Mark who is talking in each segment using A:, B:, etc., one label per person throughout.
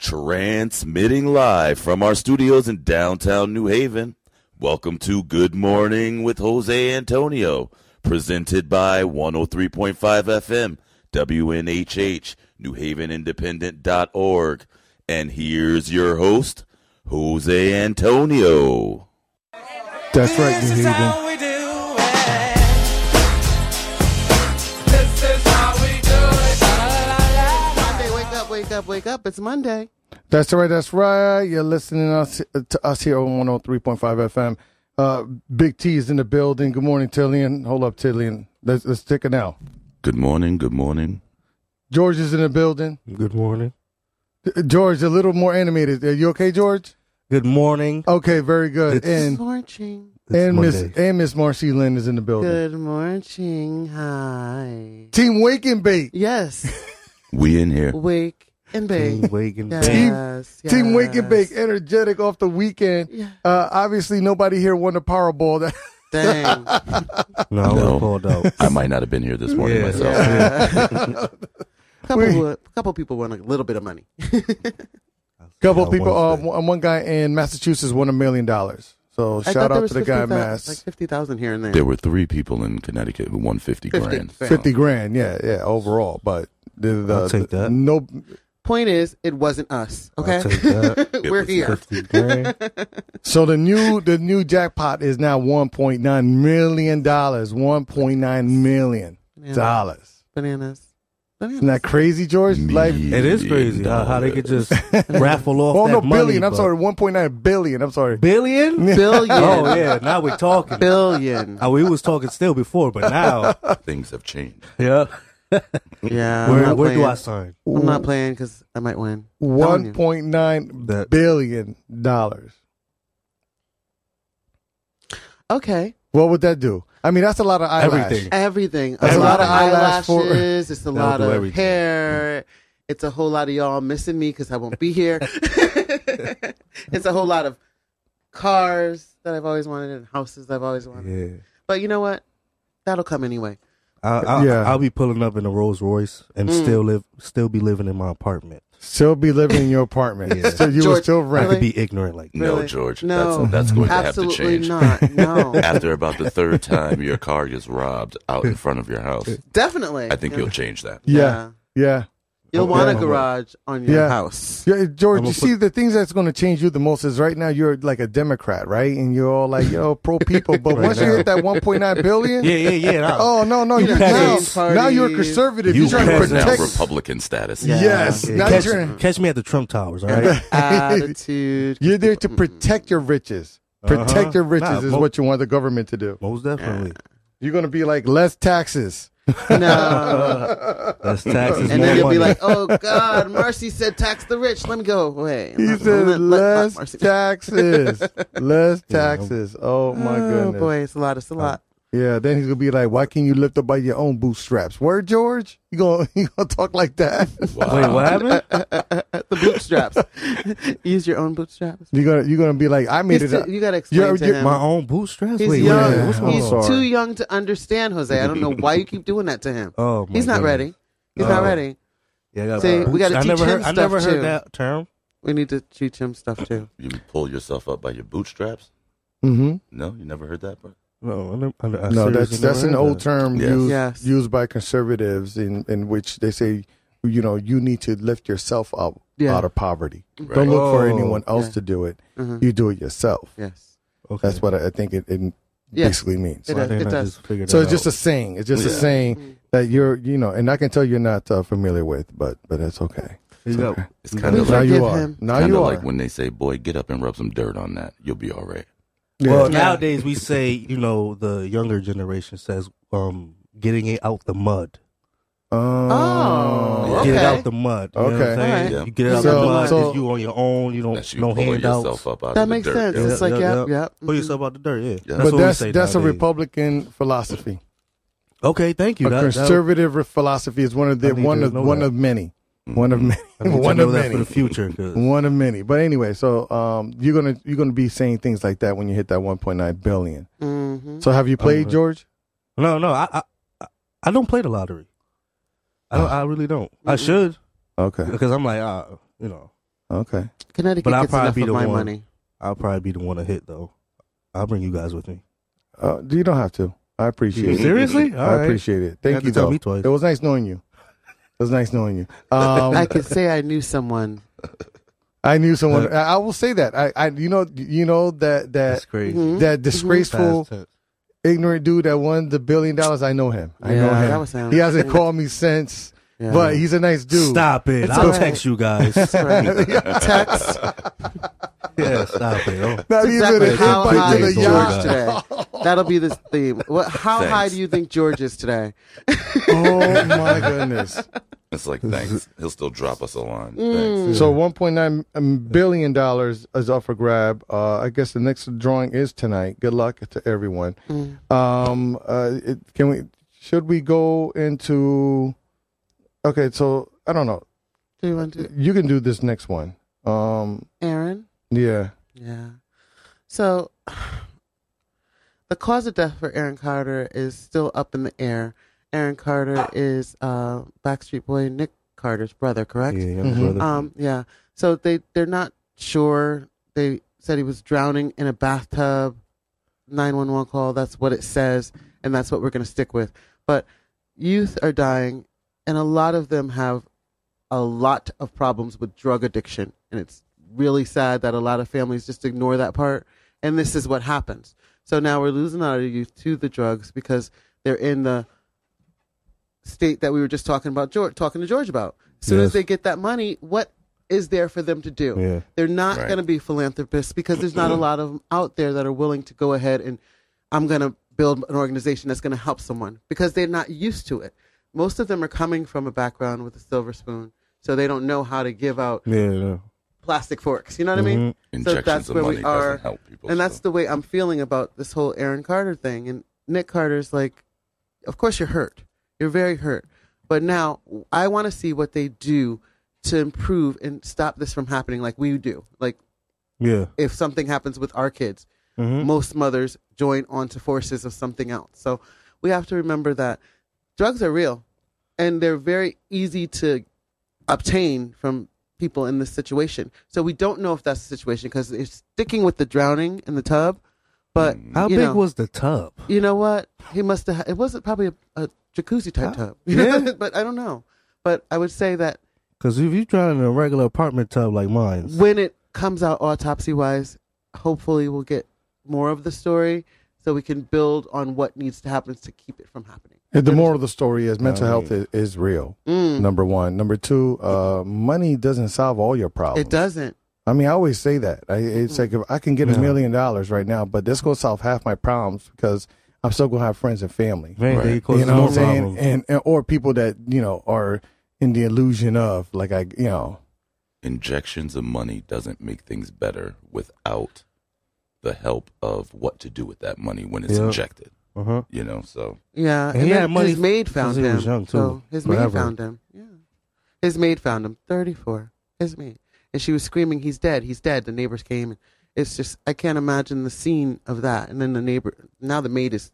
A: Transmitting live from our studios in downtown New Haven. Welcome to Good Morning with Jose Antonio, presented by 103.5 FM, WNHH, newhavenindependent.org. And here's your host, Jose Antonio.
B: That's right, New
C: This is
B: Haven.
C: how we do it. This is how we do it. La, la, la, la, la.
D: Monday, wake up, wake up, wake up. It's Monday.
B: That's right. That's right. You're listening to us, to us here on 103.5 FM. Uh, Big T is in the building. Good morning, Tillian. Hold up, Tillian. Let's, let's take it now.
A: Good morning, good morning.
B: George is in the building.
E: Good morning.
B: Uh, George, a little more animated. Are you okay, George?
E: Good morning.
B: Okay, very good. And
D: Morning.
E: It's
B: and Miss
E: Monday.
B: and Miss Marcy Lynn is in the building.
D: Good morning. Hi.
B: Team Wake and Bake.
D: Yes.
A: We in here.
D: Wake and
E: Team
D: bake.
E: Wake and
D: Yes.
E: Bake.
D: yes.
B: Team Wake and Bake, energetic off the weekend.
D: Yeah.
B: Uh, obviously, nobody here won the Powerball. That
D: Dang.
E: No, I
A: No.
E: was called uh, out.
A: I might not have been here this morning
E: Yeah.
A: myself.
D: Yeah.
B: Wait.
D: couple, couple people want a little bit of money.
B: couple
E: Yeah,
B: people, uh,
E: Wednesday.
B: one one guy in Massachusetts won a million dollars. So
D: I thought
B: shout
D: there
B: out
D: was
B: to the guy in
D: 50,000
B: Mass.
D: Like 50,000 here and there.
A: There were three people in Connecticut who won 50
D: 50,
A: grand.
D: fair.
B: 50 grand, yeah, yeah, overall. But the, the,
E: I'll take that.
B: No,
D: Point is, it wasn't us.
E: I'll
D: Okay?
E: take that.
D: we're here.
E: 50 grand.
B: so the new the new jackpot is now 1.9 million dollars. 1.9 million
D: Yeah.
B: dollars.
D: Bananas. Bananas.
B: Isn't that crazy, George? Like,
E: It is crazy how, how they could just raffle off
B: oh
E: that
B: no,
E: money,
B: billion. I'm
E: but-
B: sorry, 1.9 billion. I'm sorry.
E: Billion?
D: Billion.
E: Oh yeah, now we're talking.
D: Billion.
E: Uh, we was talking still before, but now,
A: Things have changed.
E: yeah.
D: Yeah. I'm
E: Where,
D: not
E: where do
D: playing.
E: I sign?
D: I'm not playing because I might win. Telling you.
B: 1.9
E: That-
B: billion dollars.
D: Okay.
B: What would that do? I mean, that's a lot of eyelash.
E: Everything.
D: Everything. It's
B: That's
D: a lot of
B: eyelash for-
D: eyelashes. It's a lot
E: do
D: of
E: everything.
D: hair. It's a whole lot of y'all missing me because I won't be here. it's a whole lot of cars that I've always wanted and houses I've always wanted.
E: Yeah,
D: But you know what? That'll come anyway.
E: I, I,
B: Yeah.
E: I'll be pulling up in a Rolls Royce and still live, still be living in my apartment.
B: Still be living in your apartment.
E: Yeah.
B: So you
D: George,
B: would still
E: I
B: rent.
D: really?
E: could be ignorant like that.
A: No,
D: Really?
A: George.
D: No.
A: That's, that's going to have to
D: Absolutely
A: change.
D: not. No.
A: After about the third time your car gets robbed out in front of your house,
D: Definitely.
A: I think
D: Yeah.
A: you'll change that.
B: Yeah. Yeah.
D: You'll
E: Okay.
D: want a
E: Yeah.
D: garage on your
B: Yeah.
D: house.
B: Yeah, George,
E: I'm
B: you
E: gonna
B: see, the things that's going to change you the most is right now you're like a Democrat, right? And you're all like, yo, pro people. But
E: Right
B: once you
E: now.
B: hit that 1.9 billion,
E: Yeah, yeah, yeah. nah.
B: oh, no, no,
D: You
B: you're now,
D: peasants.
B: now you're a
D: Parties.
B: conservative.
E: You
B: You are trying to
E: peasants.
A: now
B: protect.
A: Republican status.
D: Yeah.
B: Yes.
E: Yeah,
B: Now
E: catch,
B: you're,
E: catch me at the Trump Towers, all right? Mm-hmm.
D: And attitude.
B: you're there to protect your riches. Protect
E: Uh-huh.
B: your riches
E: Nah,
B: is
E: mo-
B: what you want the government to do.
E: Most definitely.
B: You're going to be like, less taxes.
D: No.
E: That's taxes.
D: And
E: more
D: then you'll be
E: money.
D: like, "Oh God, Marcy said tax the rich. Let me go away."
B: He
D: Let-
B: said,
D: let- let-
B: less
D: Marcy-
B: taxes. less taxes. Oh, my
E: Uh,
D: Oh
B: goodness.
D: boy, it's a lot. It's a lot.
B: Yeah, then he's gonna be like, "Why can't you lift up by your own bootstraps?" Word, George, you gonna you gonna talk like that?
E: Wait, what
D: Uh,
E: happened?
D: the bootstraps. Use your own bootstraps.
B: You gonna you gonna be like, "I made
D: He's
B: it."
D: too-
B: up.
D: you gotta explain
B: You're-
D: to
B: you're-
D: him.
E: My own bootstraps?
D: uh, He's
E: Wait,
D: young.
E: wait, wait, what's
B: Yeah,
E: going
D: He's
E: on?
B: sorry.
D: too young to understand, Jose. I don't know why you keep doing that to him.
E: Oh, my
D: He's not
E: goodness.
D: ready. He's
E: Oh.
D: not ready.
E: Yeah, I got
D: See, we gotta
E: I
D: teach
E: never
D: him
E: heard, I never
D: stuff,
E: heard
D: too.
E: that term.
D: We need to teach him stuff too.
A: You pull yourself up by your bootstraps?
B: hmm
A: No, you never heard that part?
E: No, I never, I, I
B: No,
E: seriously
B: that's
E: never
B: that's an
E: heard
B: old
E: that.
B: term
A: Yes.
B: used
D: Yes.
B: used by conservatives in in which they say, you know, you need to lift yourself up
D: Yeah.
B: out of poverty.
A: Right.
B: Don't look for
E: Oh.
B: anyone else
D: Yeah.
B: to do it.
D: Uh-huh.
B: You do it yourself.
D: Yes.
E: Okay.
B: That's what I, I think it, it
D: Yes.
B: basically means.
D: It
E: Why
D: does-
E: didn't I
D: does.
E: just figure
B: So
E: that
B: it's just a
E: out?
B: saying. It's just a
A: Yeah.
B: saying that you're, you know, and I can tell you're not uh, familiar with, but but that's okay.
E: He's got-
A: It's kind of
D: Please
B: now
A: like,
B: you
D: forgive
B: are.
D: him.
B: Now
A: kind
B: you
A: of
B: are.
A: like when they say, boy, get up and rub some dirt on that. You'll be all right.
B: Yeah.
E: Well,
D: Yeah.
E: nowadays we say, you know, the younger generation says, um, getting it out the mud.
B: Oh,
D: Oh,
E: Get it
D: okay.
E: out the mud. You know what I'm
B: Okay.
E: saying?
D: Alright.
A: Yeah.
E: You get it out
B: So-
E: the mud.
B: so-
E: it's you on your own. You don't
A: That's you
E: no
A: pulling
E: handouts.
A: yourself up out
D: That
A: of the
D: makes
A: dirt.
D: sense.
A: Yeah.
D: It's like, yep, yep.
E: Pull yourself out the dirt. Yeah,
A: Yeah.
E: what
B: but
E: we
B: that's
E: say
B: that's a
E: nowadays.
B: Republican philosophy.
E: Okay, thank you.
B: a
E: That- that-
B: conservative philosophy is one of
E: I
B: the
E: need
B: one
E: to
B: of
E: know
B: one
E: that. Mm-hmm.
B: of many, one
A: Mm-hmm.
B: of many,
E: I need to
B: one
E: know
B: of
E: that for
B: many,
E: the future. 'cause-
B: one of many. But anyway, so um, you're gonna you're gonna be saying things like that when you hit that 1.9 billion.
D: Mm-hmm.
B: So have you played,
E: right.
B: George?
E: no, no, I, I- I, I don't play the lottery. I, don't, I really don't. I should
B: Okay.
E: because I'm like, uh, you know,
B: Okay.
D: Connecticut
E: But I'll
D: gets
E: probably
D: enough
E: be
D: of
E: the
D: my
E: one.
D: money.
E: I'll probably be the one to hit though. I'll bring you guys with me.
B: Uh, you don't have to. I appreciate it.
E: Seriously? All
B: I
E: right.
B: appreciate it.
E: You
B: Thank
E: had
B: you,
E: to tell
B: though.
E: me twice.
B: It was nice knowing you. It was nice knowing you. Um,
D: I could say I knew someone.
B: I knew
E: Uh-huh.
B: someone. I I will say that. I, I, you know, you know that
E: That's
B: that
E: crazy.
D: Mhm.
B: that
E: Past
B: disgraceful,
E: tense.
B: ignorant dude that won the billion dollars. I know him. I know
D: Yeah,
B: him.
D: that was him.
B: he hasn't called me since,
D: Yeah.
B: but he's a nice dude.
E: Stop it.
D: It's
E: I'll
D: all right.
E: text you guys.
D: text.
E: yeah, stop it. Oh.
B: Not
D: That's
B: even
D: exactly
B: an
D: how
B: invite
D: high
B: to the
D: is
E: George
B: yacht.
D: George today. That'll be this theme. What, how
A: Thanks.
D: high do you think George is today?
B: Oh my goodness!
A: It's like thanks. He'll still drop us a
D: Mm.
A: line. Thanks.
B: So 1.9 billion dollars is up for grab. Uh, I guess the next drawing is tonight. Good luck to everyone.
D: Mm,
B: Um, uh, it, can we? Should we go into? Okay, so I don't know.
D: Do you want to,
B: You can do this next one. Um,
D: Aaron?
B: yeah.
D: Yeah. So the cause of death for Aaron Carter is still up in the air. Aaron Carter is uh, Backstreet Boy Nick Carter's brother, correct?
E: Yeah, young
B: Mhm.
E: brother.
D: Um, yeah. So they they're not sure. They said he was drowning in a bathtub. Nine one one call. That's what it says, and that's what we're going to stick with. But youth are dying, and a lot of them have a lot of problems with drug addiction, and it's really sad that a lot of families just ignore that part. And this is what happens. So now we're losing our youth to the drugs because they're in the state that we were just talking about, George, talking to George about. As soon as
E: Yes.
D: they get that money, what is there for them to do?
E: Yeah.
D: They're not
A: Right.
D: going to be philanthropists because there's not a lot of them out there that are willing to go ahead and I'm going to build an organization that's going to help someone because they're not used to it. Most of them are coming from a background with a silver spoon, so they don't know how to give out
E: Yeah, yeah.
D: plastic forks. You know what I
E: Mm-hmm.
D: mean?
A: Injections
D: that's
A: of
D: where
A: money
D: we are,
A: doesn't help people.
D: And that's
A: so.
D: the way I'm feeling about this whole Aaron Carter thing. And Nick Carter's like, of course you're hurt. You're very hurt. But now I want to see what they do to improve and stop this from happening like we do. Like
E: Yeah.
D: if something happens with our kids,
E: Mhm.
D: most mothers join onto forces of something else. So we have to remember that drugs are real and they're very easy to obtain from people in this situation. So we don't know if that's the situation because it's sticking with the drowning in the tub. But
E: Mm. How
D: you
E: big
D: know,
E: was the tub?
D: you know what? He must have. It wasn't probably a, a jacuzzi type tub.
E: yeah.
D: but I don't know. But I would say that
E: Because if you drown in a regular apartment tub like mine,
D: when it comes out autopsy wise, hopefully we'll get more of the story so we can build on what needs to happen to keep it Mm. from happening.
B: The moral of the story is mental health is, is real. Number one. Number two. Uh, money doesn't solve all your problems.
D: It Mm. doesn't.
B: I mean, I always say that. I, it's like if I can get a million dollars right now, but this gonna solve half my problems because I'm still gonna have friends and family.
E: if anything, it
B: You
E: causes
B: know
E: more
B: what I'm saying?
E: problems.
B: And, and or people that you know are in the illusion of like I you know
A: Injections of money doesn't make things better without the help of what to do with that money when it's
E: Yeah.
A: injected.
E: Uh-huh.
A: You know, so
D: Yeah.
E: And he
D: then
E: had money
D: his maid
E: because
D: found
E: he
D: him.
E: was young, too,
D: So his maid
E: forever.
D: found him. Yeah. His maid found him. Thirty four. His maid. And she was screaming, He's dead, he's dead. The neighbors came and it's just I can't imagine the scene of that. And then the neighbor now the maid is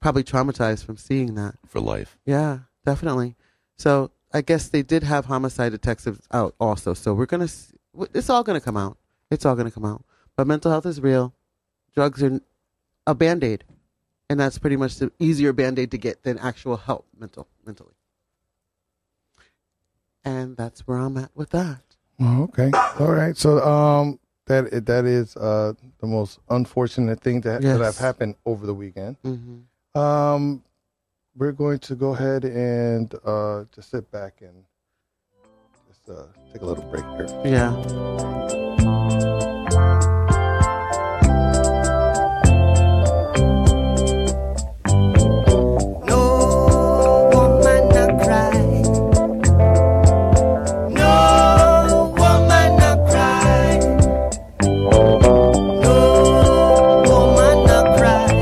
D: probably traumatized from seeing that.
A: for life.
D: Yeah, definitely. So I guess they did have homicide detectives out also. So we're gonna, s- w- it's all gonna come out. It's all gonna come out. But mental health is real. Drugs are n- a band aid, and that's pretty much the easier band aid to get than actual help mental mentally. And that's where I'm at with that.
B: Oh, okay. All right. So um that that is uh the most unfortunate thing that
D: Yes.
B: that have happened over the weekend.
D: hmm
B: Um we're going to go ahead and uh just sit back and just uh take a little break here.
D: Yeah.
F: No woman a cry. No woman a cry. No woman a cry.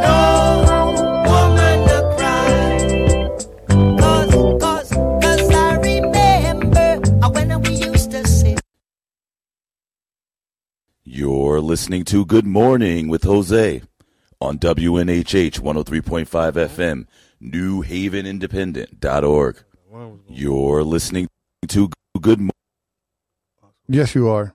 F: No woman a cry. Cause, cause, cause I remember when we used to sit.
A: You're listening to Good Morning with Jose on WNHH 103.5 FM, New Haven Independent.org. You're listening to Good Morning.
B: Yes, you are.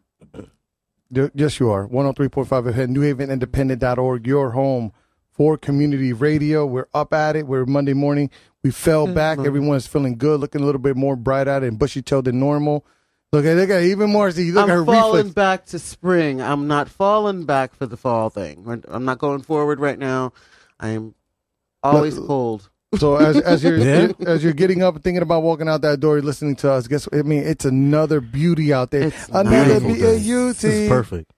B: Y- Yes, you are. 103.5 FM, newhavenindependent.org, your home for community radio. We're up at it. We're Monday morning. We
D: Mm-hmm.
B: fell back. Everyone's feeling good, looking a little bit more bright eyed and bushy tailed than normal. Look at look at even more. See, look at her
D: I'm falling
B: reflex.
D: back to spring. I'm not falling back for the fall thing. We're- I'm not going forward right now. I'm always cold.
B: So as as you're
E: Yeah.
B: as you're getting up and thinking about walking out that door, listening to us. Guess what? I mean, it's another beauty out there.
D: It's
B: another
D: beautiful
B: be-
E: day. This
B: beauty.
E: is perfect.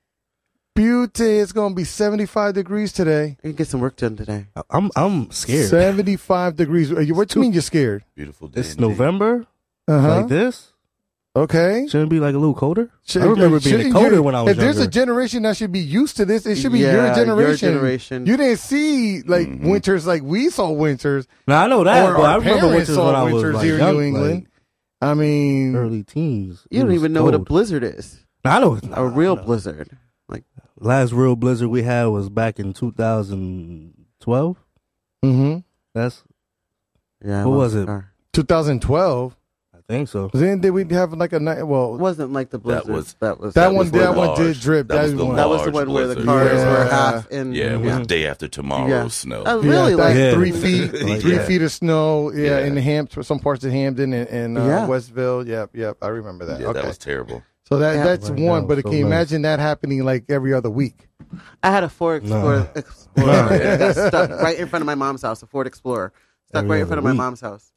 B: Beauty. It's gonna be 75 degrees today.
D: I can get some work done today.
E: I- I'm I'm scared.
B: 75 degrees. Are you- What you mean you're scared?
A: Beautiful day.
E: it's
A: indeed.
E: November
B: Uh huh.
E: like this.
B: Okay.
E: Shouldn't it be like a little colder.
B: Should-
E: I remember it being
B: shouldn't
E: colder
B: you-
E: when I was
B: If
E: younger.
B: there's a generation that should be used to this, it should be
D: Yeah,
B: your generation.
D: generation.
B: You didn't see like winters like we saw winters,
E: now I know Mm-hmm. that,
B: or
E: but I
B: our
E: remember
B: parents
E: winters when
B: saw
E: I was
B: winters
E: like,
B: here in
E: young,
B: New England. I
E: like,
B: mean,
E: early teens.
D: You
E: It
D: don't
E: was
D: even know what a
E: cold.
D: blizzard is.
E: I know it's
D: A
E: not-
D: real blizzard.
E: last real blizzard we had was back in 2012.
B: mhm.
E: That's
D: Yeah. I
E: What was
D: lost my
E: it?
D: car.
B: 2012.
E: I think so.
B: Then did we have like a night? Well,
D: It wasn't like the blizzard.
A: That was-
D: that was
B: that
A: was
B: one-
A: the
B: that one
A: large-
B: did drip. That
A: was
B: is
A: the
B: one.
D: that was the
A: large
D: one where the
A: blizzard.
D: cars were
B: Yeah.
D: half in.
A: Yeah, it was
E: Yeah.
A: day after tomorrow's
D: Yeah.
A: snow.
D: I
B: yeah,
D: really like
B: like
E: Yeah.
B: three feet,
E: Like
B: three
E: that.
B: feet of snow. Yeah,
A: Yeah.
B: in the Hampton, some parts of Hampton and, and uh,
D: Yeah.
B: Westville. Yep, yep. I remember that.
A: yeah,
B: okay,
A: that was terrible.
B: so that
D: Yeah.
B: that's
E: Right
B: one.
E: now,
B: but
E: so
B: can you
E: nice.
B: imagine that happening like every other week?
D: I had a Ford Explorer,
E: Nah.
D: Explorer
E: Nah.
D: that got stuck right in front of my mom's house. A Ford Explorer stuck
E: Every
D: right in
E: other
D: front of my
E: week.
D: mom's house.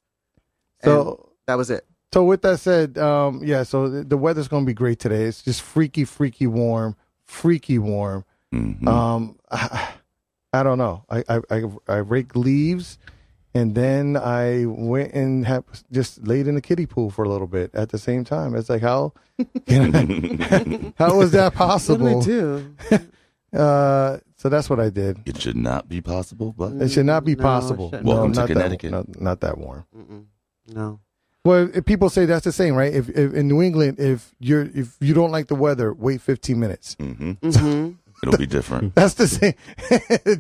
B: So.
D: And that was it.
B: So with that said, um, yeah, so th- the weather's gonna be great today. It's just freaky, freaky warm, freaky warm.
A: Mhm.
B: Um, I, don't know. I, I I I rake leaves, and then I went and have just laid in the kiddie pool for a little bit at the same time. It's like how can I- how was that possible?
D: do?
B: Uh, so that's what I did.
A: it should not be possible, but
B: It should not be
D: No, it
B: possible.
D: shouldn't.
B: No,
A: Welcome to
B: not that-
A: Connecticut.
B: no, not that warm.
D: Mm-mm. No.
B: Well, if people say that's the same, right? If, if in New England, if you're if you don't like the weather, wait 15 minutes.
A: Mhm.
D: Mm-hmm.
A: it'll be different.
B: That's the same.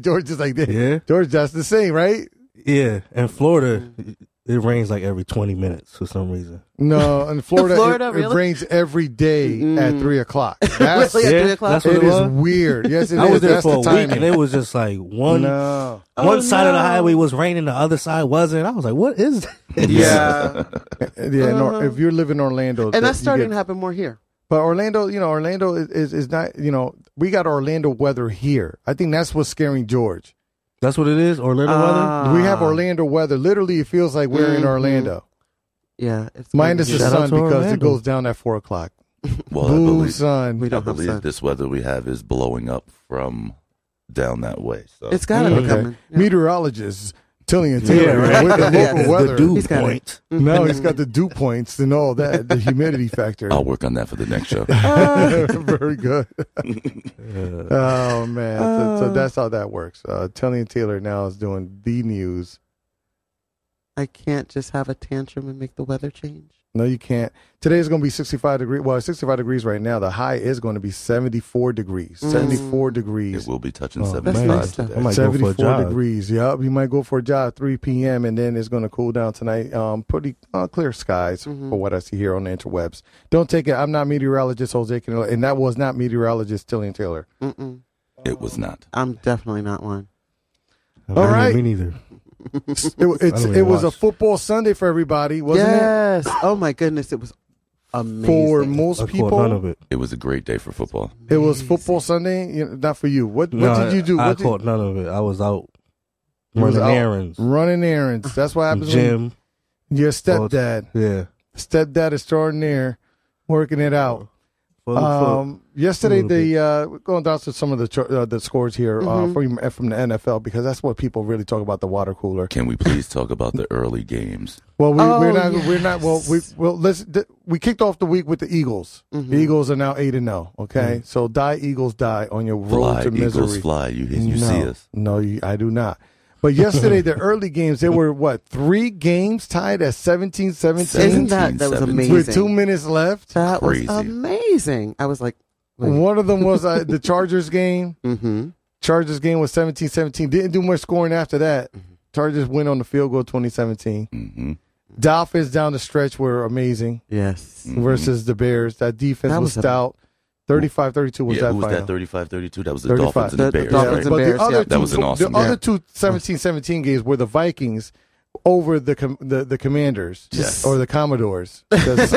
B: George is like that.
E: Yeah.
B: George, that's the same, right?
E: Yeah, in Florida, it- it rains like every 20 minutes for some reason.
B: No, in Florida,
D: Florida,
B: it, it
D: really? Mm.
B: rains every day at three o'clock. That's
D: Really? At
E: yeah,
D: three o'clock?
E: that's what
B: it
E: it,
B: is
E: was.
B: weird. Yes, it is.
E: I was there
B: that's
E: for a
B: the
E: week,
B: timing.
E: and it was just like one one
B: no.
E: side of the highway was raining, the other side wasn't. I was like, "What is that?"
B: Yeah, yeah. nor- if you live in Orlando, that-
D: Uh-huh. And that's
B: you
D: starting
B: get-
D: to happen more here.
B: But Orlando, you know, Orlando is, is is not. You know, we got Orlando weather here. I think that's what's scaring George.
E: That's what it is. Orlando
B: Uh,
E: weather.
D: Ah.
B: We have Orlando weather. Literally, it feels like we're in
D: Mhm.
B: Orlando.
D: Yeah. It's
B: Minus
D: gonna
B: the
D: be-
E: Shout
B: sun
E: out to
B: because it
E: Orlando.
B: goes down at four o'clock.
A: Well, I
B: Boom,
A: believe,
B: sun.
D: We
A: I
D: don't have
A: believe
D: sun.
A: this weather we have is blowing up from down that way. So
D: It's got to be coming. Yeah.
B: Meteorologists telling and Taylor
E: right.
B: with the local
D: Yes, the
B: weather.
E: dew
D: He's got it.
E: point.
B: No, he's got the dew points and all that, the humidity factor.
E: Oh.
A: I'll work on that for the next show.
D: Uh,
B: Very good. oh man, so, so that's how that works. Uh, Telly and Taylor now is doing the news.
D: I can't just have a tantrum and make the weather change.
B: No, you can't. Today is going to be 65 degrees. Well, it's 65 degrees right now. The high is going to be 74 degrees. 74 degrees.
A: it will be touching
E: Oh,
A: seventy
D: man.
A: five
D: That's nice
A: today.
E: stuff. Mm. might go for a
B: 74
E: jog.
B: degrees. Yep, you might go for a jog 3 p.m. and then it's going to cool down tonight. Um, pretty uh, clear skies
E: Mm-hmm.
B: for what I see here on the interwebs. Don't take it. I'm not meteorologist Jose Canelo, and that was not meteorologist Tillian Taylor.
D: Mm-mm.
A: It was not.
D: I'm definitely not one.
B: All right.
E: Me neither.
B: It, it's,
E: even
B: it was a
E: watch.
B: football Sunday for everybody, wasn't it?
D: yes. Oh my goodness, it was amazing.
B: For most
E: I caught none
B: people,
E: of it.
A: It was a great day for football.
B: it was football Sunday. You know, not for you. What what
E: No,
B: did you do?
E: I,
B: What did-
E: caught none of it. I was out
B: You was
E: running
B: out
E: errands,
B: running errands. That's what happens when
E: gym.
B: your stepdad,
E: Yeah.
B: stepdad extraordinaire, working it out.
E: Full- full-
B: Um, yesterday,
E: A little
B: the uh, we're going down to some of the cho- uh, the scores here uh, from from the NFL because that's what people really talk about the water cooler.
A: Can we please talk about the early games?
B: Well, we,
D: Oh,
B: we're not we're not well we
D: yes. Mm-hmm.
B: well let's th- we kicked off the week with the Eagles. The Eagles are now eight and zero. Okay,
D: Mm.
B: so die Eagles die on your road
A: Fly,
B: to
A: Eagles,
B: misery.
A: fly. You you
B: no,
A: see us.
B: No, you, I do not. But yesterday, the early games, they were what three games tied at 17
D: Isn't
B: 17
D: that that was
A: 17?
D: amazing?
B: with two minutes left.
D: that
A: Crazy.
D: was amazing. I was like, wait.
B: One of them was uh, the Chargers game.
D: Mm-hmm.
B: Chargers game was
D: Mm-hmm.
B: 17 17. Didn't do much scoring after that. Chargers win on the field goal 2017.
A: hmm
B: Dolphins down the stretch were amazing
D: Yes.
A: Mm-hmm.
B: versus the Bears. That defense
D: That
B: was,
D: was a-
B: stout. 35-32 was
A: yeah,
B: that
A: who was
B: final.
A: that 35 32? That was the
B: 35.
A: Dolphins and the,
D: The- the
A: Bears.
D: Dolphins
A: right?
D: and
B: but
D: Bears,
B: the other
D: yeah.
B: two,
A: That was an awesome
B: The
A: game.
B: other two 17-17 games were the Vikings over the com- the, the Commanders
A: Yes.
B: or the Commodores. That's-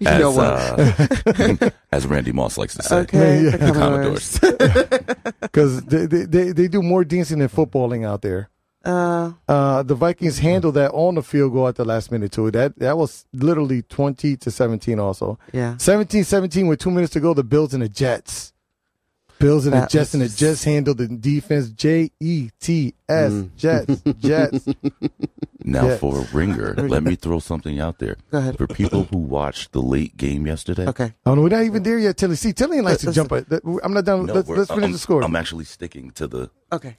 D: You
A: as,
D: know what?
A: uh, as Randy Moss likes to say.
D: okay.
B: Yeah.
D: The
A: The
D: Commodores.
A: Commodores.
B: because they, they, they, they do more dancing than footballing out there.
D: uh,
B: Uh, the Vikings handled that on the field goal at the last minute too. That that was literally twenty to seventeen. Also,
D: yeah.
B: 17-17 with two minutes to go. The Bills and the Jets. Bills and
D: That
B: the Jets and the
D: was-
B: Jets handled the defense. J E T S
D: Mm.
B: Jets Jets.
A: Now
B: Yeah.
A: for Ringer, let me throw something out there.
D: Go ahead.
A: For people who watched the late game yesterday,
D: Okay.
B: Oh no, we're not even there yet, Tilly. See, Tilly likes to
D: Let's-
B: jump. it. I'm not done.
A: no,
B: let's
A: we're-
B: let's finish
A: I'm-
B: the score.
A: I'm actually sticking to the
D: Okay.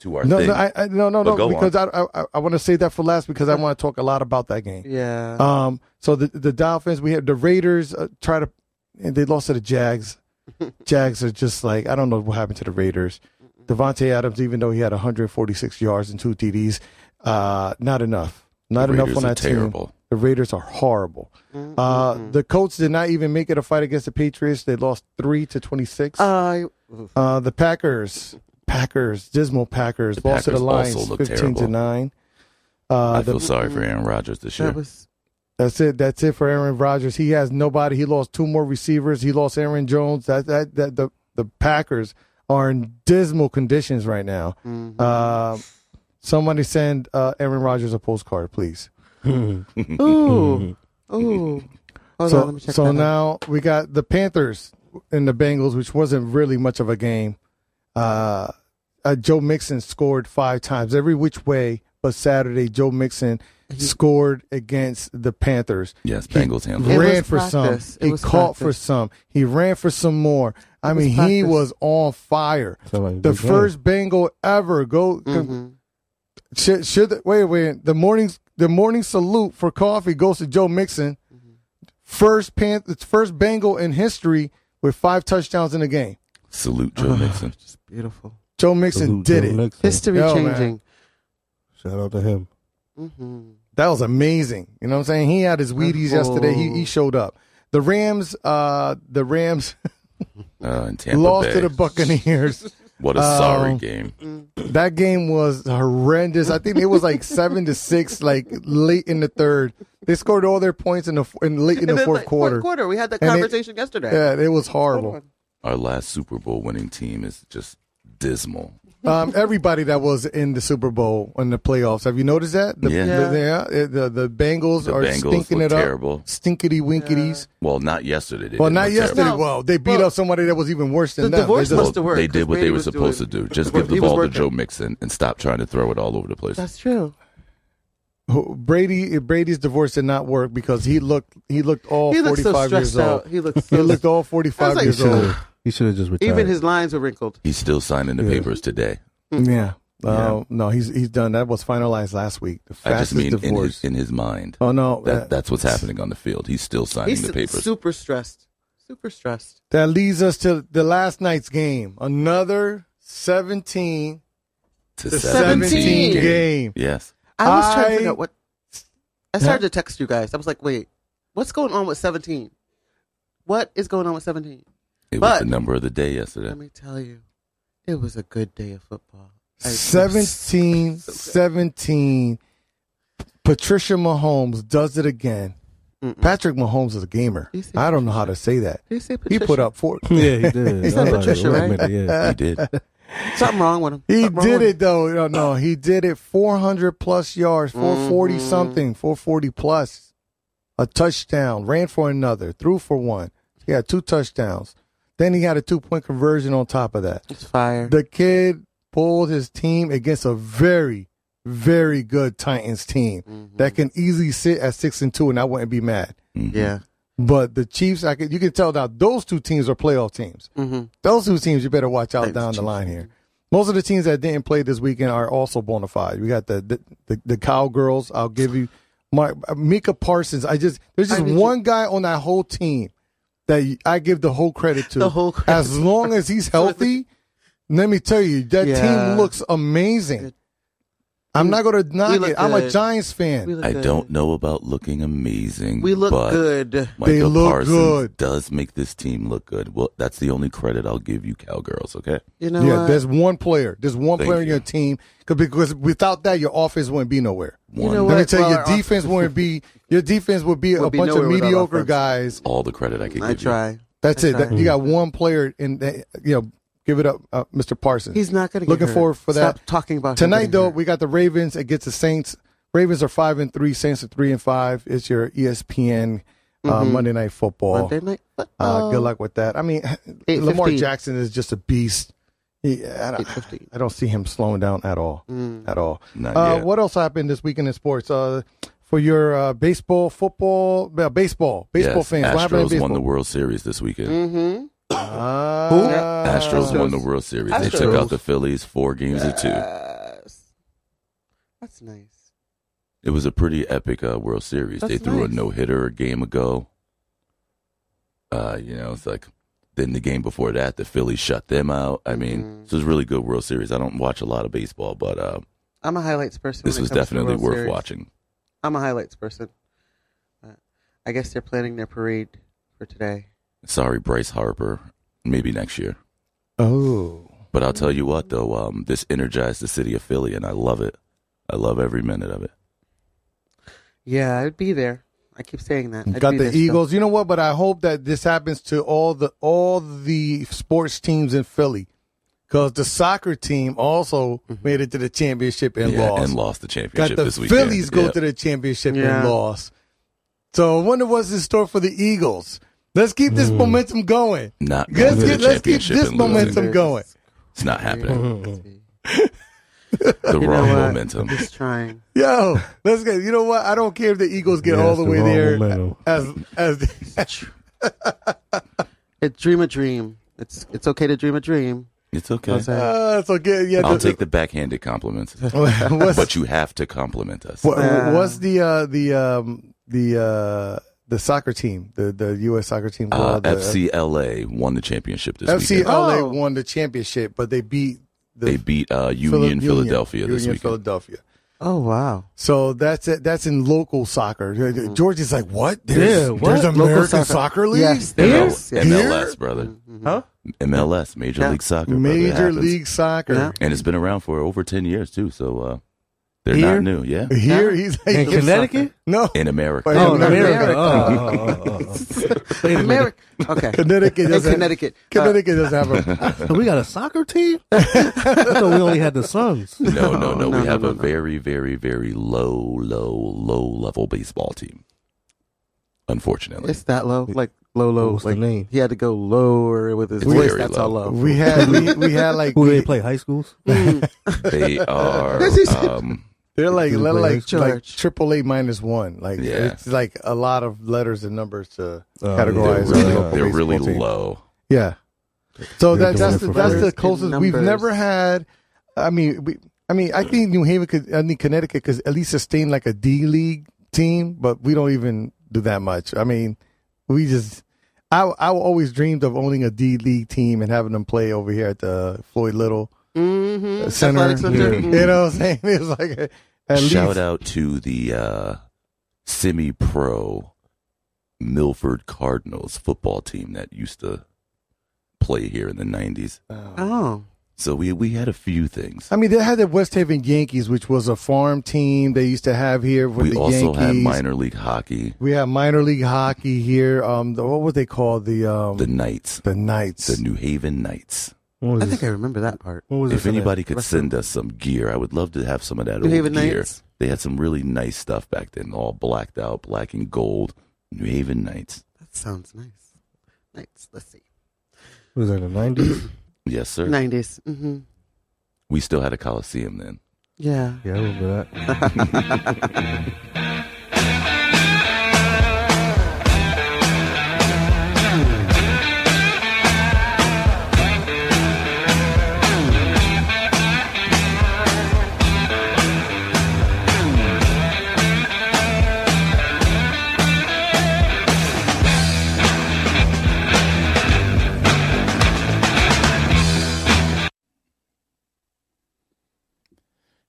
A: to our
B: no,
A: thing.
B: no, I, I, no, no,
A: But
B: no,
A: go
B: because I, I I want to save that for last because I want to talk a lot about that game.
D: Yeah.
B: Um, so the the Dolphins, we have the Raiders uh, try to, and they lost to the Jags. Jags are just like I don't know what happened to the Raiders. Devontae Adams, even though he had 146 yards and two TDs, uh, not enough. Not
A: The
B: enough
A: Raiders
B: on
A: are
B: that team.
A: terrible.
B: The Raiders are horrible. Uh, the Colts did not even make it a fight against the Patriots. They lost three to 26. Uh,
D: uh,
B: the Packers, Packers, dismal Packers,
A: The
B: lost to the
A: Packers also
B: Lions,
A: look
B: 15 to
A: terrible.
B: nine. Uh,
A: I
B: the
A: feel sorry for Aaron Rodgers this year.
D: that was
B: that's it. That's it for Aaron Rodgers. He has nobody. He lost two more receivers. He lost Aaron Jones. That that, that the the Packers are in dismal conditions right now.
D: Mm-hmm.
B: Uh, somebody send uh, Aaron Rodgers a postcard, please.
A: Mm-hmm.
D: Ooh. Ooh. Hold
B: so
D: on, let me check
B: so
D: that out.
B: now we got the Panthers and the Bengals, which wasn't really much of a game. Uh, uh, Joe Mixon scored five times every which way, but Saturday Joe Mixon
D: Mm-hmm.
B: scored against the Panthers.
A: Yes,
B: He
A: Bengals handled
D: It
A: it.
D: was
B: ran for
D: practice.
B: some.
D: It
B: He
D: was
B: caught for
D: practice.
B: some. He ran for some more. I
D: was
B: mean, he
D: practice.
B: was on fire.
E: Sound like
B: The
E: Big Game.
B: first Bengal ever go.
D: Mm-hmm.
B: Should, should wait wait the morning the morning salute for coffee goes to Joe Mixon,
D: Mm-hmm.
B: first pan first Bengal in history with five touchdowns in the game.
A: Salute Joe Mixon.
D: It's beautiful.
B: Joe Mixon
E: Salute
B: did
E: Joe
B: it.
E: Mixon.
D: History
B: Yo, man.
D: changing.
E: Shout out to him.
D: hmm
B: That was amazing. You know what I'm saying? He had his Wheaties yesterday. He, he showed up. The Rams, uh, the Rams
A: Uh, in Tampa
B: lost
A: Bay.
B: to the Buccaneers.
A: What a sorry
B: Um,
A: game.
B: That game was horrendous. I think it was like seven to six, like late in the third. They scored all their points in the f- in late in the fourth quarter.
D: Fourth quarter. We had that
B: And it-
D: conversation yesterday.
B: Yeah, it was horrible.
A: Our last Super Bowl winning team is just dismal.
B: Um, everybody that was in the Super Bowl in the playoffs, have you noticed that? The,
A: Yeah.
B: the, yeah, the, the Bengals
A: The
B: are
A: Bengals
B: stinking
A: look
B: it up.
A: terrible.
B: Stinkity winkities.
A: Well, not yesterday. They
B: Well,
A: didn't
B: not
A: look terrible.
B: yesterday.
D: No.
B: Well, they beat
D: Well,
B: up somebody that was even worse than
D: The
B: them. They
D: divorce
B: just-
D: must have worked.
A: They did
D: 'cause
A: what they
D: Brady
A: were
D: was
A: supposed
D: doing-
A: to do. Just
D: Well,
A: give the
D: he was
A: ball to
D: working.
A: Joe Mixon and stop trying to throw it all over the place.
D: That's true.
B: who- Brady Brady's divorce did not work because he looked he looked all
D: He looked
B: forty
D: so
B: five years
D: stressed out.
B: old.
D: He looked
B: He
D: so.
B: looked all forty
D: I
B: five
D: was like,
B: years
D: "Shut
B: old.
D: up."
E: He should have just retired.
D: even his lines were wrinkled.
A: He's still signing the papers today.
B: Yeah. Uh, no, he's he's done. That was finalized last week. The
A: I
B: fastest
A: just mean in
B: divorce.
A: his, in his mind.
B: oh no,
A: that,
B: that, that,
A: that's what's happening on the field. He's still signing
D: He's
A: the papers.
D: super stressed. Super stressed.
B: leads us to the last night's game. Another seventeen
A: to
B: to seventeen game.
A: Yes.
D: I was trying to
B: I-
D: figure out what. I started to text you guys. I was like, wait, what's going on with 17? What is going on with 17?
A: It
D: But-
A: was the number of the day yesterday.
D: Let me tell you, it was a good day of football. I-
B: 17, 17. Patricia Mahomes does it again.
D: Mm-mm.
B: Patrick Mahomes is a gamer.
D: You say
B: I don't know how to say that.
D: Did you say
B: He
D: Patricia?
B: put up four.
E: yeah, he did.
B: He's
E: I was
B: not
E: like,
D: Patricia,
E: wait a
D: right?
E: minute, yeah.
A: he did.
D: something wrong with him.
B: He
D: Something wrong
B: did
D: with
B: it though. No, no, he did it. Four hundred plus yards, four something, four forty plus, a touchdown. Ran for another, threw for one. He had two touchdowns. Then he had a two point conversion on top of that.
D: him. It's fire.
B: The kid pulled his team against a very, very good Titans team that can easily sit at six and two, and I wouldn't be mad.
A: Mhm.
D: yeah.
B: But the Chiefs, I could, you can tell now those two teams are playoff teams.
D: Mm-hmm.
B: Those two teams, you better watch out
D: Thanks,
B: down the
D: Chiefs.
B: line here. Most of the teams that didn't play this weekend are also bona fide. We got the the, the, the cowgirls. I'll give you my Mika Parsons. I just there's just
D: I need
B: one guy on that whole team that y- I give the whole credit to.
D: The whole credit.
B: As long as he's healthy, let me tell you that
D: Yeah.
B: team looks amazing. I'm not going to knock
D: look
B: it. I'm a
D: good.
B: Giants
D: We
B: fan.
D: look
A: I
D: good.
A: don't know about looking amazing.
D: We look
A: but
D: good.
A: Michael
B: They look
A: Parsons
B: good.
A: does make this team look good. Well, that's the only credit I'll give you, cowgirls. Okay.
D: You know
B: yeah,
D: what?
B: there's one player. There's one
A: Thank
B: player in
A: you.
B: your team 'cause- because without that, your offense wouldn't be nowhere.
D: You know
B: Let me
D: what?
B: tell you,
D: Well,
B: your
D: our-
B: defense wouldn't be. Your defense would be a
D: Would be
B: bunch of
D: nowhere without
B: mediocre
D: offense.
B: guys.
A: All the credit I could give
D: I try.
B: That's it.
D: That's
B: That, you got one player, and you know, give it up, uh, Mr. Parsons.
D: He's not going to
B: Looking
D: get hurt.
B: forward for that.
D: Stop talking about him
B: Tonight
D: getting
B: though,
D: hurt.
B: we got the Ravens against the Saints. Ravens are five and three, Saints are three and five. It's your E ESPN uh, Monday night football.
D: Mm-hmm. Monday night.
B: Uh,
D: football.
B: good luck with that. I mean, Lamar
D: 8:15.
B: Jackson is just a beast. He, I, don't,
D: 8:15.
B: I don't see him slowing down at all. At all.
A: you. Not
B: Uh,
A: yet.
B: what else happened this weekend in sports? Uh, for your uh, baseball, football, uh, baseball, baseball
A: yes,
B: fans, what happened in
A: Astros
B: baseball?
A: won the World Series this weekend.
D: Mm-hmm.
B: Ah.
A: Astros won the
D: Astros.
A: World Series. They
D: Astros.
A: took out the Phillies four games to two.
D: Yes. That's nice.
A: It was a pretty epic uh, World Series. they
D: That's
A: threw
D: nice.
A: a no hitter a game ago. Uh, you know, it's like then the game before that, the Phillies shut them out. I mean,
B: Mm-hmm.
D: Mhm.
A: this was a really good World Series. I don't watch a lot of baseball, but uh,
D: I'm a highlights person.
A: this
D: when it
A: was
D: comes to
A: definitely
D: World
A: worth
D: Series.
A: watching.
D: I'm a highlights person. Uh, I guess they're planning their parade for today.
A: Sorry, Bryce Harper. Maybe next year.
B: Oh.
A: But I'll tell you what,
B: Mm-hmm.
A: though, um, this energized the city of Philly, and I love it. I love every minute of it.
D: Yeah, I'd be there. I keep saying that. I'd
B: got
D: be
B: the
D: there still.
B: Eagles. You know what? But I hope that this happens to all the all the sports teams in Philly, because the soccer team also made it to the championship and
A: yeah,
B: lost.
A: and lost the
B: got
A: championship
B: the
A: this weekend.
B: Phillies go
A: Yeah.
B: to the championship
D: Yeah.
B: and lost. So I wonder what's in store for the Eagles. Let's keep this momentum going.
A: not going
B: Let's,
A: to the
B: get, let's keep
A: championship
B: this
A: and losing.
B: momentum going.
A: It's not happening. the
D: You know
A: wrong
D: what?
A: momentum.
D: Just trying.
B: Yo, let's get. You know what? I don't care if the Eagles get
E: Yeah,
B: all
E: it's
B: the
E: the
B: way
E: wrong
B: there.
E: momentum.
B: As as
D: It, dream a dream. It's it's okay to dream a dream.
A: It's okay.
D: That's it.
B: uh, it's okay. Yeah,
A: I'll
B: the-
A: take the backhanded compliments,
B: what's-
A: but you have to compliment us.
B: What,
D: Uh,
B: what's the uh, the um, the uh, the soccer team, the the U.S. soccer team?
A: Uh,
B: the,
A: FCLA won the championship this
B: FC
A: weekend.
B: LA
D: Oh.
B: won the championship, but they beat the
A: They beat uh,
B: Phila-
A: Union Philadelphia
B: Union
A: this weekend.
B: Philadelphia.
D: Oh wow.
B: So that's it. That's in local soccer. Uh,
A: Mm-hmm.
B: George is like, what? There's,
E: Yeah, what?
B: there's
E: Local
B: American soccer.
D: soccer.
B: league.
D: Yes,
A: ML-
D: there
A: MLS,
D: is. Yes.
A: brother.
E: Huh?
A: MLS, Major
D: Yeah.
A: League Soccer. brother. It
B: Major
A: happens.
B: League Soccer.
D: Yeah.
A: And it's been around for over 10 years, too. So uh, they're
E: Here?
A: not new, yeah.
B: Here he's like,
E: In Connecticut?
B: no,
A: In America.
B: Wait,
E: Oh, in
B: America.
E: America. Oh, oh, oh, oh. Wait a minute.
D: America. Okay.
B: Connecticut
D: In
B: doesn't.
D: Connecticut. Uh,
B: Connecticut doesn't have a.
E: So we got a soccer team? I thought we only had the Suns.
A: No, no, no.
D: No,
A: we
D: no,
A: have
D: no,
A: a
D: no.
A: very, very, very low, low, low level baseball team. Unfortunately.
D: It's that low, like low, low.
E: What's the
D: like
E: name?
D: he had to go lower with his
A: It's
D: voice.
A: very
D: That's
A: low.
D: how low.
B: We had we, we had like
E: Who do they play? High schools?
A: They are. um,
B: They're like
E: Dude,
B: they're
E: play
B: like
E: this
B: like
D: church.
B: triple A minus one. Like
A: Yeah.
B: it's like a lot of letters and numbers to
E: Oh,
A: they're
B: categorize.
E: Guys,
A: really,
B: a
E: uh,
A: they're
B: baseball
A: really
B: team.
A: low.
B: Yeah. So
E: You're
B: that,
E: doing
B: that's the,
E: it for
B: that's
E: free.
B: the
D: Letters
B: closest
D: and
B: we've
D: numbers.
B: never had. I mean, we, I mean, I think New Haven could, I mean, Connecticut could at least sustain like a D league team, but we don't even do that much. I mean, we just. I I always dreamed of owning a D league team and having them play over here at the Floyd Little
D: Mm-hmm.
B: Center.
D: Athletic center.
E: Yeah.
D: Mhm.
B: You know what I'm saying? It's like a, at
A: Shout
B: least
A: out to the uh, semi pro Milford Cardinals football team that used to play here in the 90s.
D: Oh,
A: So we, we had a few things.
B: I mean, they had the West Haven Yankees, which was a farm team they used to have here with
A: We
B: the
A: also
B: Yankees.
A: had minor league hockey,
B: we have minor league hockey here. Um, the, what were they called? The um,
A: the
B: the,
A: Knights,
B: Knights.
A: the New Haven Knights.
E: What was
D: I
E: it?
D: think I remember that part.
E: What was it
A: If
E: for that?
A: anybody could
D: What's
A: send us some gear, I would love to have some of that
D: New
A: old
D: Haven
A: gear.
D: Knights?
A: They had some really nice stuff back then, all blacked out, black and gold. New Haven Knights.
D: That sounds nice. Nice. Let's see.
E: Was that in the 90s?
A: Yes, sir.
D: 90s. Mm-hmm.
A: We still had a coliseum then.
D: Yeah.
E: yeah, I remember that.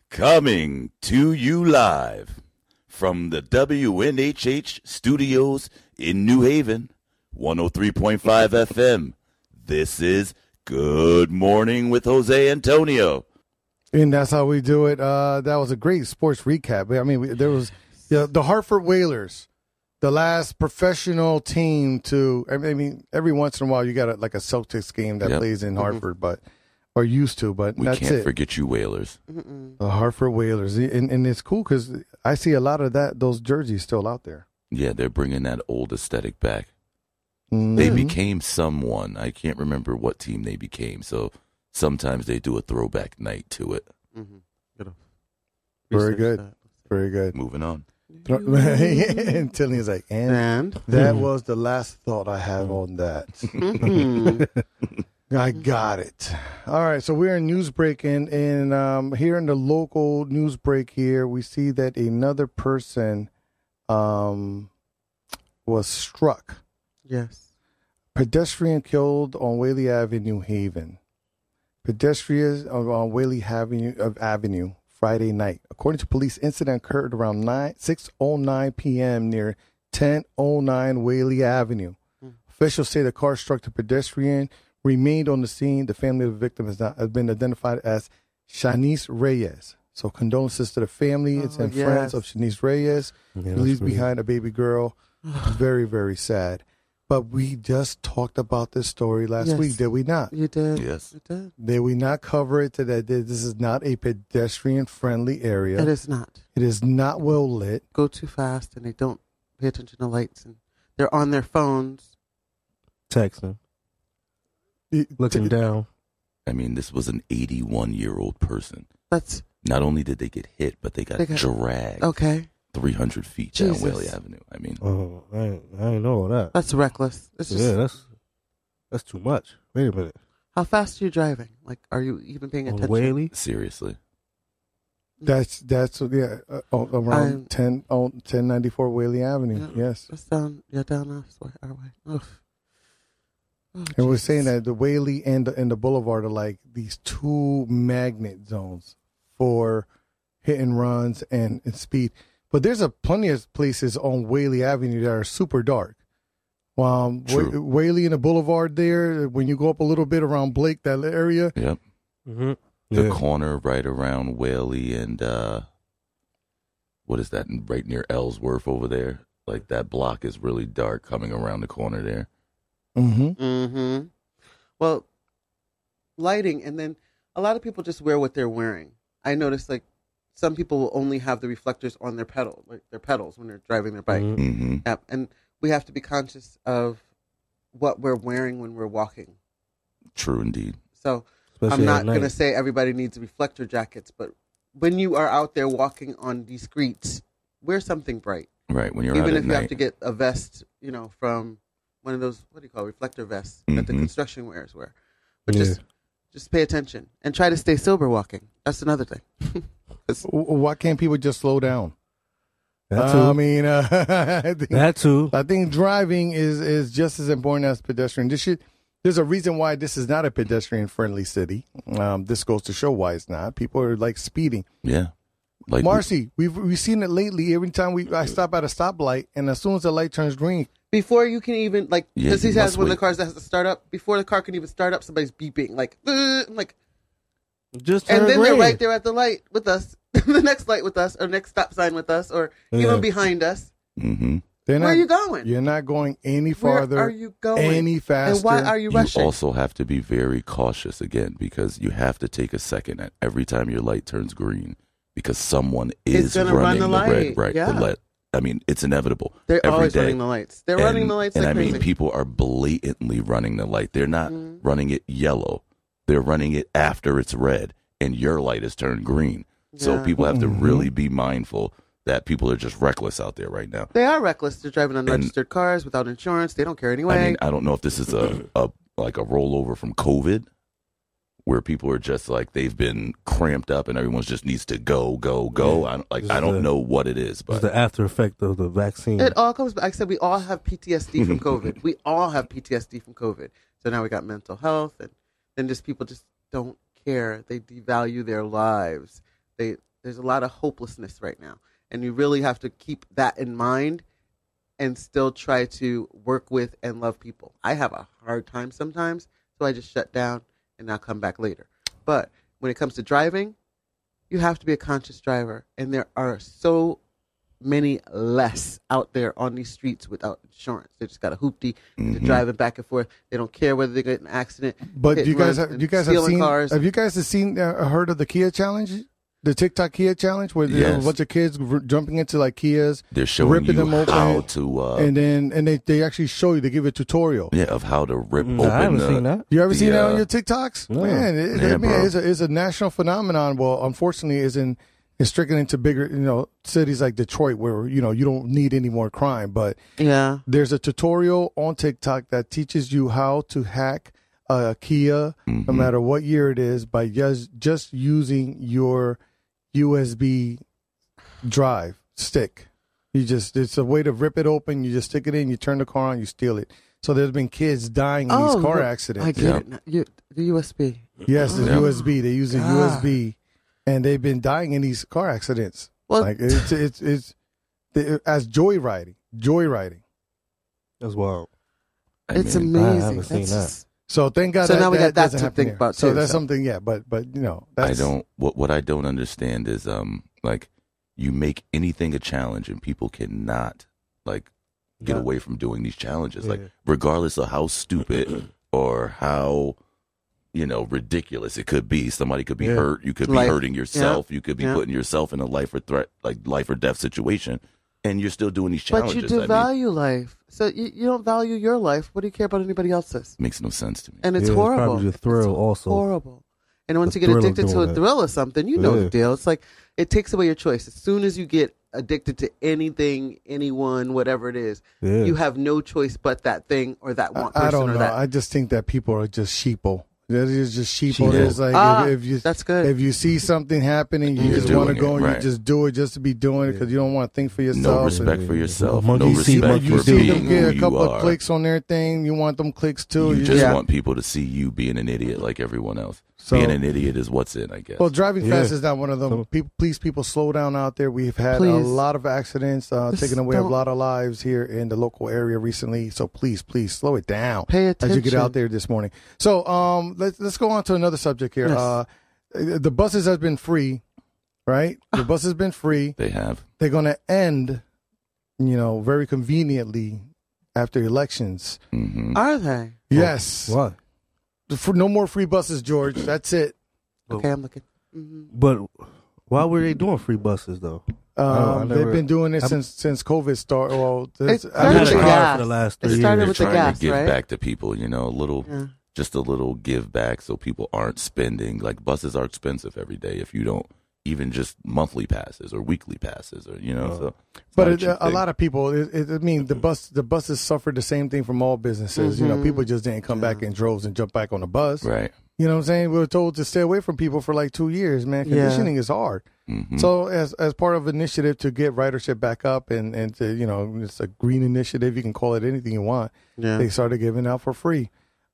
A: Coming to you live from the WNHH studios in New Haven, 103.5 FM. This is Good Morning with Jose Antonio.
B: And that's how we do it. Uh, that was a great sports recap. I mean, we, there was the, the Hartford Whalers, the last professional team to. I mean, every once in a while you got a, like a Celtics game that
A: Yep. Mm-hmm.
B: plays in Hartford, but or used to, but
A: We
B: that's
A: can't
B: it.
A: forget you, Whalers.
B: The Hartford Whalers, and, and it's cool because I see a lot of that those jerseys still out there.
A: Yeah, they're bringing that old aesthetic back. They
B: Mhm.
A: became someone. I can't remember what team they became. So sometimes they do a throwback night to it.
B: Very good. very good.
A: Moving on.
B: and Tilly's like, and
D: And
B: That was the last thought I have on that.
D: Hmm.
B: I got it. All right, so we're in newsbreak, and and um, here in the local newsbreak here, we see that another person um, was struck.
D: yes.
B: Pedestrian killed on Whaley Avenue, New Haven. Pedestrians on- on Whaley Avenue of Avenue Friday night. According to police, incident occurred around nine six oh nine p.m. near ten oh nine Whaley Avenue.
D: Hmm.
B: Officials say the car struck the pedestrian, remained on the scene. The family of the victim has not has been identified as Shanice Reyes. So condolences to the family it's
D: Oh,
B: and friends
D: yes.
B: of Shanice Reyes.
E: Yeah,
B: who leaves
E: that's really-
B: behind a baby girl. very, very sad. But we just talked about this story last
D: Yes.
B: week, did we not?
D: You did.
A: Yes.
D: You did.
B: Did we not cover it today? Th- This is not a pedestrian friendly area.
D: It is not.
B: it is not well lit.
D: Go too fast and they don't pay attention to lights and they're on their phones.
E: Texting,
B: It-
E: looking down.
A: I mean, this was an 81 year old person.
D: That's
A: Not only did they get hit, but they got,
D: They got- Oh,
A: dragged
D: okay.
A: 300 feet
D: Jesus.
A: down Whaley Avenue. I mean,
E: Oh, I ain't, I ain't know all that.
D: That's reckless. It's just
E: yeah, that's that's too much. Wait a minute.
D: how fast are you driving? Like, are you even paying
E: On
D: attention?
E: Whaley?
A: seriously.
B: That's that's yeah uh, oh, around
D: I'm-
B: 10 oh, 1094 Whaley Avenue.
D: Yeah.
B: Yes,
D: That's down. Yeah, down us. Where are we? Oof. Oh,
B: and we're
D: Jesus.
B: saying that the Whaley and the, and the Boulevard are like these two magnet zones for hit and runs and, and speed. But there's a plenty of places on Whaley Avenue that are super dark. Um, Wh-
A: True.
B: Whaley and the Boulevard there. When you go up a little bit around Blake, that area,
A: Yep.
E: Mm-hmm.
A: The
E: Yeah.
A: corner right around Whaley and, uh, what is that? Right near Ellsworth over there. Like that block is really dark coming around the corner there.
B: mm-hmm.
D: Mm-hmm. Well, lighting, and then a lot of people just wear what they're wearing. I noticed like some people will only have the reflectors on their pedal, like their pedals when they're driving their bike.
B: Mm-hmm.
E: Mhm.
A: hmm
D: Yep. And we have to be conscious of what we're wearing when we're walking.
A: True indeed.
D: So
E: Especially at
D: I'm not
E: night.
D: gonna say everybody needs reflector jackets, but when you are out there walking on these streets, wear something bright.
A: Right. When you're out
D: even
A: at
D: if you
A: night.
D: have to get a vest, you know, from one of those what do you call it, reflector vests that the
A: Mhm.
D: construction wearers wear. But just just pay attention and try to stay sober walking. That's another thing.
B: Why can't people just slow down?
E: that too.
B: I mean, uh, I think-
E: that too.
B: I think driving is is just as important as pedestrian. This should, there's a reason why this is not a pedestrian friendly city. Um, this goes to show why it's not. People are like speeding.
A: yeah. Like,
B: Marcy, we've we've seen it lately. Every time we I stop at a stoplight, and as soon as the light turns green,
D: Before you can even like,
A: Yeah,
D: because
A: you
D: he has
A: must
D: one of the
A: wait.
D: cars that has to start up. Before the car can even start up, somebody's beeping like, "Ugh," I'm like,
E: Just
D: and
E: turn
D: then they're
E: green.
D: right there at the light with us, the next light with us, or next stop sign with us, or
E: Yeah.
D: even behind us.
A: hmm
B: they're
D: Where
B: not,
D: are you going?
B: You're not going any
D: Where
B: farther,
D: are you going?
B: any faster.
D: And why are you
A: you
D: rushing?
A: also have to be very cautious again because you have to take a second at every time your light turns green because someone is
D: gonna
A: running
D: run the
A: red
D: light,
A: right
D: yeah.
A: the le- I mean, it's inevitable.
D: they're
A: every
D: always
A: day.
D: running the lights. They're running the lights
A: And
D: like
A: I mean,
D: crazy. Mm-hmm.
A: people are blatantly running the light. They're not running it yellow. They're running it after it's red, and your light has turned green. So
D: Yeah.
A: people have to really be mindful that people are just reckless out there right now.
D: They are reckless. They're driving unregistered cars without insurance. They don't care anyway.
A: I mean, I don't know if this is a, a like a rollover from COVID, where people are just like they've been cramped up and everyone's just needs to go, go, go. I don't, like
E: This
A: I
E: is
A: don't
E: the-
A: know what it is,
E: It's
A: but
E: the after effect of the vaccine.
D: it all comes back. I said we all have PTSD from COVID. we all have PTSD from COVID. So now we got mental health, and then just people just don't care. They devalue their lives. They There's a lot of hopelessness right now, and you really have to keep that in mind, and still try to work with and love people. I have a hard time sometimes, so I just shut down and I'll come back later. But when it comes to driving, you have to be a conscious driver, and there are so many less out there on these streets without insurance. They just got a hoopty. They're driving back and forth. They don't care whether they get in an accident.
B: But
D: hit
B: you
D: and
B: guys,
D: runs,
B: have,
D: and
B: you guys have
D: stealing
B: seen?
D: cars.
B: Have you guys have seen uh, heard of the Kia challenge? The TikTok Kia challenge, where there's
A: Yes.
B: a bunch of kids r- jumping into like Kias,
A: They're showing
B: ripping
A: you
B: them open,
A: how to, uh,
B: and then and they, they actually show you. They give you a tutorial.
A: yeah, of how to rip
E: Mm,
A: open.
E: I haven't
A: the,
E: seen that.
B: You ever seen
A: the,
B: that
A: uh,
B: on your TikToks?
E: No.
B: Man, it, I
A: Yeah,
B: mean,
A: bro.
B: it's a, it's a national phenomenon. Well, unfortunately, is in is stricken into bigger, you know, cities like Detroit, where you know you don't need any more crime. But
D: Yeah.
B: there's a tutorial on TikTok that teaches you how to hack a Kia, no matter what year it is, by just just using your USB drive stick. You just it's a way to rip it open. You just stick it in, you turn the car on, you steal it. So there's been kids dying in these car
D: the-
B: accidents.
D: I get
A: Yeah.
D: it. now. You, the USB.
B: Yes, the
A: Yeah.
B: USB. They use a USB, and they've been dying in these car accidents.
D: Well,
B: like it's it's it's the, as joyriding, joyriding.
E: That's wild.
A: I
D: it's
A: mean,
E: I
D: amazing.
E: haven't seen
D: That's
E: that.
D: just-
B: So thank God.
D: So
B: that,
D: now we
B: that
D: got that
B: doesn't
D: to
B: happen
D: think
B: here.
D: about
B: So
D: too,
B: that's
D: so.
B: something. Yeah, but but you know,
A: I
B: that's,
A: don't. What what I don't understand is um like you make anything a challenge and people cannot like get
E: Yeah.
A: away from doing these challenges. Like
E: Yeah.
A: regardless of how stupid or how you know ridiculous it could be, somebody could be
E: Yeah.
A: hurt. You could
D: Life.
A: be hurting yourself. You could be
D: Yeah.
A: putting yourself in a life or threat like life or death situation, and you're still doing these
D: But you
A: challenges.
D: do
A: I mean,
D: value life. So you, you don't value your life. What do you care about anybody else's?
A: makes no sense to me.
D: And it's
E: Yeah, it's probably
D: horrible.
E: the thrill
D: it's
E: also.
D: horrible. And once
E: The
D: you get
E: thrill of
D: addicted to
E: doing
D: a
E: it.
D: thrill or something, you know
E: Yeah.
D: the deal. It's like it takes away your choice. As soon as you get addicted to anything, anyone, whatever it is,
E: Yeah.
D: you have no choice but that thing or that
B: I,
D: one person
B: I don't
D: or
B: know.
D: that.
B: I just think that people are just sheeple. That is just sheeple.
A: Sheeple.
B: It's like
D: Ah,
B: if, if you
D: that's good.
B: If you see something happening, you
A: You're
B: just want to
A: doing it,
B: go and
A: right.
B: you just do it just to be doing it because you don't want to think for yourself.
A: No
B: and-
A: respect for yourself.
E: Monkey
A: No
E: see,
A: respect
E: monkey
B: you
A: for
B: see
A: being
B: them get
A: who
B: a couple
A: you
B: of
A: are.
B: clicks on their thing. You want them clicks too.
A: You
B: You
A: just
B: just-
A: want people to see you being an idiot like everyone else.
B: So-
A: being an idiot is what's in, I guess.
B: well, driving fast
E: Yeah.
B: is not one of them.
E: So-
B: People, please, people, slow down out there. We've had a
D: Please.
B: lot of accidents, uh,
D: Just
B: taking away a
D: don't-
B: lot of lives here in the local area recently. So please, please, slow it down as
D: Pay
B: you get
D: attention.
B: out there this morning. So um, let's let's go on to another subject here.
D: Yes.
B: Uh, the buses has been free, right? The bus has been free.
A: they have.
B: they're going to end, you know, very conveniently after elections.
A: hmm
D: Are they?
B: Yes.
E: Why?
B: For- no more free buses, George. That's it.
D: Okay, I'm looking. hmm
E: But why were they doing free buses though?
B: Um,
E: Oh, I
B: they've
E: never-
B: been doing this
E: I'm-
B: since since COVID started. Well, this-
D: It
B: I
E: I've
D: started
E: had
B: think
E: a
D: with
E: car
D: gas.
E: for the last
D: It
E: three
D: started
A: They're
E: years.
D: with the
A: trying
D: gas,
A: to give
D: right?
A: back to people, you know, a little,
D: Yeah.
A: just a little give back, so people aren't spending. Like buses are expensive every day if you don't even just monthly passes or weekly passes, or you know. so, it's
B: Oh. But
A: not
B: it, uh,
A: cheap
B: a
A: thing.
B: lot of people, it, it, I mean, the bus the buses suffered the same thing from all businesses. You know, people just didn't come back in droves and jump back on the bus.
A: right?
B: You know what I'm saying? We were told to stay away from people for like two years, man.
D: Yeah.
B: Conditioning is hard. So as as part of initiative to get ridership back up and and to, you know it's a green initiative. You can call it anything you want.
D: Yeah.
B: They started giving out for free.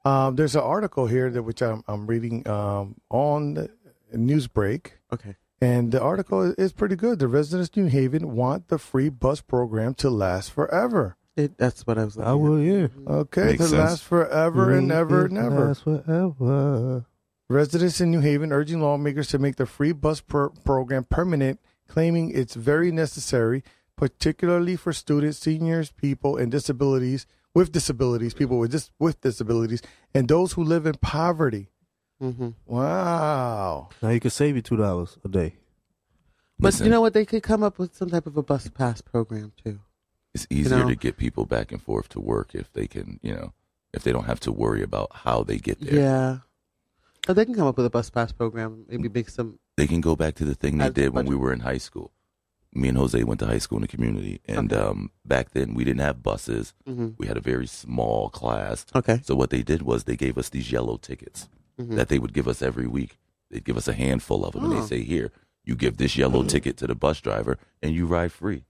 B: Um, there's an article here that which I'm I'm reading um, on the Newsbreak.
D: Okay.
B: And the article is- is pretty good. The residents of New Haven want the free bus program to last forever.
D: It, that's what I was looking
E: I
D: at.
E: will, yeah.
B: Okay,
A: Makes
B: to
A: sense.
B: last forever and ever and ever.
E: That's forever.
B: Residents in New Haven urging lawmakers to make the free bus pro- program permanent, claiming it's very necessary, particularly for students, seniors, people and disabilities with disabilities, people with dis- with disabilities, and those who live in poverty.
D: Mhm.
B: Wow.
E: Now you can save you two dollars a day.
D: But
A: Listen,
D: you know what? They could come up with some type of a bus pass program too.
A: it's easier
D: know-
A: to get people back and forth to work if they can, you know, if they don't have to worry about how they get there.
D: Yeah. But they can come up with a bus pass program. Maybe make some.
A: they can go back to the thing they
D: As a
A: did when we
D: budget.
A: were in high school. Me and Jose went to high school in the community, and um, back then we didn't have buses. We had a very small class.
D: Mm-hmm. Okay. Mm-hmm.
A: So what they did was they gave us these yellow tickets that they would give us every week. They'd give us a handful of them, and
D: Hmm. Oh.
A: they say, "Here, you give this yellow
B: Hmm.
A: ticket to the bus driver, and you ride free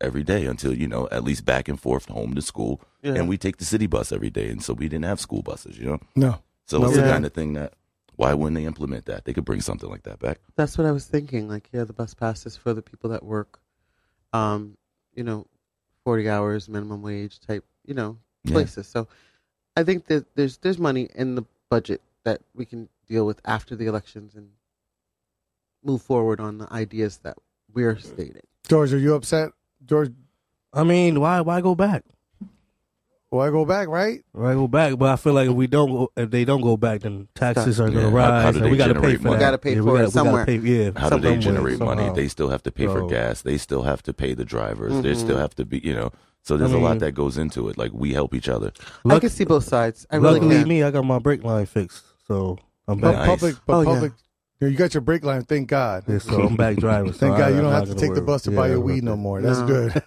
A: every day until you know at least back and forth home to school."
D: Yeah.
A: And we take the city bus every day, and so we didn't have school buses, you know.
B: No.
A: So
B: No,
A: it's
B: we
A: the
B: didn't.
A: kind of thing that Why wouldn't they implement that? They could bring something like that back.
D: That's what I was thinking. Like, yeah, the bus pass is for the people that work, um, you know, forty hours minimum wage type, you know,
A: Yeah.
D: places. So, I think that there's there's money in the budget that we can deal with after the elections and move forward on the ideas that we're stating.
B: George, are you upset? George,
E: I mean, why why go back?
B: why go back? Right?
E: Why go back? But I feel like if we don't, go, if they don't go back, then taxes are
A: Yeah,
E: gonna
A: how-
E: rise.
A: how do
E: and
A: they
E: we gotta pay
A: generate
E: for
A: money?
E: that.
D: Gotta pay
E: Yeah,
D: for it
E: we gotta,
D: somewhere.
E: We gotta pay, yeah,
A: How do they
E: somewhere,
A: generate money?
E: somehow.
A: They still have to pay for
E: So-
A: gas. They still have to pay the drivers. They
D: Mm-hmm.
A: still have to be, you know. So there's
E: I
A: a lot
E: mean-
A: that goes into it. Like we help each other.
D: I
E: Luck-
D: can see both sides. I really
E: Luckily,
D: can.
E: me, I got my brake line fixed, so I'm
B: But
E: back.
A: Nice.
B: public, but
D: Oh, yeah.
B: public. You got your brake line. Thank God.
E: Yeah, so I'm back driving. so
B: Thank
E: I-
B: God you
E: I'm
B: don't
E: not
B: have to
E: gonna
B: take the
E: worry.
B: bus to
E: Yeah,
B: buy your
E: I'm
B: weed
E: not
B: no
E: gonna-
B: more. That's
D: No.
B: good.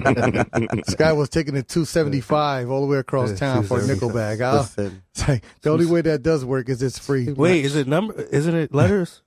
B: this guy was taking the 275 all the way across
E: Yeah,
B: town for a nickel
E: 275.
B: bag. I-
D: Listen,
B: it's like, the only way that does work is it's free.
E: Wait, is it number? Isn't it letters?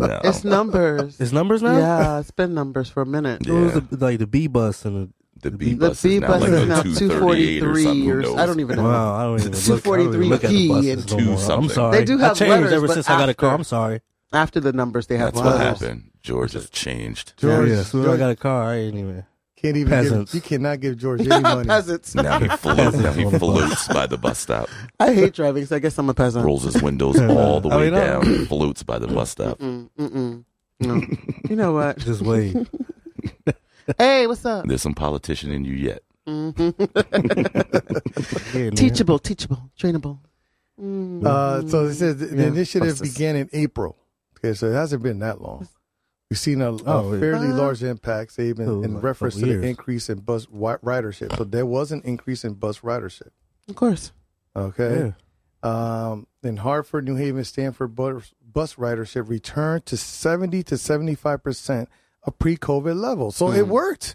A: No.
D: it's numbers.
E: It's numbers now.
D: yeah, it's been numbers for a minute.
E: It was
A: Yeah.
E: the, like the B bus and
A: The B
D: The
A: bus
D: B
A: is now
D: bus
A: like
D: is
A: a
D: now
A: 238 or
D: 243
A: something.
D: or
A: Who knows?
D: I don't even
E: the
D: know.
E: wow. I don't even
D: It's
E: look. I don't even look
D: 243E
E: at the buses
D: and
E: no
A: two
E: more. I'm
A: something.
E: sorry.
D: They do
E: I
D: have
E: changed
D: letters,
E: ever
D: but
E: since I got a car. I'm sorry.
D: After the numbers, they have
A: That's what
D: letters.
A: happened. George is changed.
B: George,
E: yeah, yeah, as soon as I
B: George
E: got a car, I ain't even.
B: can't even give,
E: peasants.
B: you cannot give George any money.
D: Peasants.
A: Now he floats. now he floats by the bus stop.
D: I hate driving, so I guess I'm a peasant.
A: Rolls his windows all the
E: I
A: way
E: mean, I-
A: down. and floats by the bus stop.
D: Mm, mm-mm. No. you know what?
E: Just wait.
D: Hey, what's up? Mm-hmm.
A: There's some politician in you yet.
E: Yeah, man.
D: Teachable, teachable, trainable. Mm.
B: Uh, so it says the, the
D: Yeah.
B: initiative
D: Buses.
B: began in April. Okay, so it hasn't been that long. We've seen a, a
E: Oh, yeah.
B: fairly
D: Uh,
B: large impact, even
E: Oh,
B: in
E: like
B: reference to
E: couple
B: the
E: years.
B: increase in bus wi- ridership. So there was an increase in bus ridership.
D: Of course.
B: Okay. Um, in Hartford, New Haven, Stanford, bus, bus ridership returned to 70 to 75% of pre COVID levels. So it worked.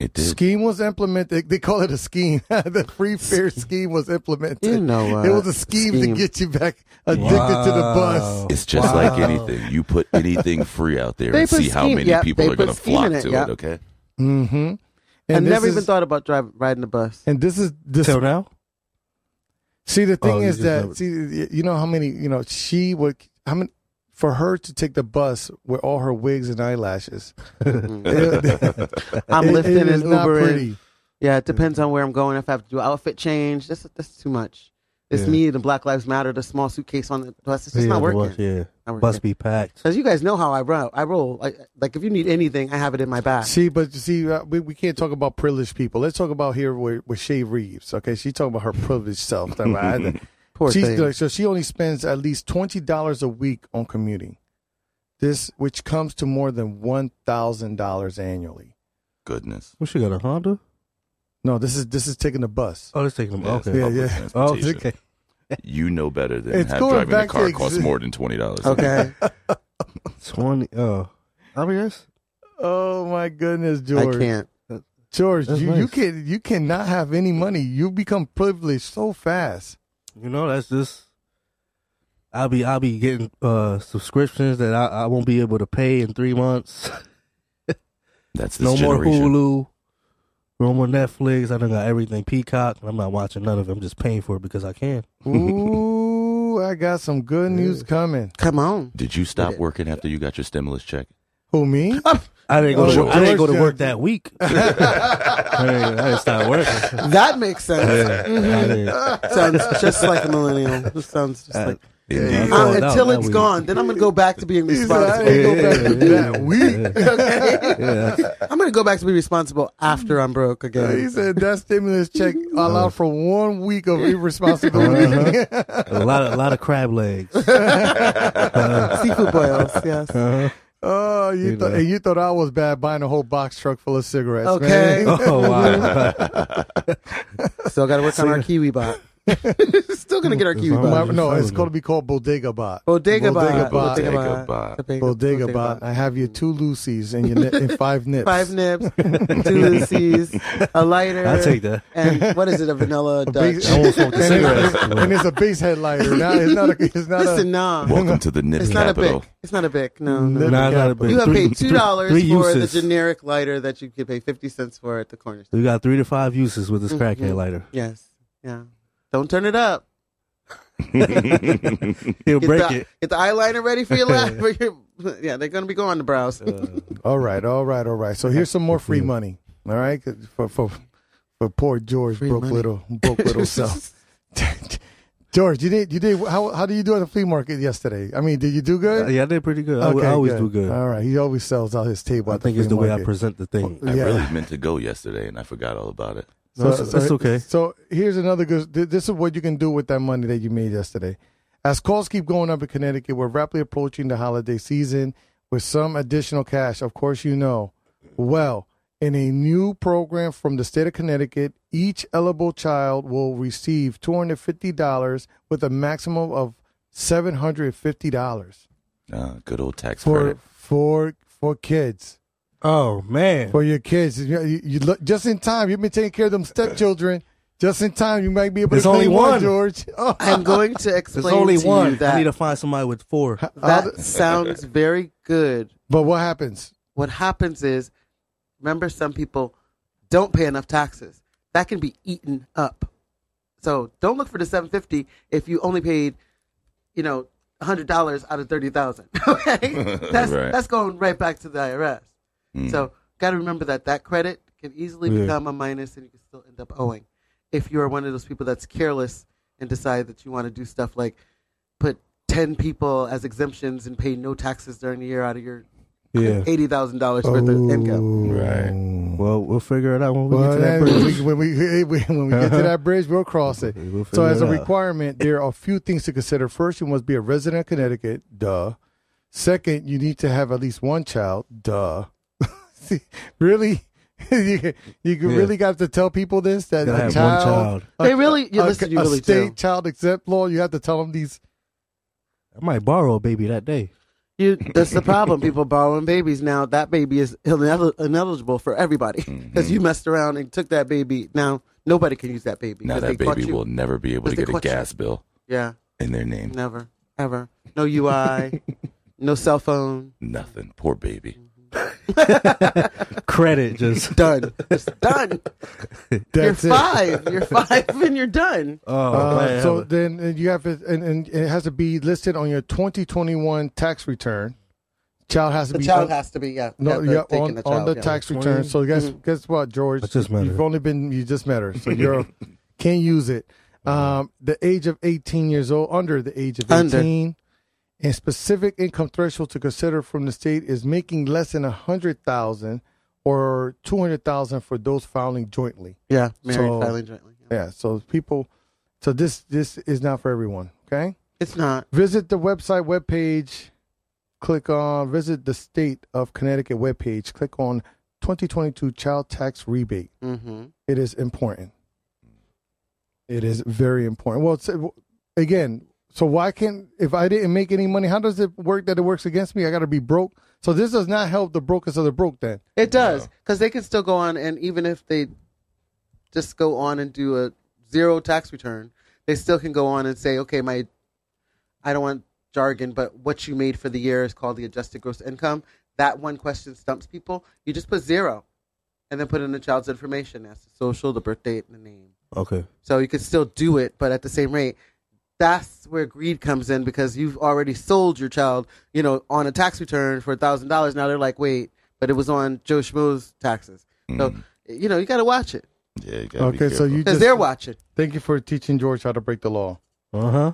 A: It did.
B: Scheme was implemented. They call it a scheme. the free fare scheme was implemented.
D: You know what?
B: It was a scheme, to
D: Scheme.
B: get you back addicted to the bus.
E: Wow.
A: It's just
E: Wow.
A: like anything. You put anything free out there
D: They
A: and
D: put
A: see how
D: scheme-
A: many
D: yeah,
A: people
D: they
A: are going to
D: put scheme
A: flock
D: in it,
A: to
D: yeah.
A: it. Okay.
B: Mm-hmm. And
D: I
B: this
D: never even
B: is-
D: thought about driving, riding the bus.
B: And this is this.
E: Till now,
B: see, the thing
E: Oh, you
B: is
E: just
B: that
E: never-
B: see, you know how many you know she would how many for her to take the bus with all her wigs and eyelashes. it-
D: Mm. I'm
B: it-
D: lifting
B: it is
D: and
B: not
D: Ubering.
B: pretty.
D: Yeah, it depends on where I'm going. If I have to do outfit change, that's, that's too much. It's
E: Yeah.
D: me, the Black Lives Matter, the small suitcase on the bus. It's just
E: yeah,
D: not
E: the
D: working.
E: bus- yeah,
D: Not working.
E: bus be packed.
D: Because you guys know how I roll. I roll. Like, like if you need anything, I have it in my bag.
B: See, but you see, uh, we, we can't talk about privileged people. Let's talk about here with, with Shay Reeves. Okay, she's talking about her privileged self. Right?
D: Poor
B: She's
D: thing.
B: like, so she only spends at least twenty dollars a week on commuting. This, which comes to more than one thousand dollars annually.
A: Goodness.
E: What she got a Honda?
B: No, this is this is taking the bus.
E: Oh, let's take them.
A: Yeah, it's
E: okay.
B: Yeah,
A: public
B: yeah.
E: Oh,
A: transportation.
E: okay.
A: You know better than
B: It's
A: have
B: going
A: driving a
B: back to
A: car
B: exi-
A: costs more than twenty dollars.
D: Okay.
E: Twenty. Oh, I mean that's
B: Oh my goodness,
D: I
B: George!
D: can't.
B: George,
E: That's
B: you, you
E: nice.
B: can you cannot have any money. You become privileged so fast.
E: you know that's just. I'll be I'll be getting uh subscriptions that I, I won't be able to pay in three months.
A: That's this
E: no more
A: generation.
E: Hulu. No more Netflix. I done got everything Peacock. and I'm not watching none of it. I'm just paying for it because I can.
B: Ooh, I got some good news coming.
D: Come on.
A: Did you stop working after you got your stimulus check?
B: Who me?
E: I didn't go
B: Oh,
E: to work. I didn't go to
B: George
E: work
B: Johnson.
E: that week. I didn't, I didn't start working.
D: That makes sense.
E: I didn't-
D: sounds just like a millennial. Just sounds just like
A: Indeed.
E: Yeah.
D: Uh,
E: Going out
D: until
E: that
D: it's
E: week.
D: gone. Then I'm gonna go back to being
B: He said, I
D: responsible.
B: didn't go back to
E: Yeah.
B: that week.
D: I'm gonna go back to be responsible after I'm broke
B: He
D: again.
B: said that stimulus check allowed for one week of irresponsibility.
E: a lot of a lot of crab legs.
D: Seafood boils. Yes.
B: oh, you,
E: You
B: thought
E: know.
B: and you thought I was bad buying a whole box truck full of cigarettes.
D: Okay.
B: man.
E: Oh wow!
D: Still gotta work on our kiwi bot. Still gonna get our kiwi
B: My-
D: bot.
B: no, it's going to be called Bodega Bot.
D: Bodega bot.
B: bot.
A: Bodega bot.
B: Bodega Bot. I have your two Lucy's and your ni- and five nips.
D: Five nips, two Lucy's, a lighter.
E: I take that.
D: And what is it? A vanilla Dutch.
B: base- I won't
E: smoke the
B: and,
E: cigarettes.
B: it's, and it's a base head lighter. Now it's not a. It's not
D: Listen,
B: a.
D: nah.
A: Welcome to the nip
D: It's not a
A: capital.
D: bic. It's not a bic. No, no.
B: Nip
E: Nah, it's not a big-
D: You have
E: three-
D: paid two dollars
E: three- three
D: for
E: uses.
D: the generic lighter that you could pay fifty cents for at the corner store.
E: We got three to five uses with this crackhead
D: Mhm.
E: lighter.
D: Yes. Yeah. Don't turn it up.
E: He'll
D: Get
E: break
D: the,
E: it.
D: Get the eyeliner ready for your laugh. for your- yeah, they're gonna be going the brows.
E: Uh.
B: All right, all right, all right. So here's some more free money. All right, 'Cause for for for poor George
D: Free
B: broke
D: money.
B: little broke little self. George, you did you did how how did you do at the flea market yesterday? I mean, did you do good? Uh,
E: Uh, yeah, I did pretty good. I would- I, always do good.
B: All right, he always sells out his table.
E: I
B: at the
E: think it's
B: flea
E: the way I
B: market.
E: present the thing.
A: I
B: Yeah.
A: really meant to go yesterday and I forgot all about it.
E: No, it's- it's okay.
B: So here's another good. th- This is what you can do with that money that you made yesterday. As calls keep going up in Connecticut, we're rapidly approaching the holiday season with some additional cash. Of course, you know. Well, in a new program from the state of Connecticut, each eligible child will receive $250 with a maximum of $750
A: Uh, good old tax
B: for
A: credit.
B: for for kids
E: Oh man,
B: for your kids. You, you, you look just in time. You've been taking care of them stepchildren. Just in time, you might be able
E: There's
B: to
E: only
B: clean one,
E: one.
B: George. Oh,
D: I'm going to
E: there's
D: explain
E: only
D: to you
E: one. I need
D: that
E: to find somebody with four.
D: that sounds very good.
B: but what happens?
D: What happens is, remember, some people don't pay enough taxes. That can be eaten up. So don't look for the 750 if you only paid, you know, hundred dollars out of thirty thousand. Okay, that's
A: Right.
D: that's going right back to the IRS.
A: Mm.
D: So got to remember that that credit can easily
E: Yeah.
D: become a minus, and you can still end up owing. If you are one of those people that's careless and decide that you want to do stuff like put ten people as exemptions and pay no taxes during the year out of your
E: Yeah.
D: eighty thousand dollars worth of income.
B: Oh.
A: Right.
E: Well, we'll figure it out when we
B: Well,
E: get to that
B: then,
E: bridge.
B: we- when we when we get to that bridge, we'll cross it.
E: We'll
B: so,
E: figure
B: as a
E: it out.
B: requirement, there are a few things to consider. First, you must be a resident of Connecticut. Duh. Second, you need to have at least one child. Duh. See, really, you you really got to tell people this that
E: Gotta
B: a
E: have one
B: child,
E: child.
B: a-
D: They really- yeah,
B: a-
D: listen, you
B: a
D: really
B: state
D: do.
B: child exempt law. You have to tell them these.
E: I might borrow a baby that day.
D: You, that's the problem. People borrowing babies now. That baby is inel- ineligible for everybody
A: Mm-hmm.
D: because you messed around and took that baby. Now nobody can use that baby.
A: now
D: 'cause
A: that
D: they caught
A: baby
D: you.
A: will never be able
D: But
A: to
D: they
A: get a
D: caught you.
A: gas bill
D: Yeah,
A: in their name.
D: never, ever. No UI, no cell phone.
A: Nothing. Poor baby.
E: Credit just
D: Done. It's done.
B: That's
D: you're
B: it.
D: five. You're five, and you're done.
E: oh
B: Uh,
E: man.
B: so then uh, you have to, and, and it has to be listed on your 2021 tax return. Child has to
D: The
B: be
D: child
B: uh,
D: has to be yeah.
B: No,
D: have the-
B: yeah,
D: taking
B: on, on
D: child,
B: the
D: yeah.
B: tax return. So guess guess what, George?
E: I just met
B: You've
E: her.
B: only been you just met her, so you're can't use it. Um, the age of 18 years old, under the age of
D: Under.
B: 18, and specific income threshold to consider from the state is making less than a hundred thousand or two hundred thousand for those filing jointly.
D: Yeah, married,
B: So-
D: filing jointly. Yeah.
B: Yeah, so people, so this this is not for everyone. Okay
D: It's not.
B: visit the website webpage click on visit the state of connecticut webpage click on 2022 child tax rebate
D: Mm-hmm.
B: it is important it is very important well it's, again so why can't if i didn't make any money how does it work that it works against me i gotta be broke so this does not help the brokest of the broke then
D: It does because they can still go on, and even if they just go on and do a zero tax return, they still can go on and say, okay, my I don't want jargon, but what you made for the year is called the adjusted gross income. That one question stumps people. You just put zero, and then put in the child's information, that's the social, the birth date, and the name.
E: okay.
D: So you could still do it, but at the same rate. That's where greed comes in because you've already sold your child, you know, on a tax return for thousand dollars. Now they're like, wait, but it was on Joe Schmo's taxes. So you know, you got to watch it
A: Yeah, you gotta be
B: okay so
A: careful.
B: you
D: because
B: Hmm. just
D: they're watching.
B: thank you for teaching george how to break the law
E: Uh huh.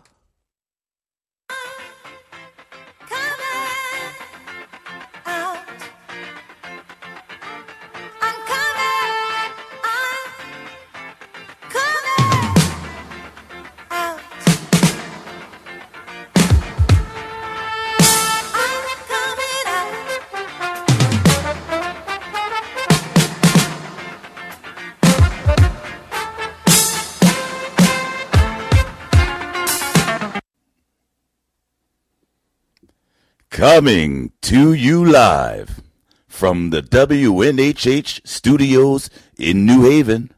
A: Coming to you live from the WNHH studios in New Haven,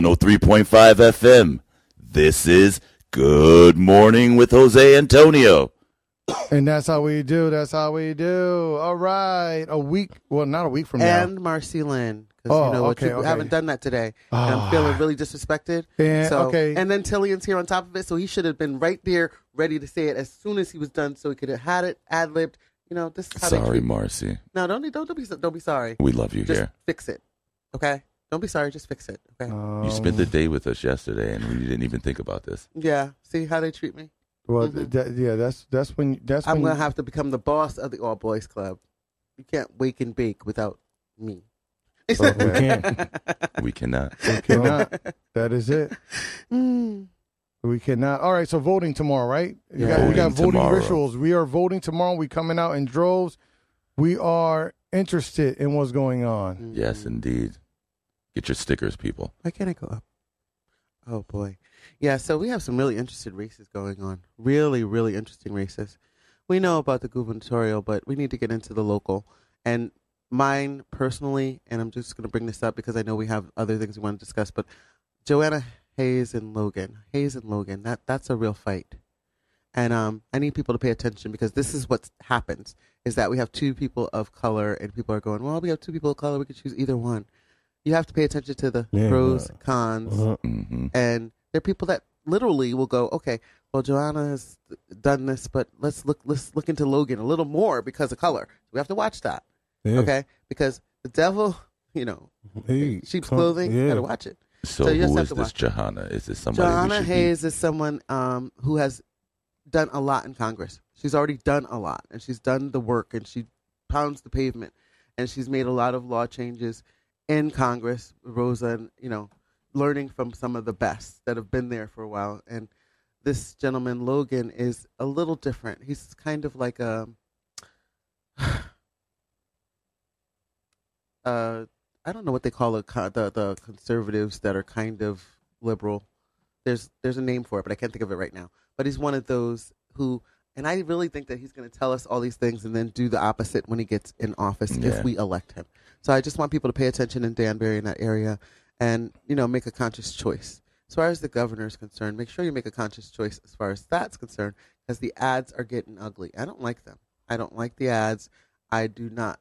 A: 103.5 FM. This is Good Morning with Jose Antonio.
B: and that's how we do that's how we do all right a week well not a week from now
D: And Marcy Lynn, because
B: Oh,
D: you know what,
B: okay,
D: you
B: okay. Ah.
D: haven't done that today, and I'm feeling really disrespected.
B: Yeah,
D: so,
B: okay.
D: And then Tillian's here on top of it, so he should have been right there, ready to say it as soon as he was done, so he could have had it ad libbed. You know, this is how they
A: Sorry,
D: treat-
A: Marcy.
D: No, don't don't don't be don't be sorry.
A: We love you
D: Just
A: here.
D: fix it, okay? Don't be sorry. Just fix it, okay?
A: You spent
D: Oh.
A: the day with us yesterday, and we didn't even think about this.
D: yeah. See how they treat me.
B: Well, th- that, yeah, that's that's when that's
D: Mm-hmm. I'm
B: when
D: gonna have to become the boss of the All Boys Club. You can't wake and bake without me.
B: Oh, we
A: We cannot.
B: we cannot. that is it.
D: Mm.
B: We cannot. All right, so voting tomorrow, right? We
D: Yeah.
B: got, we got
A: Voting
B: voting
A: tomorrow.
B: rituals. We are voting tomorrow. We coming out in droves. We are interested in what's going on.
A: Yes, indeed. Get your stickers, people.
D: Why can't I go up? Oh boy. Yeah, so we have some really interesting races going on. Really, really interesting races. We know about the gubernatorial, but we need to get into the local. And mine personally, and I'm just going to bring this up because I know we have other things we want to discuss, but Joanna Hayes and Logan. Hayes and Logan, that that's a real fight. And um, I need people to pay attention because this is what happens is that we have two people of color and people are going, well, we have two people of color. We could choose either one. You have to pay attention to the
E: Yeah,
D: pros,
E: uh,
D: cons,
E: Uh-huh.
A: hmm
D: and there are people that literally will go, okay, well, Joanna has done this, but let's look let's look into Logan a little more because of color. We have to watch that,
E: Yeah.
D: okay? Because the devil, you know,
E: Hey,
D: sheep's
E: come-
D: clothing.
E: Yeah.
D: Gotta watch it.
A: So,
D: So you just
A: who
D: have
A: is
D: to
A: this
D: watch.
A: Johanna? Is this somebody we
D: Joanna
A: should be-
D: Hayes is someone um, who has done a lot in Congress. She's already done a lot, and she's done the work, and she pounds the pavement, and she's made a lot of law changes in Congress. Rosa, and, you know, learning from some of the best that have been there for a while, and this gentleman Logan is a little different. He's kind of like a, uh, I don't know what they call a, co- the the conservatives that are kind of liberal. There's there's a name for it, but I can't think of it right now. But he's one of those who, and I really think that he's going to tell us all these things and then do the opposite when he gets in office
A: Yeah.
D: if we elect him. So I just want people to pay attention in Danbury in that area, and you know make a conscious choice. As far as the governor is concerned, make sure you make a conscious choice as far as that's concerned, because the ads are getting ugly. I don't like them. I don't like the ads. I do not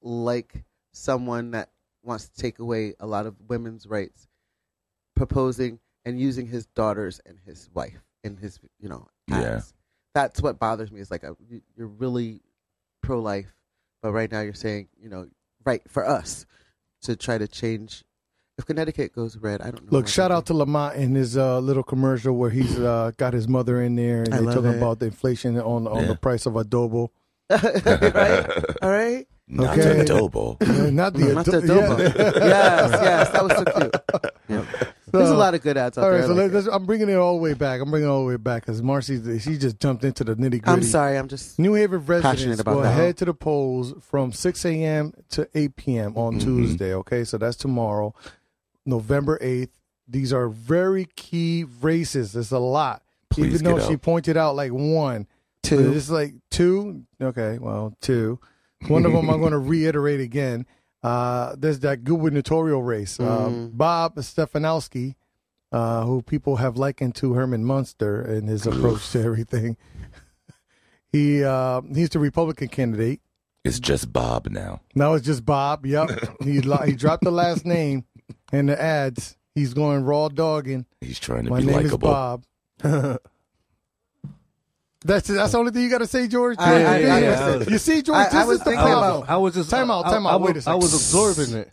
D: like someone that wants to take away a lot of women's rights, proposing and using his daughters and his wife in his, you know, ads.
A: Yeah.
D: That's what bothers me. Is like a, you- you're really pro life, but right now you're saying, you know, right for us to try to change. If Connecticut goes red, I don't know.
B: Look,
D: what
B: shout
D: we'll
B: out to Lamont in his uh, little commercial where he's uh, got his mother in there, and
D: I
B: they
D: love
B: talking
D: it.
B: about the inflation on on
A: Yeah.
B: the price of adobo.
D: do. right? All right.
A: Not
B: Okay.
A: adobo.
B: Uh, Not the
D: Not
B: ado-
D: the adobo.
B: yeah.
D: yes, yes, that was so cute. Yeah. There's a
B: So-
D: lot of good ads out
B: All
D: there.
B: right,
D: I
B: so
D: like
B: let-
D: it.
B: let's, I'm bringing it all the way back. I'm bringing it all the way back because Marcy, she just jumped into the nitty gritty.
D: I'm sorry, I'm just
B: New Haven residents
D: Passionate about
B: will
D: that.
B: head to the polls from 6 a.m. to 8 p.m. on Tuesday. Okay, so that's tomorrow, November 8th. These are very key races. There's a lot.
A: Please
B: Even though
A: get
B: she
A: out.
B: pointed out like one,
D: Two.
B: But It's like two. Okay, well, two. One of them I'm going to reiterate again. Uh, there's that gubernatorial race. Uh, Bob Stefanowski, uh, who people have likened to Herman Munster in his approach to everything. He uh, he's the Republican candidate.
A: It's just Bob now.
B: Now it's just Bob. Yep, he li- he dropped the last name in the ads. He's going raw dogging.
A: He's trying to
B: My
A: be
B: name is
A: likable.
B: Bob. that's that's the only thing you got to say, George.
D: I-
E: I- I-
B: Yeah.
E: I-
B: you see, George,
D: I-
B: this
D: I
B: is
D: was
B: the
D: thinking
E: I
B: problem.
E: was, I was just
B: Time out,
E: I-
B: time
E: I-
B: out,
E: I
B: wait a
E: was-
B: second.
E: I was absorbing it.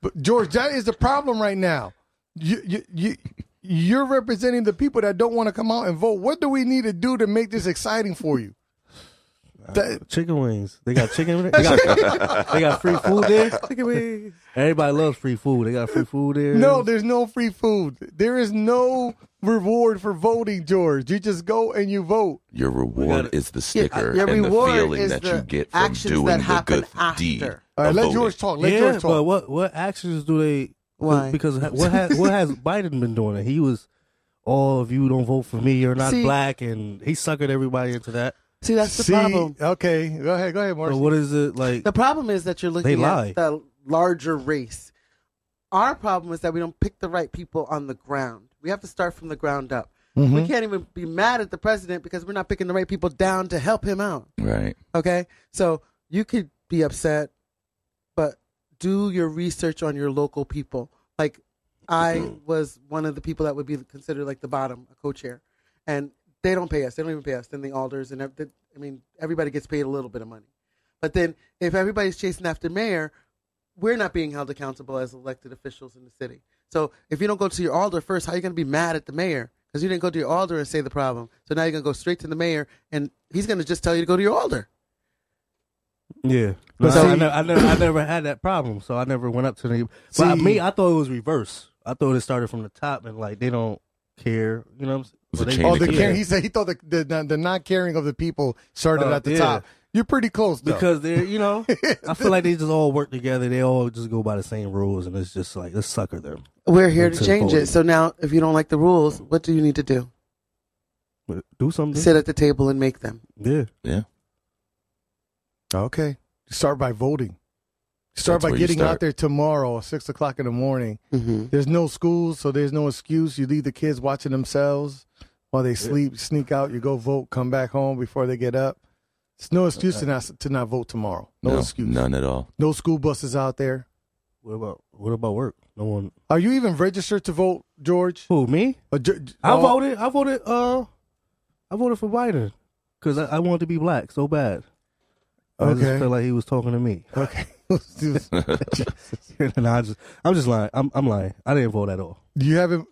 B: But George, that is the problem right now. You you you. You're representing the people that don't want to come out and vote. What do we need to do to make this exciting for you?
A: Uh,
B: That-
E: Chicken wings. They got chicken. They got, they got free food there. Chicken wings. Everybody loves free food. They got free food there.
B: No, there's no free food. There is no reward for voting, George. You just go and you vote.
A: Your reward
E: gotta-
A: is the sticker
D: your
A: and the
D: reward
A: feeling
D: is
A: that
D: the
A: you get from
D: actions
A: doing
D: that
A: the
D: happen
A: good
D: after.
A: deed.
B: All right,
A: of
B: let
A: voting.
B: George talk. Let
E: yeah,
B: George
E: but
B: talk.
E: what what actions do they?
D: Why?
E: Because ha- what has what has Biden been doing? He was, oh, if you don't vote for me, you're not
D: See-
E: black, and he suckered everybody into that.
D: See, that's the
B: See,
D: problem.
B: okay, go ahead, go ahead,
E: So
B: Marcy.
E: what is it like?
D: The problem is that you're looking
E: lie.
D: at the larger race. Our problem is that we don't pick the right people on the ground. We have to start from the ground up.
B: Mm-hmm.
D: We can't even be mad at the president because we're not picking the right people down to help him out.
A: Right.
D: Okay? So you could be upset, but do your research on your local people. Like I was one of the people that would be considered like the bottom, a co-chair, and they don't pay us. They don't even pay us. Then the alders and ev- the- I mean everybody gets paid a little bit of money, but then if everybody's chasing after mayor, we're not being held accountable as elected officials in the city. So if you don't go to your alder first, how are you going to be mad at the mayor? Because you didn't go to your alder and say the problem. So now you're going to go straight to the mayor, and he's going to just tell you to go to your alder.
E: Yeah,
B: But
E: but I,
B: see-
E: never, I never, I never had that problem, so I never went up to the. But
B: See-
E: me, I thought it was reverse. I thought it started from the top, and like they don't care. You know, what I'm saying?
A: was
E: Well,
A: a
E: they-
A: chain
B: Oh,
A: of
B: the
A: command.
B: care, he said he thought the, the, the, not caring of the people started
E: Oh,
B: at the
E: yeah.
B: top. You're pretty close, though.
E: because they're you know, I feel like they just all work together. They all just go by the same rules, and it's just like let's sucker them.
D: We're here to
E: Into
D: change
E: voting.
D: it. So now, if you don't like the rules, what do you need to do?
E: But do something.
D: Sit at the table and make them.
E: Yeah,
A: Yeah.
B: okay. Start by voting. Start
A: That's
B: by
A: where you
B: getting
A: start.
B: out there tomorrow, six o'clock in the morning.
D: Mm-hmm.
B: There's no school, so there's no excuse. You leave the kids watching themselves while they sleep, sneak out. You go vote, come back home before they get up. It's no excuse to not to not vote tomorrow. No, excuse.
A: None at all.
B: No school buses out there.
E: What about what about work? No one.
B: Are you even registered to vote, George?
E: Who me?
B: Uh, Ge-
E: I
B: oh,
E: voted. I voted. Uh, I voted for Biden because I, I wanted to be black so bad. I
B: Okay.
E: just felt like he was talking to me,
B: Okay.
E: and I just, I'm just lying. I'm, I'm lying. I didn't vote at all.
B: you haven't.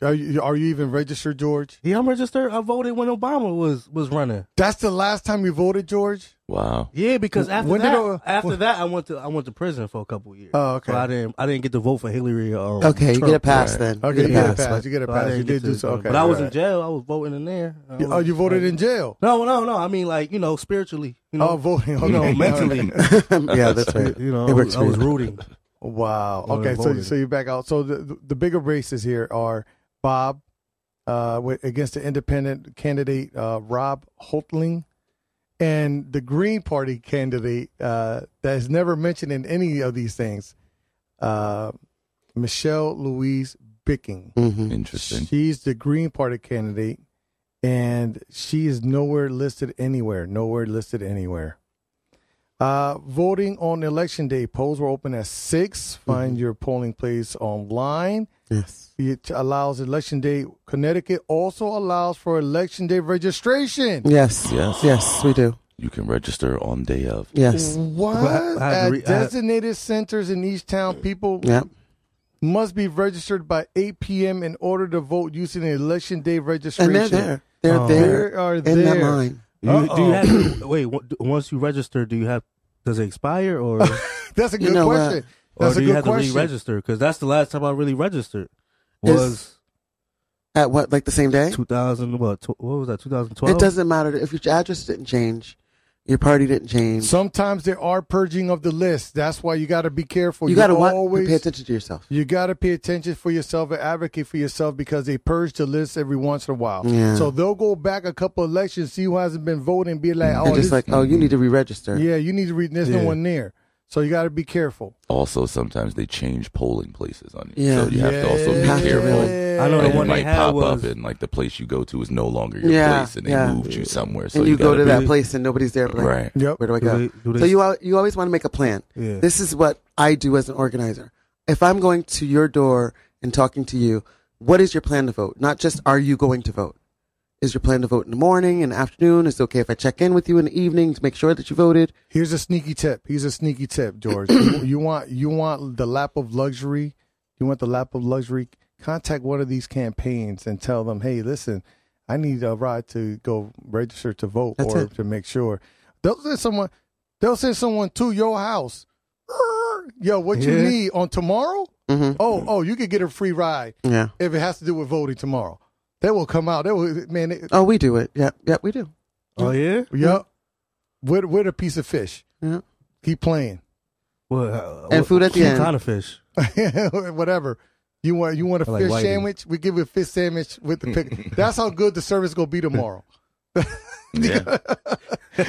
B: Are you, are you even registered, George?
E: Yeah, I'm registered. I voted when Obama was was running.
B: That's the last time you voted, George.
A: Wow.
E: Yeah, because
B: W-
E: after
B: when did
E: that,
B: O-
E: after
B: when-
E: that, I went to I went to prison for a couple of years.
B: Oh, okay.
E: So I didn't I didn't get to vote for Hillary. or, Um,
D: Okay, you
E: Trump.
D: get a pass then.
B: Okay, you get a pass.
E: but-
B: You get a
E: so I
B: pass.
E: didn't
B: You
E: get
B: did
E: to
B: do so.
E: vote.
B: Okay,
E: but I was in
B: right.
E: jail. I was voting in there. I
B: You- oh,
E: was,
B: you voted
E: like-
B: in jail.
E: No, no, no. I mean, like you know, spiritually. You know,
B: oh, voting. Okay.
E: you know, mentally.
D: yeah, that's right.
E: you know,
D: It
E: I
D: works
E: was, I
D: for
E: was
D: you.
E: rooting.
B: Wow.
E: No,
B: Okay,
E: they
B: so
E: voted.
B: so you're back out. So the the bigger races here are Bob uh, wi- against the independent candidate uh, Rob Holtling, and the Green Party candidate uh, that is never mentioned in any of these things, uh, Michelle Louise Bicking.
D: Mm-hmm.
A: Interesting.
B: She's the Green Party candidate, and she is nowhere listed anywhere. Nowhere listed anywhere. Uh, voting on election day, polls were open at six.
E: Mm-hmm.
B: Find your polling place online.
D: Yes.
B: It allows election day. Connecticut also allows for election day registration.
D: Yes.
A: Yes.
D: Yes, we do.
A: You can register on day of.
D: Yes.
B: What?
E: I had to
B: At
E: re- I had-
B: designated centers in each town, people
D: Yep.
B: must be registered by 8 p.m. in order to vote using the election day registration.
D: And they're there. They're
E: Oh.
D: there
B: There are
D: in that
B: there.
D: line.
E: You, do you
B: Uh-oh.
E: have to, wait? What, do- once you register, do you have? Does it expire or, or
B: That's a
D: You
B: good
D: know uh,
B: question. That's
E: do
B: a
E: you
B: good
E: have
B: question.
E: to re-register? Because that's the last time I really registered
D: Is-
E: was
D: At what, like the same day?
E: 2000. What? tw- What was that? 2012.
D: It doesn't matter if your address didn't change, your party didn't change.
B: Sometimes there are purging of the list. That's why you got to be careful.
D: you got to what?
B: always
D: Pay attention to yourself.
B: you got to pay attention for yourself and advocate for yourself because they purge the list every once in a while.
D: Yeah.
B: So they'll go back a couple elections, see who hasn't been voting, be like, oh,
D: and just
B: this-
D: like, oh, you need to re-register.
B: yeah, you need to read. There's no
E: Yeah.
B: one there, so you got to be careful.
A: Also, sometimes they change polling places on you.
D: Yeah.
A: So you have to also
D: You have
A: be
D: to
A: careful.
D: really-
E: I know
A: Like,
E: the
A: it
E: one they
A: might
E: had
A: pop
E: was
A: up and like the place you go to is no longer your
D: Yeah,
A: place and they
D: yeah.
A: moved you somewhere. So
D: and you, go
A: gotta
D: to
A: be-
D: that place and nobody's there. but like,
A: Right.
B: Yep.
D: Where do I
E: Do
D: go?
E: they- do they-
D: so you al- you always want to make a plan.
E: Yeah.
D: This is what I do as an organizer. If I'm going to your door and talking to you, what is your plan to vote? Not just are you going to vote? Is your plan to vote in the morning and afternoon? Is it okay if I check in with you in the evening to make sure that you voted?
B: Here's a sneaky tip. Here's a sneaky tip, George. you, you want you want the lap of luxury. You want the lap of luxury. Contact one of these campaigns and tell them, hey, listen, I need a ride to go register to vote
D: That's
B: or
D: it.
B: to make sure. They'll send someone. They'll send someone to your house. Err, Yo, what you
E: Yeah.
B: need on tomorrow?
D: Mhm.
B: Oh, oh, you could get a free ride
D: Yeah.
B: if it has to do with voting tomorrow. They will come out. They will, man. They,
D: Oh, we do it. Yep. Yep. We do.
E: Oh yeah.
B: Yep. With with a piece of fish.
D: Yeah.
B: Keep playing.
E: Well, uh,
D: And
E: what-
D: food at the
E: what
D: end.
E: kind of fish?
B: whatever. You want you want a
E: I like
B: fish
E: whiting.
B: sandwich? We give you a fish sandwich with the pick. That's how good the service gonna be tomorrow.
A: Yeah. For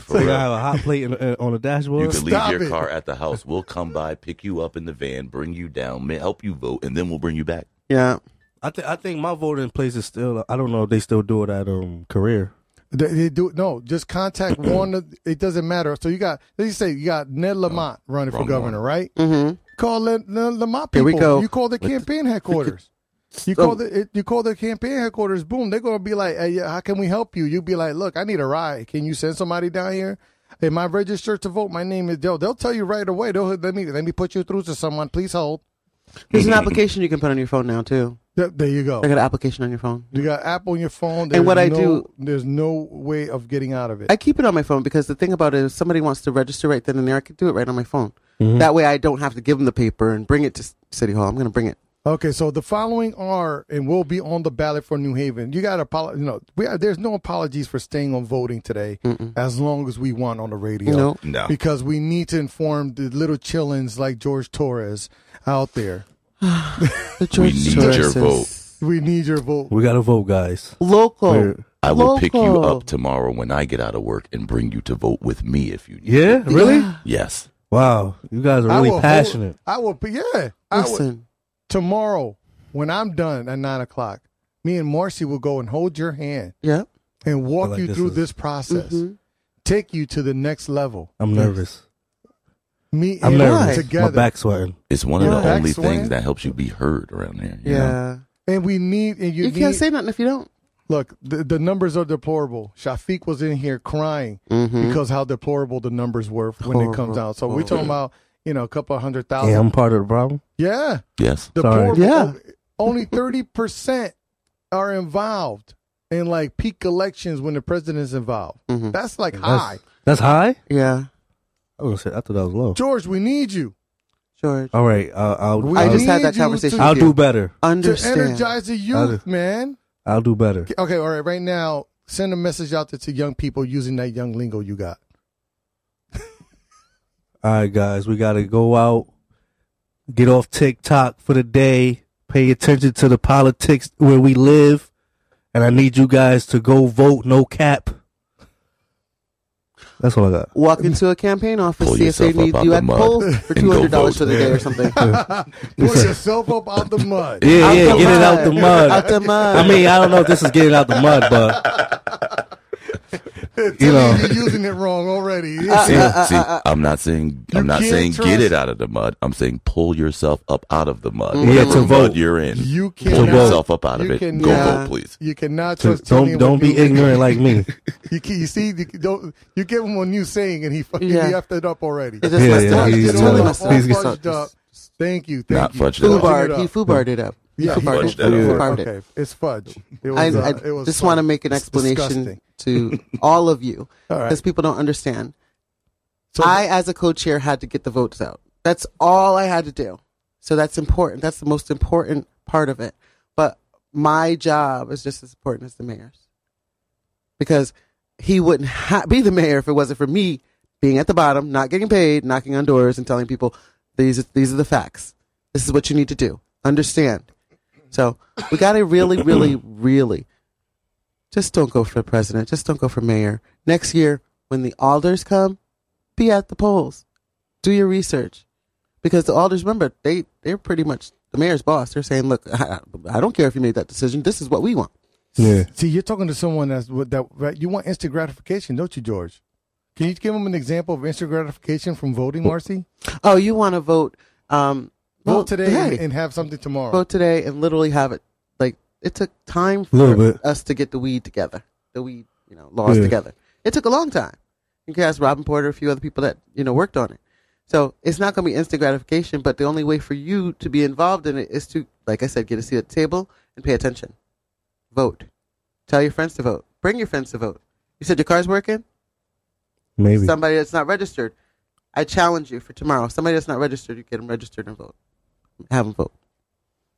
E: So you
A: real.
E: gotta have a hot plate in, uh, on a
A: You
E: dashboard.
A: can
B: Stop
A: leave your
B: it.
A: car at the house. We'll come by, pick you up in the van, bring you down, ma- help you vote, and then we'll bring you back.
D: Yeah.
E: I think I think my voting place is still. I don't know if they still do it at um career.
B: They, they do no. Just contact one. of- It doesn't matter. So you got. They say you got Ned Lamont running for
A: wrong
B: governor, right?
D: Mm-hmm.
B: Call Ned, Ned Lamont
D: Here
B: people.
D: we go.
B: You call the campaign headquarters. You
D: So-
B: call the it, you call the campaign headquarters. Boom, they're gonna be like, hey, yeah, "How can we help you?" You'll be like, "Look, I need a ride. Can you send somebody down here? Am I registered to vote? My name is Dell." They'll tell you right away. They'll let me let me put you through to someone. Please hold.
D: There's an application you can put on your phone now too.
B: There, there you go.
D: I got an application on your phone.
B: You got app on your phone.
D: And what
B: There's
D: I
B: no-
D: do-
B: there's no way of getting out of it.
D: I keep it on my phone because the thing about it is, if somebody wants to register right then and there, I can do it right on my phone. That way, I don't have to give them the paper and bring it to C- City Hall. I'm going to bring it.
B: Okay, so the following are and will be on the ballot for New Haven. You got to apologize. You know, we are, there's no apologies for staying on voting today, as long as we want on the radio.
D: No.
A: No.
B: because we need to inform the little chillins like George Torres out there.
D: The
A: We
D: George
A: need your
D: Torreses.
A: vote.
B: We need your vote.
E: We gotta vote, guys.
D: Local.
E: We're-
A: I will pick you
D: Local.
A: up tomorrow when I get out of work and bring you to vote with me if you need.
E: Yeah, really?
A: Yes.
E: Wow, you guys are
B: I
E: really
B: will vote-
E: passionate.
B: I will. Yeah. I will-
D: Listen,
B: tomorrow, when I'm done at nine o'clock, me and Marcy will go and hold your hand
D: yeah. Mm-hmm.
B: and walk
E: like
B: you
E: this
B: through
E: is-
B: this process, take you to the next level.
E: I'm nervous.
B: Me
E: I'm
B: and
D: Why?
E: nervous.
B: together.
E: My back's sweating.
A: It's one of
D: Yeah.
A: the only
B: Back swing.
A: things that helps you be heard around here. you
D: Yeah.
A: know?
B: And we need, and you,
D: You,
B: need,
D: can't say nothing if you don't.
B: look, the, the numbers are deplorable. Shafiq was in here crying
A: Mm-hmm.
B: because how deplorable the numbers were when it comes
D: Hmm? Horrible,
B: out. So we're talking about, you know, a couple of hundred thousand.
E: Yeah, I'm part of the problem.
B: Yeah.
A: Yes.
E: Sorry.
B: Deplorable.
D: Yeah.
B: Only 30% are involved in like peak elections when the president's involved.
D: Mm-hmm.
B: That's like
E: That's,
B: high.
E: That's high.
D: Yeah,
E: I was gonna say I thought that was low.
B: George, we need you.
D: George.
E: All right, I'll I'll,
B: Uh, We
D: I
E: I'll,
D: just had
B: need
D: that
B: you
D: conversation.
B: to-
E: I'll
D: with you.
E: do better.
D: Understand.
B: To energize the youth, man.
E: I'll do better.
B: Okay, all right. Right now, send a message out there to young people using that young lingo you got.
E: All right, guys, we gotta go out, get off TikTok for the day, pay attention to the politics where we live, and I need you guys to go vote. No cap. That's all I got.
D: Walk into a campaign office,
A: Pull
D: see if they
A: yourself up
D: need
A: out
D: you
A: the
D: at the
A: mud
D: polls for
A: and
D: two
A: go
D: hundred dollars for
A: vote.
D: the day or something.
B: Pull yourself up out the mud.
E: Yeah, yeah,
D: the
E: get it out the
D: mud.
E: mud.
D: Out the mud.
E: I mean, I don't know if this is getting out the mud, but you know,
B: You're using it wrong already.
A: See,
B: uh,
A: see, I'm not saying I'm not
B: can't
A: saying get
B: trust-
A: it out of the mud. I'm saying pull yourself up out of the mud.
E: Yeah, to
A: Whatever mud
E: vote.
A: you're in.
B: You
A: pull
B: cannot-
A: yourself up out of
B: you
A: it. Go
B: cannot-
A: vote, please.
B: You cannot
E: to-
B: trust. Tony
E: don't
B: with
E: don't be
B: new-
E: ignorant like me.
B: You, can, you see, you can- don't. You give him a new saying, and he fucking
D: Yeah.
B: he effed it up already.
D: It just
E: Yeah,
D: messed
E: yeah,
D: up.
E: he's
D: It's
B: Did all
E: totally
B: up,
E: messed
B: all
E: up. He's
B: fudged up. Thank you. Thank
A: Not
B: you.
A: fudged up.
B: Fudged it
D: Foobarred.
B: up.
D: He foobarred it up.
B: Yeah,
D: he
B: he
D: foobarred
A: fudged it
D: it.
A: up.
D: Foobarred it.
B: Okay, it's fudge. It
D: I,
B: was,
D: I
B: uh, it was
D: just want to
B: fudge.
D: make an
B: It's
D: explanation
B: disgusting.
D: to all of you
B: All right.
D: because people don't understand.
B: So
D: I, as a co-chair, had to get the votes out. That's all I had to do. So that's important. That's the most important part of it. But my job is just as important as the mayor's because he wouldn't ha- be the mayor if it wasn't for me being at the bottom, not getting paid, knocking on doors, and telling people these are, these are the facts. This is what you need to do. Understand. So we got to really, really, really just don't go for president. Just don't go for mayor. Next year, when the alders come, be at the polls. Do your research. Because the alders, remember, they, they're pretty much the mayor's boss. They're saying, look, I, I don't care if you made that decision. This is what we want.
E: Yeah,
B: See, you're talking to someone that's with that right? You want instant gratification, don't you, George? Can you give him an example of instant gratification from voting, Marcy?
D: Oh, you want to vote? Um,
B: Vote today
D: hey,
B: and have something tomorrow.
D: vote today, and literally have it. Like it took time for
E: Little bit.
D: us to get the weed together, the weed you know laws
E: Yeah.
D: together. It took a long time. You can ask Robin Porter, a few other people that you know worked on it. So it's not going to be instant gratification, but the only way for you to be involved in it is to, like I said, get a seat at the table and pay attention. Vote. Tell your friends to vote. Bring your friends to vote. You said your car's working
E: maybe.
D: somebody that's not registered. I challenge you for tomorrow. Somebody that's not registered, you get them registered and vote. Have them vote.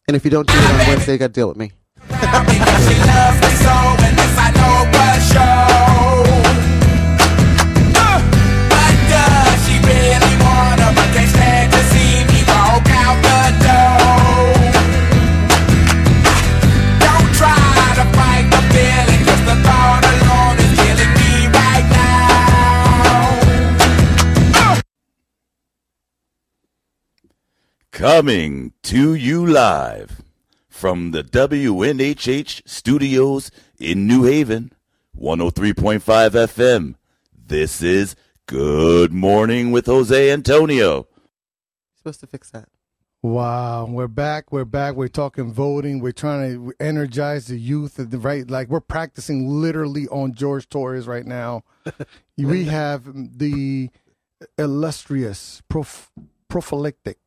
D: And if you don't do it on Wednesday, you got to deal with me.
C: Because she loves me so, and if I know what show. But does she really wanna, but can't stand to see me walk out the door? Don't try to fight the feeling, 'cause the thought alone is killing me right now.
A: Coming to you live from the WNHH studios in New Haven, 103.5 FM. This is Good Morning with Jose Antonio.
D: supposed to fix that.
B: Wow, we're back. We're back. We're talking voting. We're trying to energize the youth, at the right? Like we're practicing literally on George Torres right now. we have the illustrious prof- prophylactic,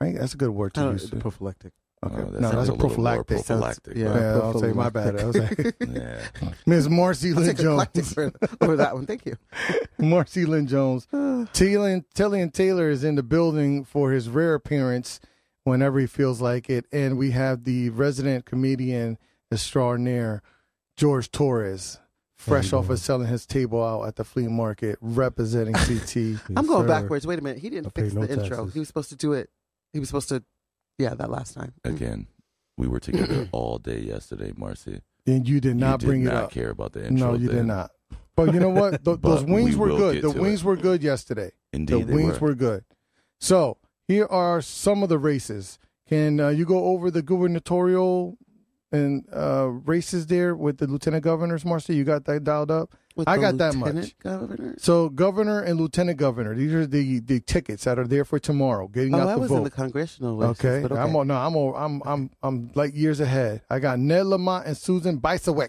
B: right? That's a good word to
D: I don't-
B: use.
D: Oh, prophylactic.
B: okay,
A: Oh, that
B: no, that's
A: sounds
B: a
A: a little more
B: prophylactic.
A: prophylactic.
D: yeah.
A: right?
B: yeah, I'll say my bad. I was like,
A: Yeah.
B: Ms. Marcy
D: I'll
B: Lynn
D: take eclectic
B: Jones.
D: for, over that one. Thank you.
B: Marcy Lynn Jones. Tillian, Tillian Taylor is in the building for his rare appearance whenever he feels like it. And we have the resident comedian extraordinaire, George Torres, fresh off of selling his table out at the flea market, representing CT.
D: I'm going
E: sir.
D: backwards. Wait a minute. He didn't
E: I pay
D: fix
E: no
D: the intro.
E: taxes.
D: He was supposed to do it. He was supposed to. Yeah, that last time. Mm.
A: Again, we were together all day yesterday, Marcy.
B: and you did not
A: you did
B: bring
A: not
B: it up.
A: care about the intro.
B: No, you did
A: then.
B: not. But you know what? Th- those
A: But
B: wings
A: we
B: were
A: will
B: good.
A: get
B: The
A: to
B: wings were good yesterday.
A: Indeed,
B: the
A: they
B: wings
A: were.
B: were. good. So here are some of the races. Can uh, you go over the gubernatorial and uh, races there with the lieutenant governors, Marcy? You got that dialed up.
D: With
B: I
D: the
B: got that
D: lieutenant
B: much.
D: Governor.
B: So governor and lieutenant governor. These are the, the tickets that are there for tomorrow. Getting
D: Oh,
B: out
D: I
B: the
D: was
B: vote.
D: in the congressional. races,
B: okay.
D: but okay.
B: I'm on. No, I'm on. I'm I'm I'm like years ahead. I got Ned Lamont and Susan Bisewich.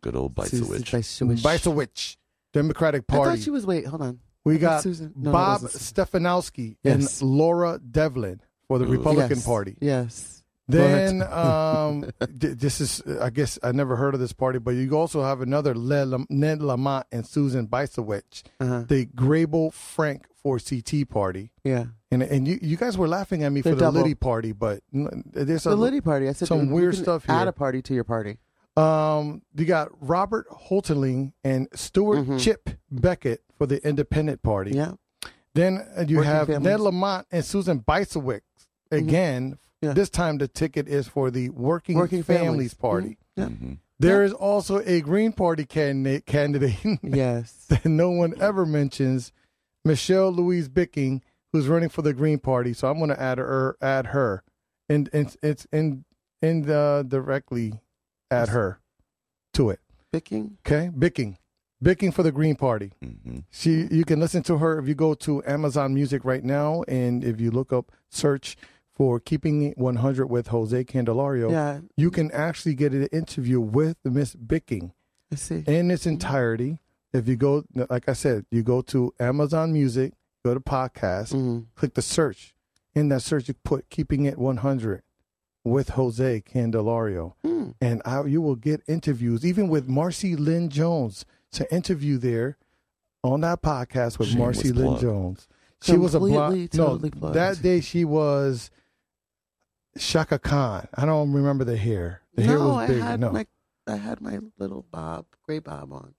A: Good old
D: Susan
A: Bicewicz.
D: Bisewich.
B: Bisewich, Democratic
D: I
B: Party.
D: thought she was. Wait, hold on.
B: We
D: I thought
B: got
D: Susan. no, that
B: Bob
D: wasn't-
B: Stefanowski
D: Yes.
B: and Laura Devlin for the
A: Ooh.
B: Republican
D: Yes,
B: Party.
D: Yes.
B: Then um, th- this is, uh, I guess, I never heard of this party, but you also have another Le Lam- Ned Lamont and Susan Bisewich,
D: Uh-huh.
B: the Grable Frank for CT Party,
D: Yeah.
B: and and you you guys were laughing at me
D: They're
B: for the
D: double.
B: Liddy Party, but n- there's
D: The
B: a,
D: Liddy party. I said
B: some
D: you
B: weird
D: can
B: stuff
D: Add
B: here.
D: a party to your party.
B: Um, you got Robert Holtling and Stuart Chip Beckett for the Independent Party.
D: Mm-hmm. Yeah.
B: Then uh, you
D: Working
B: have Ned
D: families. Mm-hmm.
B: Lamont and Susan Bisowick again.
D: Yeah.
B: This time the ticket is for the Working,
D: Working
B: Families,
D: families. Mm-hmm.
B: Party.
D: Yeah.
A: Mm-hmm,
B: There is also a Green Party candidate, candidate
D: Yes.
B: that no one ever mentions, Michelle Louise Bicking, who's running for the Green Party. So I'm going to add her, add her, and it's it's in in the directly add her to it.
D: Picking.
B: Okay, Bicking, Bicking for the Green Party.
D: Mm.
A: Mm-hmm.
B: She, you can listen to her if you go to Amazon Music right now, and if you look up search for "Keeping It 100" with Jose Candelario,
D: Yeah.
B: you can actually get an interview with Miss Bicking
D: I see.
B: in its entirety. If you go, like I said, you go to Amazon Music, go to podcast,
D: Mhm.
B: click the search. In that search, you put "Keeping It 100" with Jose Candelario,
D: Hmm.
B: and I, you will get interviews, even with Marcy Lynn Jones. To interview there on that podcast with
A: Shameless
B: Marcy Lynn
A: plug.
B: Jones, she was a block.
D: Completely, totally
B: no,
D: plugged.
B: that day she was Shaka Khan. I don't remember the hair. The hair
D: no,
B: was big.
D: I had
B: no,
D: my I had my little Bob, gray Bob on.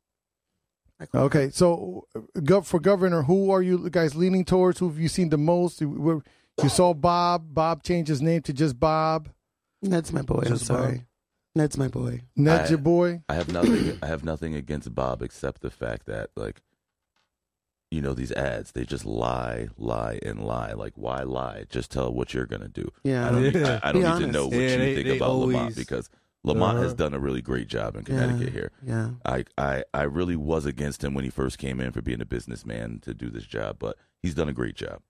D: I call it-
B: Okay, so uh, gov- for governor, who are you guys leaning towards? Who have you seen the most? You, were- you saw Bob. Bob changed his name to just Bob.
D: Ned's my boy. I'm
E: Just Bob.
D: sorry. Ned's my boy.
B: Ned,
A: I-
B: your boy.
A: I have nothing. I have nothing against Bob except the fact that, like, you know, these ads they just lie, lie, and lie. Like, why lie? Just tell what you're gonna do.
D: Yeah.
A: I don't,
E: Yeah.
A: need, I, I don't
D: Be
A: need to know
E: honest.
A: what
E: Yeah,
A: you
E: they-
A: think
E: they
A: about Lamont
E: always-
A: because Lamont has
E: Uh-huh.
A: done a really great job in
D: yeah.
A: Connecticut here.
D: Yeah.
A: I, I I really was against him when he first came in for being a businessman to do this job, but he's done a great job.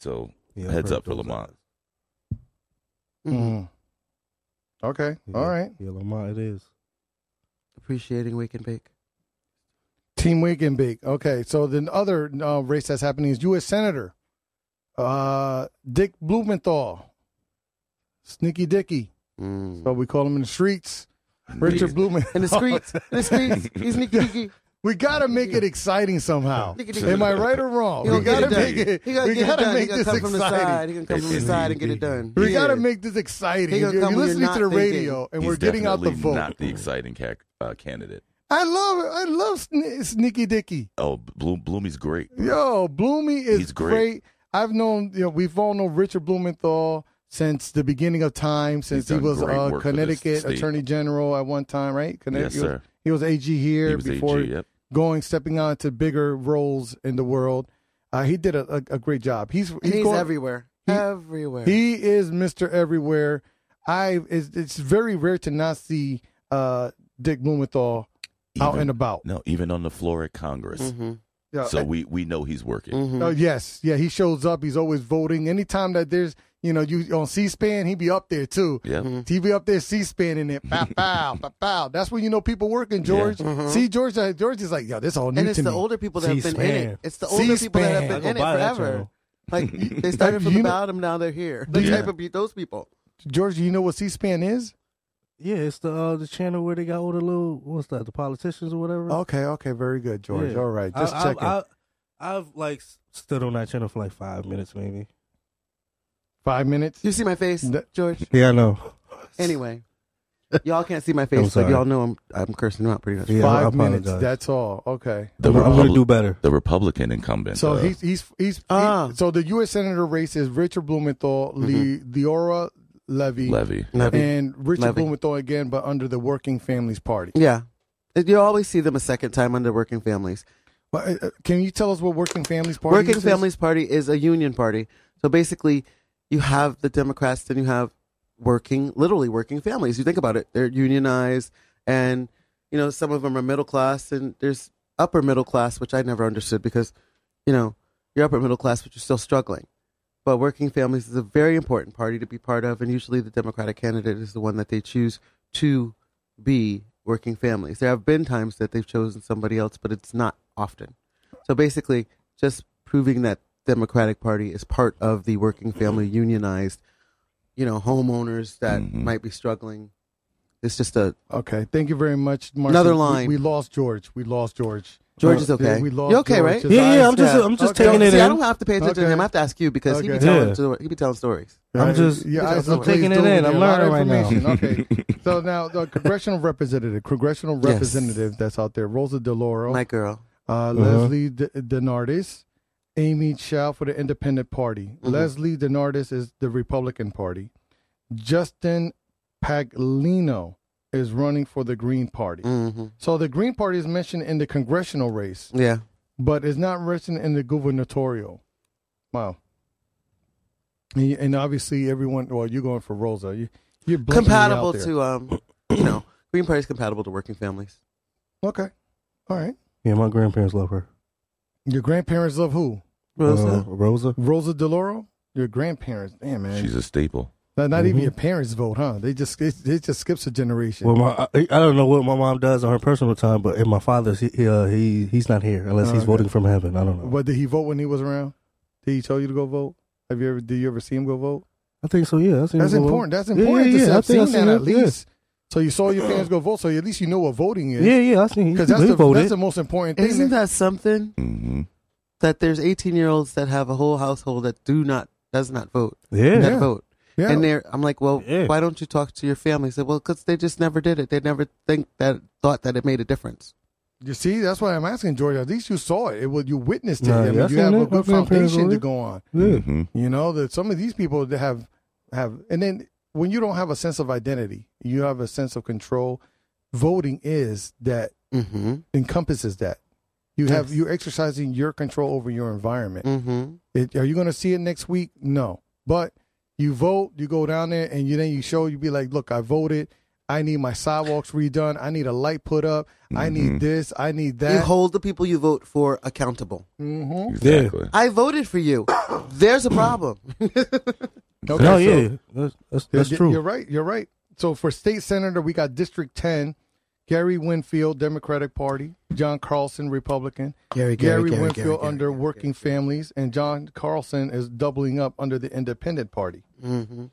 A: So
E: Yeah,
A: heads
E: I've
A: up for
E: heard those
A: Lamont.
E: ads.
B: Mm.
D: Mhm.
B: Mhm. Okay,
E: Yeah.
B: all right.
E: Yeah, Lamont, it is.
D: Appreciating Wake and Bake.
B: Team Wig and Big. Okay, so the other uh, race that's happening is U.S. Senator uh, Dick Blumenthal, Sneaky Dicky. So we call him in the streets. Richard Blumenthal.
D: In the streets. In the streets. He's Nicky Nicky.
B: We gotta make it exciting somehow.
D: Nicky, nicky.
B: Oh. Am I right or wrong?
D: He
B: Oh, We
D: gonna get
B: gotta
D: it done.
B: make it.
D: He gonna
B: We
D: get it
B: gotta
D: done. He
B: make
D: gonna
B: this
D: come from the
B: exciting.
D: side. He gonna come from the
A: It's
D: side and get it done.
B: We
D: Yeah.
B: gotta make this exciting.
D: He
B: If
D: gonna
B: you're
D: come when you're
B: listening to the
D: not thinking.
B: radio and
A: He's
B: we're getting out the
A: definitely
B: vote.
A: Not the exciting ca- uh, candidate.
B: I love it. I love Sn- Sneaky Dicky.
A: Oh, Bloom, Bloomy's great.
B: Yo, Bloomy is
A: He's
B: great.
A: great.
B: I've known, you know, we've all known Richard Blumenthal since the beginning of time, since he
A: done
B: was
A: great
B: uh,
A: work for this
B: Connecticut
A: state.
B: Attorney General at one time, right? Connecticut.
A: Yes, sir.
B: He was AG here
A: He was
B: before
A: AG. Yep.
B: going, stepping on to bigger roles in the world. Uh, he did a, a, a great job. He's
D: And he's
B: going-
D: everywhere.
B: He-
D: everywhere.
B: He is Mister Everywhere. I it's, it's very rare to not see uh, Dick Blumenthal out
A: Even-
B: and about.
A: No, even on the floor at Congress.
B: Mm-hmm.
D: Mm-hmm.
B: Yeah,
A: So we, we know he's working.
B: Oh yes, yeah. He shows up. He's always voting. Anytime that there's, you know, you on C-SPAN, he be up there too.
A: Yeah.
E: Mm-hmm.
B: TV up there, C-SPAN in it. Pow, pow, pow, pow. That's when you know people working. George,
E: Mm-hmm.
B: see George. uh, George is like, yo, this all new
D: and it's
B: to
D: the
B: me.
D: older people that have been in
E: C-SPAN.
D: it. It's the older people that have
B: C-SPAN.
D: been in it
E: I'll go buy that
D: forever.
E: channel.
D: Like they started from
B: You
D: the
B: know-
D: bottom, now they're here. The
B: Yeah.
D: type of pe- those people.
B: George, you know what C-SPAN is?
E: Yeah, it's the uh, the channel where they got all the little what's that? The politicians or whatever.
B: Okay, okay, very good, George.
E: Mm-hmm. Yeah.
B: All right, just
E: I,
B: checking.
E: I, I, have like s- stood on that channel for like five minutes, maybe.
B: Five minutes.
D: You see my face,
B: The-
D: George.
E: Yeah, I know.
D: Anyway, y'all can't see my
E: I'm
D: face, but
E: sorry.
D: y'all know I'm I'm cursing them out pretty much.
E: Yeah, I
B: Five
E: apologize.
B: minutes. That's all. Okay.
A: The,
E: I'm gonna
A: Republi-
E: do better.
A: the Republican incumbent.
B: So
A: uh,
B: he's he's he's
D: Ah.
B: he- so the U.S. senator race is Richard Blumenthal, Le- Leora Levy,
A: Levy.
B: and Richard
D: Levy.
B: Blumenthal again, but under the Working Families Party.
D: Yeah, you always see them a second time under Working Families.
B: But, uh, can you tell us what Working Families Party?
D: Working
B: is?
D: Families Party is a union party. So basically, you have the Democrats, then you have working, literally working families. You think about it; they're unionized, and you know some of them are middle class, and there's upper middle class, which I never understood because you know you're upper middle class, but you're still struggling. But Working Families is a very important party to be part of, and usually the Democratic candidate is the one that they choose to be Working Families. There have been times that they've chosen somebody else, but it's not often. So basically, just proving that Democratic Party is part of the working family unionized, you know, homeowners that
A: Mhm.
D: might be struggling. It's just a
B: Okay, thank you very much. Marcy.
D: Another
B: We-
D: line.
B: We, lost George. We lost George.
D: George
B: Uh,
D: is okay.
B: We lost
D: You okay,
B: George.
D: right?
B: His
E: Yeah, yeah.
B: eyes-
E: I'm just,
D: yeah.
E: I'm just
B: Okay.
E: taking it
D: See,
E: in.
D: I don't have to pay attention
B: Okay.
D: to him. I have to ask you because he be
B: Okay.
D: telling
E: Yeah.
D: to, he be telling stories.
E: I'm just-
B: yeah,
D: I'm
B: eyes
D: just
B: look
E: taking
B: glazed
E: it in.
B: over.
E: I'm
B: A lot of
E: learning right now.
B: information. okay. So now the congressional representative, congressional
D: Yes.
B: representative that's out there, Rosa DeLauro,
D: My girl.
B: uh, Leslie D- Denardis, Amy Chow for the Independent Party. Leslie Denardis is the Republican Party. Justin Paglino is running for the Green Party.
D: hmm
B: So the Green Party is mentioned in the congressional race,
D: Yeah.
B: but it's not mentioned in the gubernatorial. Wow. And, and obviously, everyone. Well, you're going for Rosa. You, you're blinking me out
D: compatible
B: there.
D: to um, you know, Green Party's compatible to working families.
B: Okay. All right.
E: Yeah, my grandparents love her.
B: Your grandparents love who?
E: Uh, Rosa.
B: Rosa DeLauro. Your grandparents. Damn man.
A: She's a staple.
B: not not even
E: Mhm.
B: your parents vote, huh? They just it, it just skips a generation.
E: Well, my, I, I don't know what my mom does on her personal time, but in my father's, he, he, uh, he he's not here unless
B: Oh,
E: he's
B: okay.
E: voting from heaven. I don't know.
B: but did he vote when he was around? Did he tell you to go vote? Have you ever? Did you ever see him go vote?
E: I think so. Yeah, I've seen
B: That's
E: him go vote.
B: important. That's
E: Yeah,
B: important.
E: yeah,
B: to
E: yeah,
B: say.
E: I
B: I've
E: think
B: seen
E: I've
B: that
E: seen
B: at
E: it, yeah.
B: least. So you saw your parents go vote. So at least you know what voting is.
E: Yeah, yeah, I seen him.
B: Because that's the
E: voted.
B: that's the most important thing.
D: Isn't
B: that-
D: that something?
A: hmm
D: That there's 18 year olds that have a whole household that do not does not vote.
E: yeah,
D: That
B: Yeah.
D: vote.
B: yeah.
D: And they're, I'm like, well,
E: Yeah.
D: why don't you talk to your family? He said, well, because they just never did it. They never think that thought that it made a difference.
B: you see, that's why I'm asking George. At least you saw it. It was you witnessed it.
E: Nah,
B: I mean,
E: yeah, I
B: you
E: seen
B: have
E: it.
B: a
E: My
B: good
E: grandparents
B: foundation to
E: voted.
B: go on.
E: yeah.
A: hmm
B: You know that some of these people that have have, and then when you don't have a sense of identity, you have a sense of control. Voting is that
D: Mm-hmm.
B: encompasses that. You have
D: Yes.
B: you're exercising your control over your environment.
D: Mm-hmm.
B: It, are you going to see it next week? No. But you vote, you go down there, and you then you show, you be like, look, I voted. I need my sidewalks redone. I need a light put up. I need this. I need
D: You
B: that.
D: hold the people you vote for accountable.
B: Mhm.
A: Exactly.
D: I voted for you. There's a problem.
B: Okay, so-
E: No, yeah, that's, that's, that's
B: You're-
E: true.
B: You're right. You're right. So for state senator, we got District 10, Gary Winfield, Democratic Party, John Carlson, Republican.
D: Gary,
B: Gary, Winfield under Working Families, and John Carlson is doubling up under the Independent Party.
D: Mm-hmm.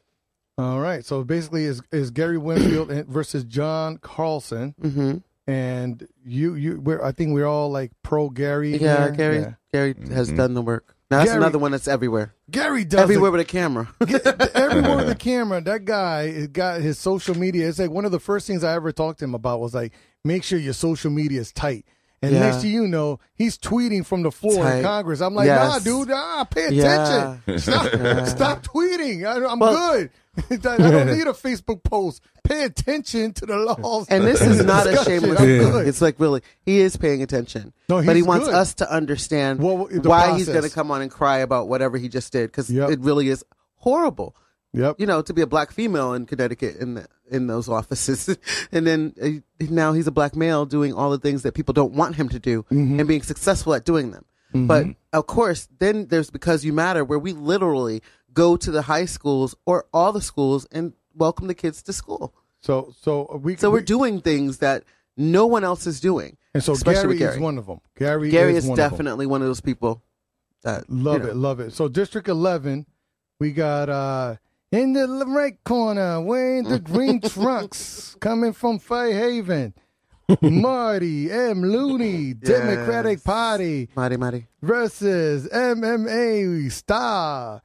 B: All right. So basically, is is Gary Winfield and- versus John Carlson,
D: Mm-hmm.
B: and you you we're I think we're all like pro Gary.
D: Yeah,
B: here.
D: Gary.
B: Yeah.
D: Gary has done the work. Now that's
B: Gary-
D: another one that's everywhere.
B: Gary does
D: everywhere with a camera.
B: The, everywhere with the camera. That guy has got his social media. It's like one of the first things I ever talked to him about was like make sure your social media is tight. And
D: Yeah.
B: next thing you know, he's tweeting from the floor
D: Tight.
B: in Congress. I'm like,
D: Yes.
B: nah, dude, nah, pay attention.
D: Yeah.
B: Stop, stop tweeting. I, I'm
D: Well-
B: good. I don't need a Facebook post. Pay attention to the laws.
D: And this is not a shameless
B: I'm good.
D: plug. It's like really, he is paying attention,
B: No,
D: but he
B: he's
D: wants
B: good.
D: us to understand
B: Well, the
D: why he's
B: process.
D: going to come on and cry about whatever he just did because
B: Yep.
D: it really is horrible.
B: Yep.
D: you know, to be a black female in Connecticut in the, in those offices, and then uh, now he's a black male doing all the things that people don't want him to do
B: Mm-hmm.
D: and being successful at doing them. But of course, then there's because you matter, where we literally go to the high schools or all the schools and welcome the kids to school.
B: So so we
D: So
B: we,
D: we're doing things that no one else is doing.
B: and so
D: especially
B: Gary,
D: with Gary.
B: is one of them. Gary,
D: Gary
B: is,
D: is
B: one of 'em.
D: definitely one of those people that you
B: Love
D: know.
B: it, love it. So District Eleven, we got uh in the l- right corner, wearing the green trunks, coming from Fairhaven. Marty M. Looney, Democratic
D: Yes.
B: Party
D: Mighty, mighty.
B: versus MMA star,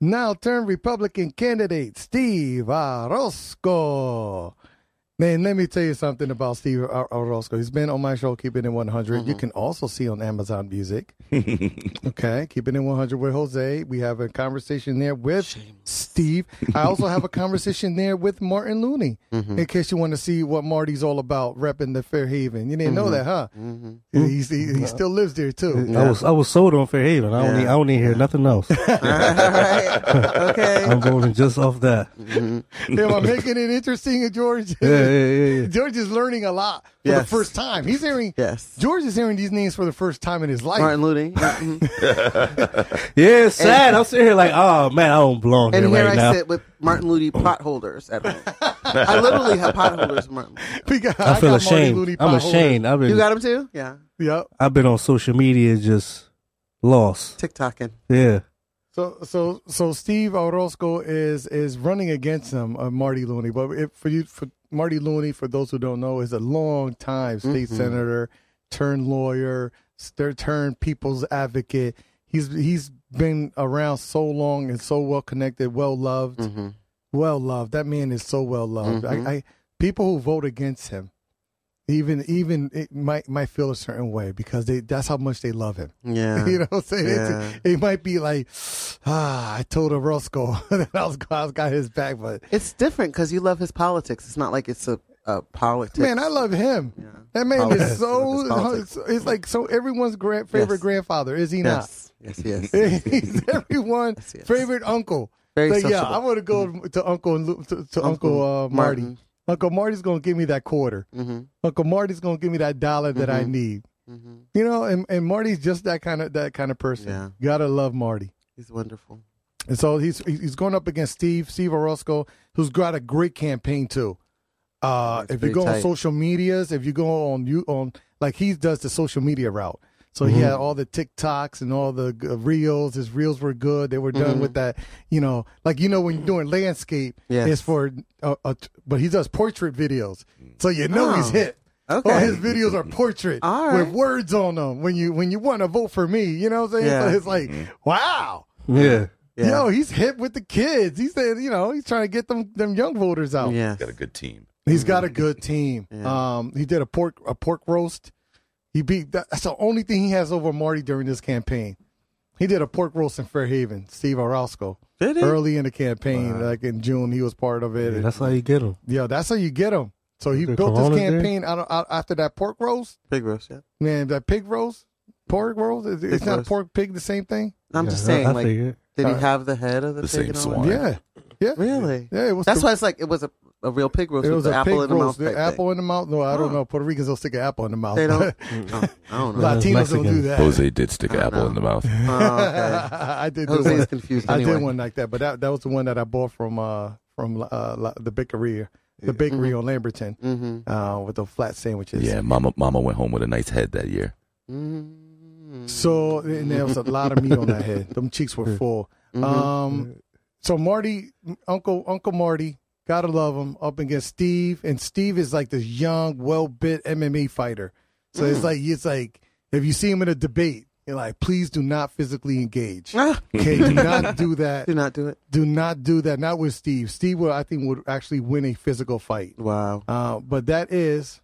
B: now turned Republican candidate Steve Orozco. Man, let me tell you something about Steve Or- Orozco. He's been on my show, Keeping It in 100. You can also see on Amazon Music. okay, Keeping It in 100 with Jose. We have a conversation there with Steve. I also have a conversation there with Martin Looney, in case you want to see what Marty's all about, repping the Fairhaven. You didn't know that, huh? He's, he, he still lives there, too.
E: I was I was sold on Fairhaven. I don't need I don't need to hear nothing else.
D: okay.
E: I'm voting just off that.
B: Am I making it interesting, George?
E: Yeah, yeah, yeah, yeah.
B: George is learning a lot for the
D: Yes.
B: first time. He's hearing.
D: Yes.
B: George is hearing these names for the first time in his life.
D: Martin Looney. Mhm.
E: Yeah, it's sad. I'm sitting here like, oh man, I don't belong
D: And
E: here
D: here
E: right
D: I
E: now.
D: sit with Martin Looney pot holders at home. I literally have pot holders. Martin.
B: We got-
E: I feel
B: got Marty
E: ashamed.
B: Looney
E: I'm
B: potholders.
E: ashamed. I've
D: You
E: been
D: got them too? Yeah.
B: Yep.
E: I've been on social media just lost.
D: TikToking.
E: Yeah.
B: So so so Steve Orozco is is running against him, uh, Marty Looney. But if, for you, for Marty Looney, for those who don't know, is a long time state
E: Mm-hmm.
B: senator, turned lawyer, st- turned people's advocate. He's he's been around so long and so well connected, well loved, well loved. That man is so well loved.
D: Mm-hmm.
B: I, I people who vote against him, even even it might might feel a certain way because they that's how much they love him.
D: Yeah.
B: You know what I'm saying?
D: Yeah.
B: It, it might be like, ah, I told Orozco that I was, I was got his back, but
D: It's different because you love his politics. It's not like it's a, a politics.
B: man, I love him. That man
D: Politics.
B: is so,
D: Politics.
B: it's, it's like so everyone's grand, favorite
D: Yes.
B: grandfather, is he
D: Yes. Yes, yes.
B: not? He's everyone's
D: yes.
B: favorite uncle.
D: Very
B: Like, yeah,
D: sociable. Mm-hmm.
B: I want to go to Uncle Lu- to, to Uncle, uh, Marty.
D: Martin. Mm-hmm.
B: Uncle Marty's gonna give me that quarter. Uncle Marty's gonna give me that dollar that
D: Mm-hmm.
B: I need. You know, and, and Marty's just that kind of that kind of person.
D: Yeah.
B: Gotta love Marty.
D: He's wonderful.
B: And so he's he's going up against Steve Steve Orozco, who's got a great campaign too. Uh, if
D: That's
B: you
D: pretty
B: go on
D: tight.
B: social medias, if you go on you on like he does the social media route. So
D: Mm-hmm.
B: he had all the TikToks and all the uh, reels. His reels were good. They were done
D: Mm-hmm.
B: with that, you know, like you know when you're doing landscape,
D: Yes.
B: it's for. Uh, uh, but he does portrait videos, so you know he's
D: Oh.
B: hit.
D: Okay.
B: All his videos are portrait
D: All right.
B: with words on them. When you when you want to vote for me, you know what I'm saying?
D: Yeah. Mm-hmm.
B: So it's like, wow.
E: Yeah.
D: Yeah.
B: Yo, he's hip with the kids. He said, you know, he's trying to get them them young voters out.
D: Yes.
A: Got a good team.
B: He's got a good team.
D: Yeah.
B: Um, he did a pork a pork roast. He beat that- that's the only thing he has over Marty during this campaign. He did a pork roast in Fairhaven, Steve Orozco.
D: Did he?
B: Early in the campaign, like in June, he was part of it.
E: Yeah,
B: And-
E: That's how you get them.
B: Yeah, that's how you get him. So he
E: The
B: built his
E: Corona there?
B: campaign out, of- out after that pork roast.
D: Big roast, yeah.
B: Man, that pig roast, pork roast. Is, is not
D: roast.
B: pork pig the same thing?
D: I'm just saying, like,
E: figured.
D: did he have the head of the,
A: The
D: pig
A: same
D: and all
A: swine.
D: that?
B: Yeah, yeah,
D: Really?
B: yeah. It was
D: That's
B: the-
D: why it's like it was a, a real pig roast
B: It
D: with
B: was
D: the
B: a
D: apple
B: pig
D: in the mouth.
B: roast. The
D: type thing.
B: apple in the mouth. No, I don't
D: Huh.
B: know. Puerto Ricans don't stick an apple in the mouth.
D: They don't. Oh, I don't know.
B: Latinos don't do
E: Mexicans.
B: that.
A: Jose did stick an apple in the mouth.
D: Oh, okay.
B: I did. do
D: Jose's
B: one.
D: confused.
B: I
D: anyway.
B: did one like that, but that that was the one that I bought from uh from uh La- the bakery, the
D: Mm-hmm.
B: bakery on Lamberton, uh with the flat sandwiches.
A: Yeah, mama, mama went home with a nice head that year.
D: Mm-hmm.
B: So and there was a lot of meat on that head. Them cheeks were full. Um, so Marty, Uncle Uncle Marty, gotta love him up against Steve, and Steve is like this young, well bit MMA fighter. So it's like it's like if you see him in a debate, you're like, please do not physically engage.
D: Ah.
B: Okay, do not do that.
D: Do not do it.
B: Do not do that. Not with Steve. Steve would I think would actually win a physical fight.
D: Wow.
B: Uh, but that is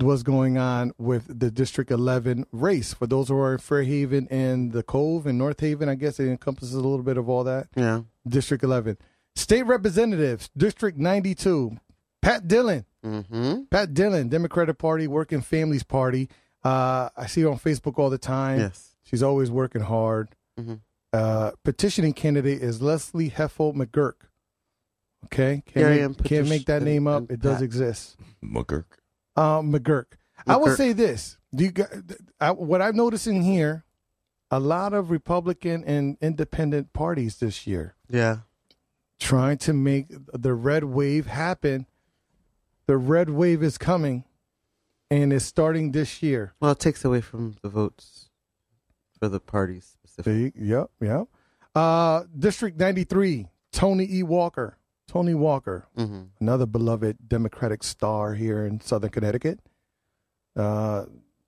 B: what's going on with the District 11 race. For those who are in Fairhaven and the Cove and North Haven, I guess it encompasses a little bit of all that.
D: Yeah.
B: District 11. State Representatives, District 92, Pat Dillon.
D: Mm-hmm.
B: Pat Dillon, Democratic Party, Working Families Party. Uh, I see her on Facebook all the time.
D: Yes. Mm-hmm.
B: She's always working hard. Uh, petitioning candidate is Leslie Heffel McGurk. Okay,
D: Gary,
B: can't
D: I'm
B: make, can't make that
D: petition-
B: name up.
D: I'm
B: It does
D: Pat.
B: exist.
A: McGurk.
B: Um, McGurk. I will
D: McGurk.
B: say this: Do you got, I, what I'm noticing here? A lot of Republican and independent parties this year
D: Yeah.
B: trying to make the red wave happen. The red wave is coming, and it's starting this year.
D: Well, it takes away from the votes for the parties specifically.
B: See, yep, yep. Uh, District 93, Tony E. Walker. Tony Walker,
D: Mhm.
B: another beloved Democratic star here in Southern Connecticut. Uh,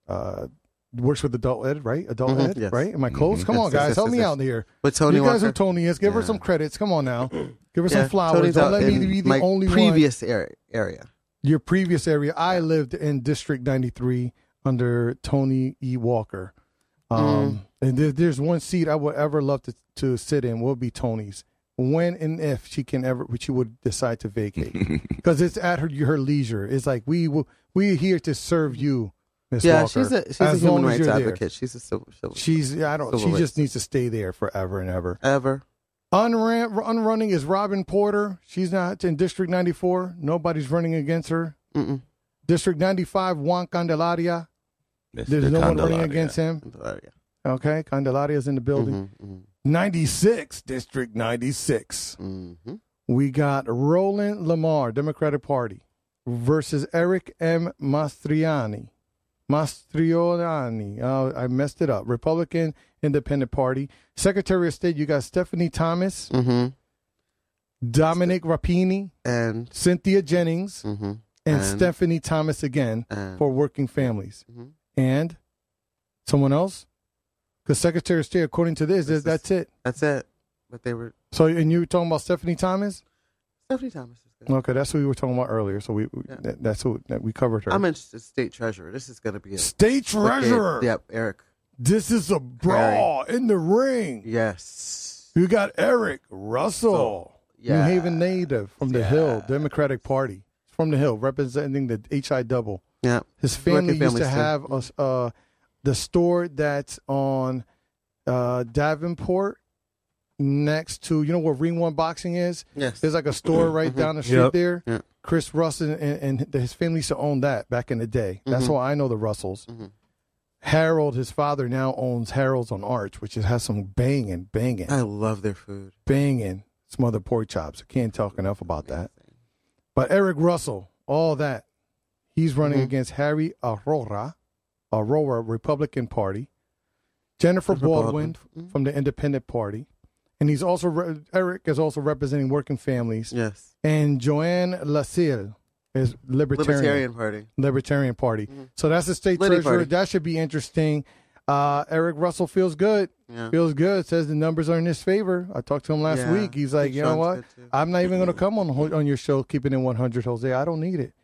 B: uh, works with adult ed, right? Adult
D: Mhm,
B: ed,
D: yes.
B: right? Am I close? Come on,
D: Yes, yes,
B: guys,
D: yes,
B: help
D: yes,
B: me
D: yes.
B: out here.
D: But Tony
B: you guys
D: Walker.
B: are Tony. Let's give her
D: Yeah.
B: some credits. Come on now, give her
D: Yeah,
B: some flowers.
D: Tony's
B: Don't
D: out
B: let me
D: in
B: be the
D: my
B: only one
D: previous area. area.
B: your previous area. I lived in District 93 under Tony E. Walker. Um,
D: Mm-hmm.
B: And if there's one seat I would ever love to, to sit in will be Tony's. When and if she can ever, she would decide to vacate, because it's at her her leisure. It's like we will, we are here to serve you, Miss
D: Yeah,
B: Walker.
D: she's a she's
B: as
D: a human
B: long as
D: rights
B: you're there.
D: advocate. She's a civil, civil
B: She's I don't.
D: Civil
B: She
D: rights.
B: just needs to stay there forever and ever.
D: ever.
B: Unran, unrunning is Robin Porter. She's not in District 94. Nobody's running against her.
D: Mm-mm.
B: District 95, Juan Candelaria.
A: Mr.
B: There's no one running
A: Candelaria.
B: against him.
D: But, yeah.
B: Okay, Candelaria's in the building.
D: Mhm, mhm,
B: 96, District 96.
D: mhm.
B: We got Roland Lamar, Democratic Party, versus Eric M. Mastriani. Mastriani. Oh, I messed it up. Republican Independent Party. Secretary of State, you got Stephanie Thomas,
D: Mhm.
B: Dominic Rapini,
D: And
B: Cynthia Jennings,
D: mhm.
B: and,
D: And-
B: Stephanie Thomas again
D: And-
B: for working families.
D: Mhm.
B: And someone else? Because Secretary of State, according to this,
D: This is-
B: that's it.
D: that's it. But they were
B: So, and you were talking about Stephanie Thomas?
D: Stephanie Thomas is good.
B: Okay, that's who we were talking about earlier. So we
D: Yeah.
B: that, that's who that we covered her.
D: I'm interested. State treasurer. This is going to be a
B: State treasurer.
D: Okay, Yep, Eric.
B: This is a brawl in the ring.
D: Yes.
B: You got Eric Russell,
D: Yeah.
B: New Haven native from the Hill Democratic Party, from the Hill, representing the HI double.
D: Yeah.
B: His
D: Working
B: family used
D: family
B: to
D: store.
B: have us uh, the store that's on uh, Davenport next to you know where Ring One Boxing is.
D: Yes.
B: There's like a store right down the street
E: Yep.
B: there.
D: Yeah.
B: Chris Russell and, and his family used to own that back in the day. That's why I know the Russells. Harold, his father, now owns Harold's on Arch, which is, has some banging, banging,
D: I love their food.
B: banging smothered pork chops. I can't talk enough about that. But Eric Russell, all that, he's running against Harry Aurora, Aurora Republican Party, Jennifer Baldwin, Mm-hmm. from the Independent Party, and he's also re- Eric is also representing working families,
D: Yes.
B: and Joanne Lassille is libertarian libertarian,
D: Libertarian Party.
B: Party. So that's the state
D: Liddy
B: treasurer.
D: party.
B: That should be interesting. Uh, Eric Russell feels good.
D: Yeah.
B: Feels good. Says the numbers are in his favor. I talked to him last
D: Yeah.
B: week. He's like,
D: Big
B: you know
D: Sean's
B: what?
D: good too.
B: I'm not even going to come on ho- on your show, keeping it 100, Jose. I don't need it.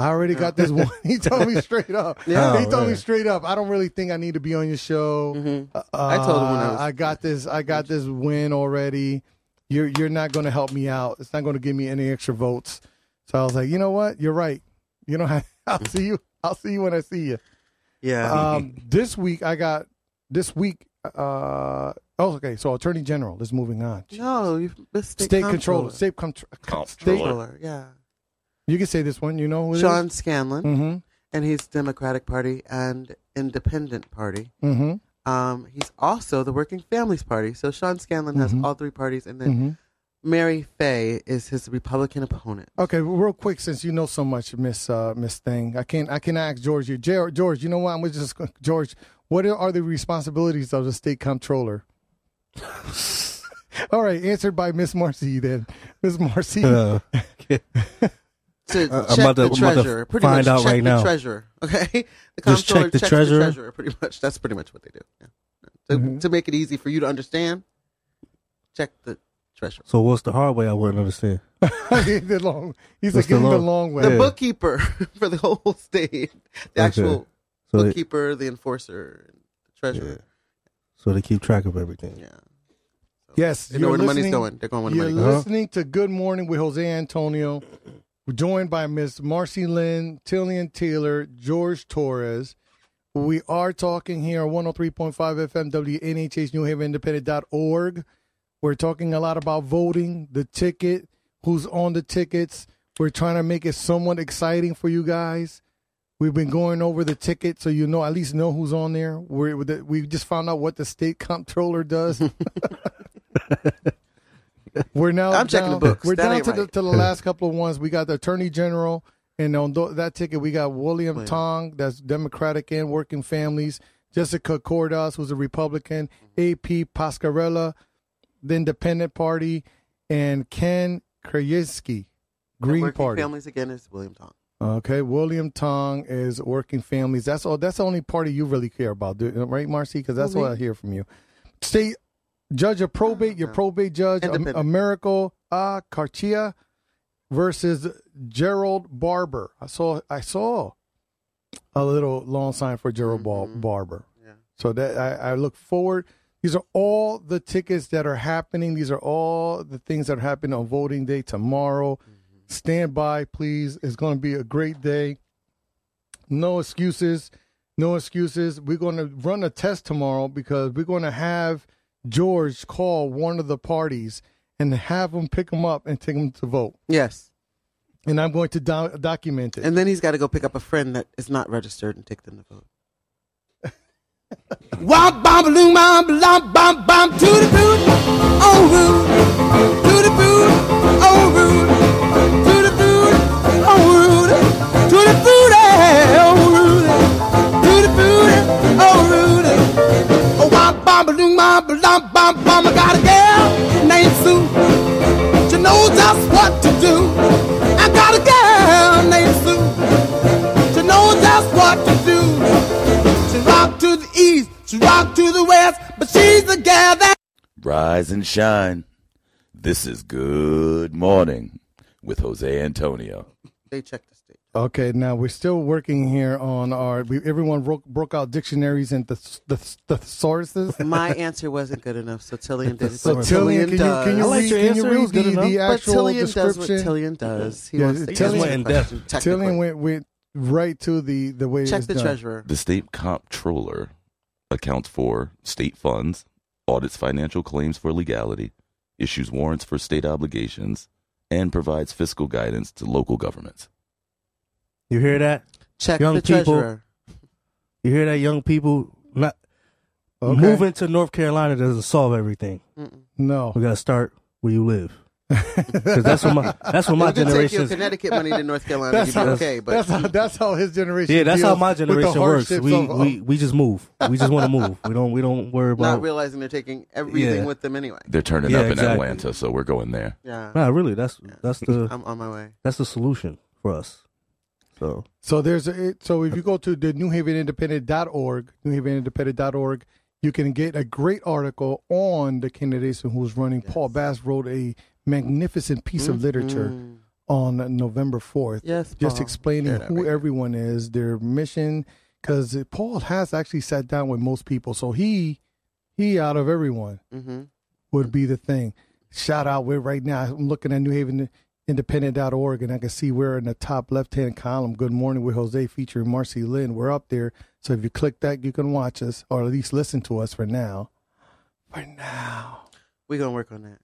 B: I already got this one. He told me straight up.
D: Yeah. Mm-hmm.
B: he
E: Oh,
B: told me
E: right.
B: straight up. I don't really think I need to be on your show. Uh,
D: I told him when I was-
B: I got this. I got this win already. You're you're not going to help me out. It's not going to give me any extra votes. So I was like, you know what? You're right. You know, I'll see you. I'll see you when I see you
D: Yeah.
B: um, this week I got this week. Uh, oh, okay. So Attorney General is moving on.
D: no, you missed
B: state, controller. State contr- State,
A: Controller.
D: Controller. Yeah.
B: you can say this one. You know who it is?
D: Sean Scanlon,
B: Mm-hmm.
D: and he's Democratic Party and Independent Party.
B: Mm-hmm.
D: Um, he's also the Working Families Party. So Sean Scanlon
B: Mm-hmm.
D: has all three parties, and then
B: Mhm.
D: Mary Fay is his Republican opponent.
B: Okay, well, real quick, since you know so much, Miss uh, Miss Thing, I can't I can ask George. You, Ger- George, you know what? I'm gonna just George. What are the responsibilities of the state comptroller? All right, answered by Miss Marcy. Then Miss Marcy.
E: Uh,
D: to
E: I'm
D: check
E: about to-
D: the
E: I'm about to
D: treasurer. Pretty
E: find
D: much
E: out
D: check
E: right
D: the
E: now.
D: treasurer. Okay, the
E: Just check
D: comptroller
E: the
D: checks
E: treasurer? Mm-hmm.
D: the treasurer. Pretty much. That's pretty much what they do. Yeah. To, to make it easy for you to understand, check the treasurer.
E: so what's the hard way? I wouldn't understand.
B: the long. He's like
E: That's the
B: give him the
E: long-
B: long way.
E: Yeah.
D: The bookkeeper for the whole state, the actual
E: So they,
D: bookkeeper, the enforcer, the treasurer.
E: so they keep track of
D: Yeah,
E: everything.
B: Yes,
D: they know where the money's
B: listening-
D: going. They're going where the
B: You're
D: money goes.
B: listening to Good Morning with Jose Antonio, joined by Miss Marcy Lynn, Tillian Taylor, George Torres. We are talking here on 103.5 FM, WNHH, New Haven Independent.org. We're talking a lot about voting, the ticket, who's on the tickets. We're trying to make it somewhat exciting for you guys. We've been going over the ticket so you know, at least know who's on there. We're, we just found out what the state comptroller does. we're now
D: I'm checking
B: down-
D: the books.
B: We're
D: That
B: down
D: ain't
B: to, the,
D: right.
B: to the last couple of ones. We got the attorney general, and on tho- that ticket, we got William Tong, that's Democratic and Working Families, Jessica Cordas, who's a Republican, AP Pascarella, the Independent Party, and Ken Krajewski, Green
D: Working
B: Party.
D: Families again is William Tong.
B: Okay, William Tong is working families. That's all. That's the only party you really care about, do- right, Marcy? Because that's what I hear from you. State judge of probate, your probate judge, a,
D: Independent.
B: a miracle, ah, Cartia versus Gerald Barber. I saw, I saw a little lawn sign for Gerald Bar- Barber. So that I, I look forward. These are all the tickets that are happening. These are all the things that are happening on voting day tomorrow. Stand by, please. It's going to be a great day. No excuses. No excuses. We're going to run a test tomorrow because we're going to have George call one of the parties and have them pick them up and take them to vote.
D: Yes.
B: And I'm going to do- document it.
D: And then he's got to go pick up a friend that is not registered and take them to vote.
C: Wop bomb loom bomb lump bomb bomb to the boot oh rude to the boot oh rude to the boot oh rude to the boot oh rude to the boot oh rude oh wop bomb loom bomb lump bomb bomb I got a girl named Sue she knows just what to do I got a girl named Sue she knows just what to do. She rock to the east, she rock to the west, but she's the gal that
A: Rise and shine. This is Good Morning with Jose Antonio.
D: They check the state.
B: Okay, now we're still working here on our. We, everyone broke, broke out dictionaries and the the, the sources.
D: My answer wasn't good enough, so Tillian did it.
B: So Tillian, can you can you
E: I like
B: read,
E: your
B: can you
E: answer, it
B: read
E: was good
B: the, the
D: but
B: actual
D: Tillian does what
B: description?
D: Tillian does. He
B: Yeah,
D: wants to
B: Tillian
D: answer the
E: went in
D: question technically.
B: Tillian went went right to the the way. it
D: Check
B: was
D: the
B: done.
D: treasurer.
A: The state comptroller accounts for state funds, audits financial claims for legality, issues warrants for state obligations, and provides fiscal guidance to local governments.
E: You hear that?
D: Check
E: Young
D: the
E: people.
D: treasurer.
E: You hear that, young people? Not
B: Okay.
E: moving to North Carolina doesn't solve everything.
B: No,
E: We gotta start where you live, because that's what my that's what my
D: you can take your
E: generation.
D: Connecticut money to North Carolina,
B: that's
D: you'd be
B: how,
D: okay. But
B: that's how that's how his generation.
E: Yeah, that's
B: deals
E: how my
B: with the
E: generation works.
B: hardships
E: We,
B: of- of-
E: we we just move. We just want to move. We don't we don't worry
D: uh, not
E: about.
D: realizing they're taking everything
E: Yeah.
D: with them anyway.
A: They're turning
E: Yeah,
A: up in
E: exactly.
A: Atlanta, so we're going there.
D: Yeah,
E: Nah, really. That's that's the
D: I'm on my way.
E: that's the solution for us. So
B: So there's a, it- so if you go to the New Haven Independent.org, newhavenindependent.org, you can get a great article on the candidates and who's running. Paul Bass wrote a magnificent piece of literature
D: Mm.
B: on November 4th.
D: Yes,
B: Just
D: Paul.
B: explaining
D: Share Mm-hmm. that
B: who
D: right now.
B: everyone is, their mission, because Paul has actually sat down with most people. So he, he out of everyone
D: Mm-hmm.
B: would be the thing. Shout out, we're right now. I'm looking at newhavenindependent.org and I can see we're in the top left hand column. Good morning with Jose featuring Marcy Lynn. We're up there. So if you click that, you can watch us or at least listen to us for now. For now.
D: We're gonna work on that.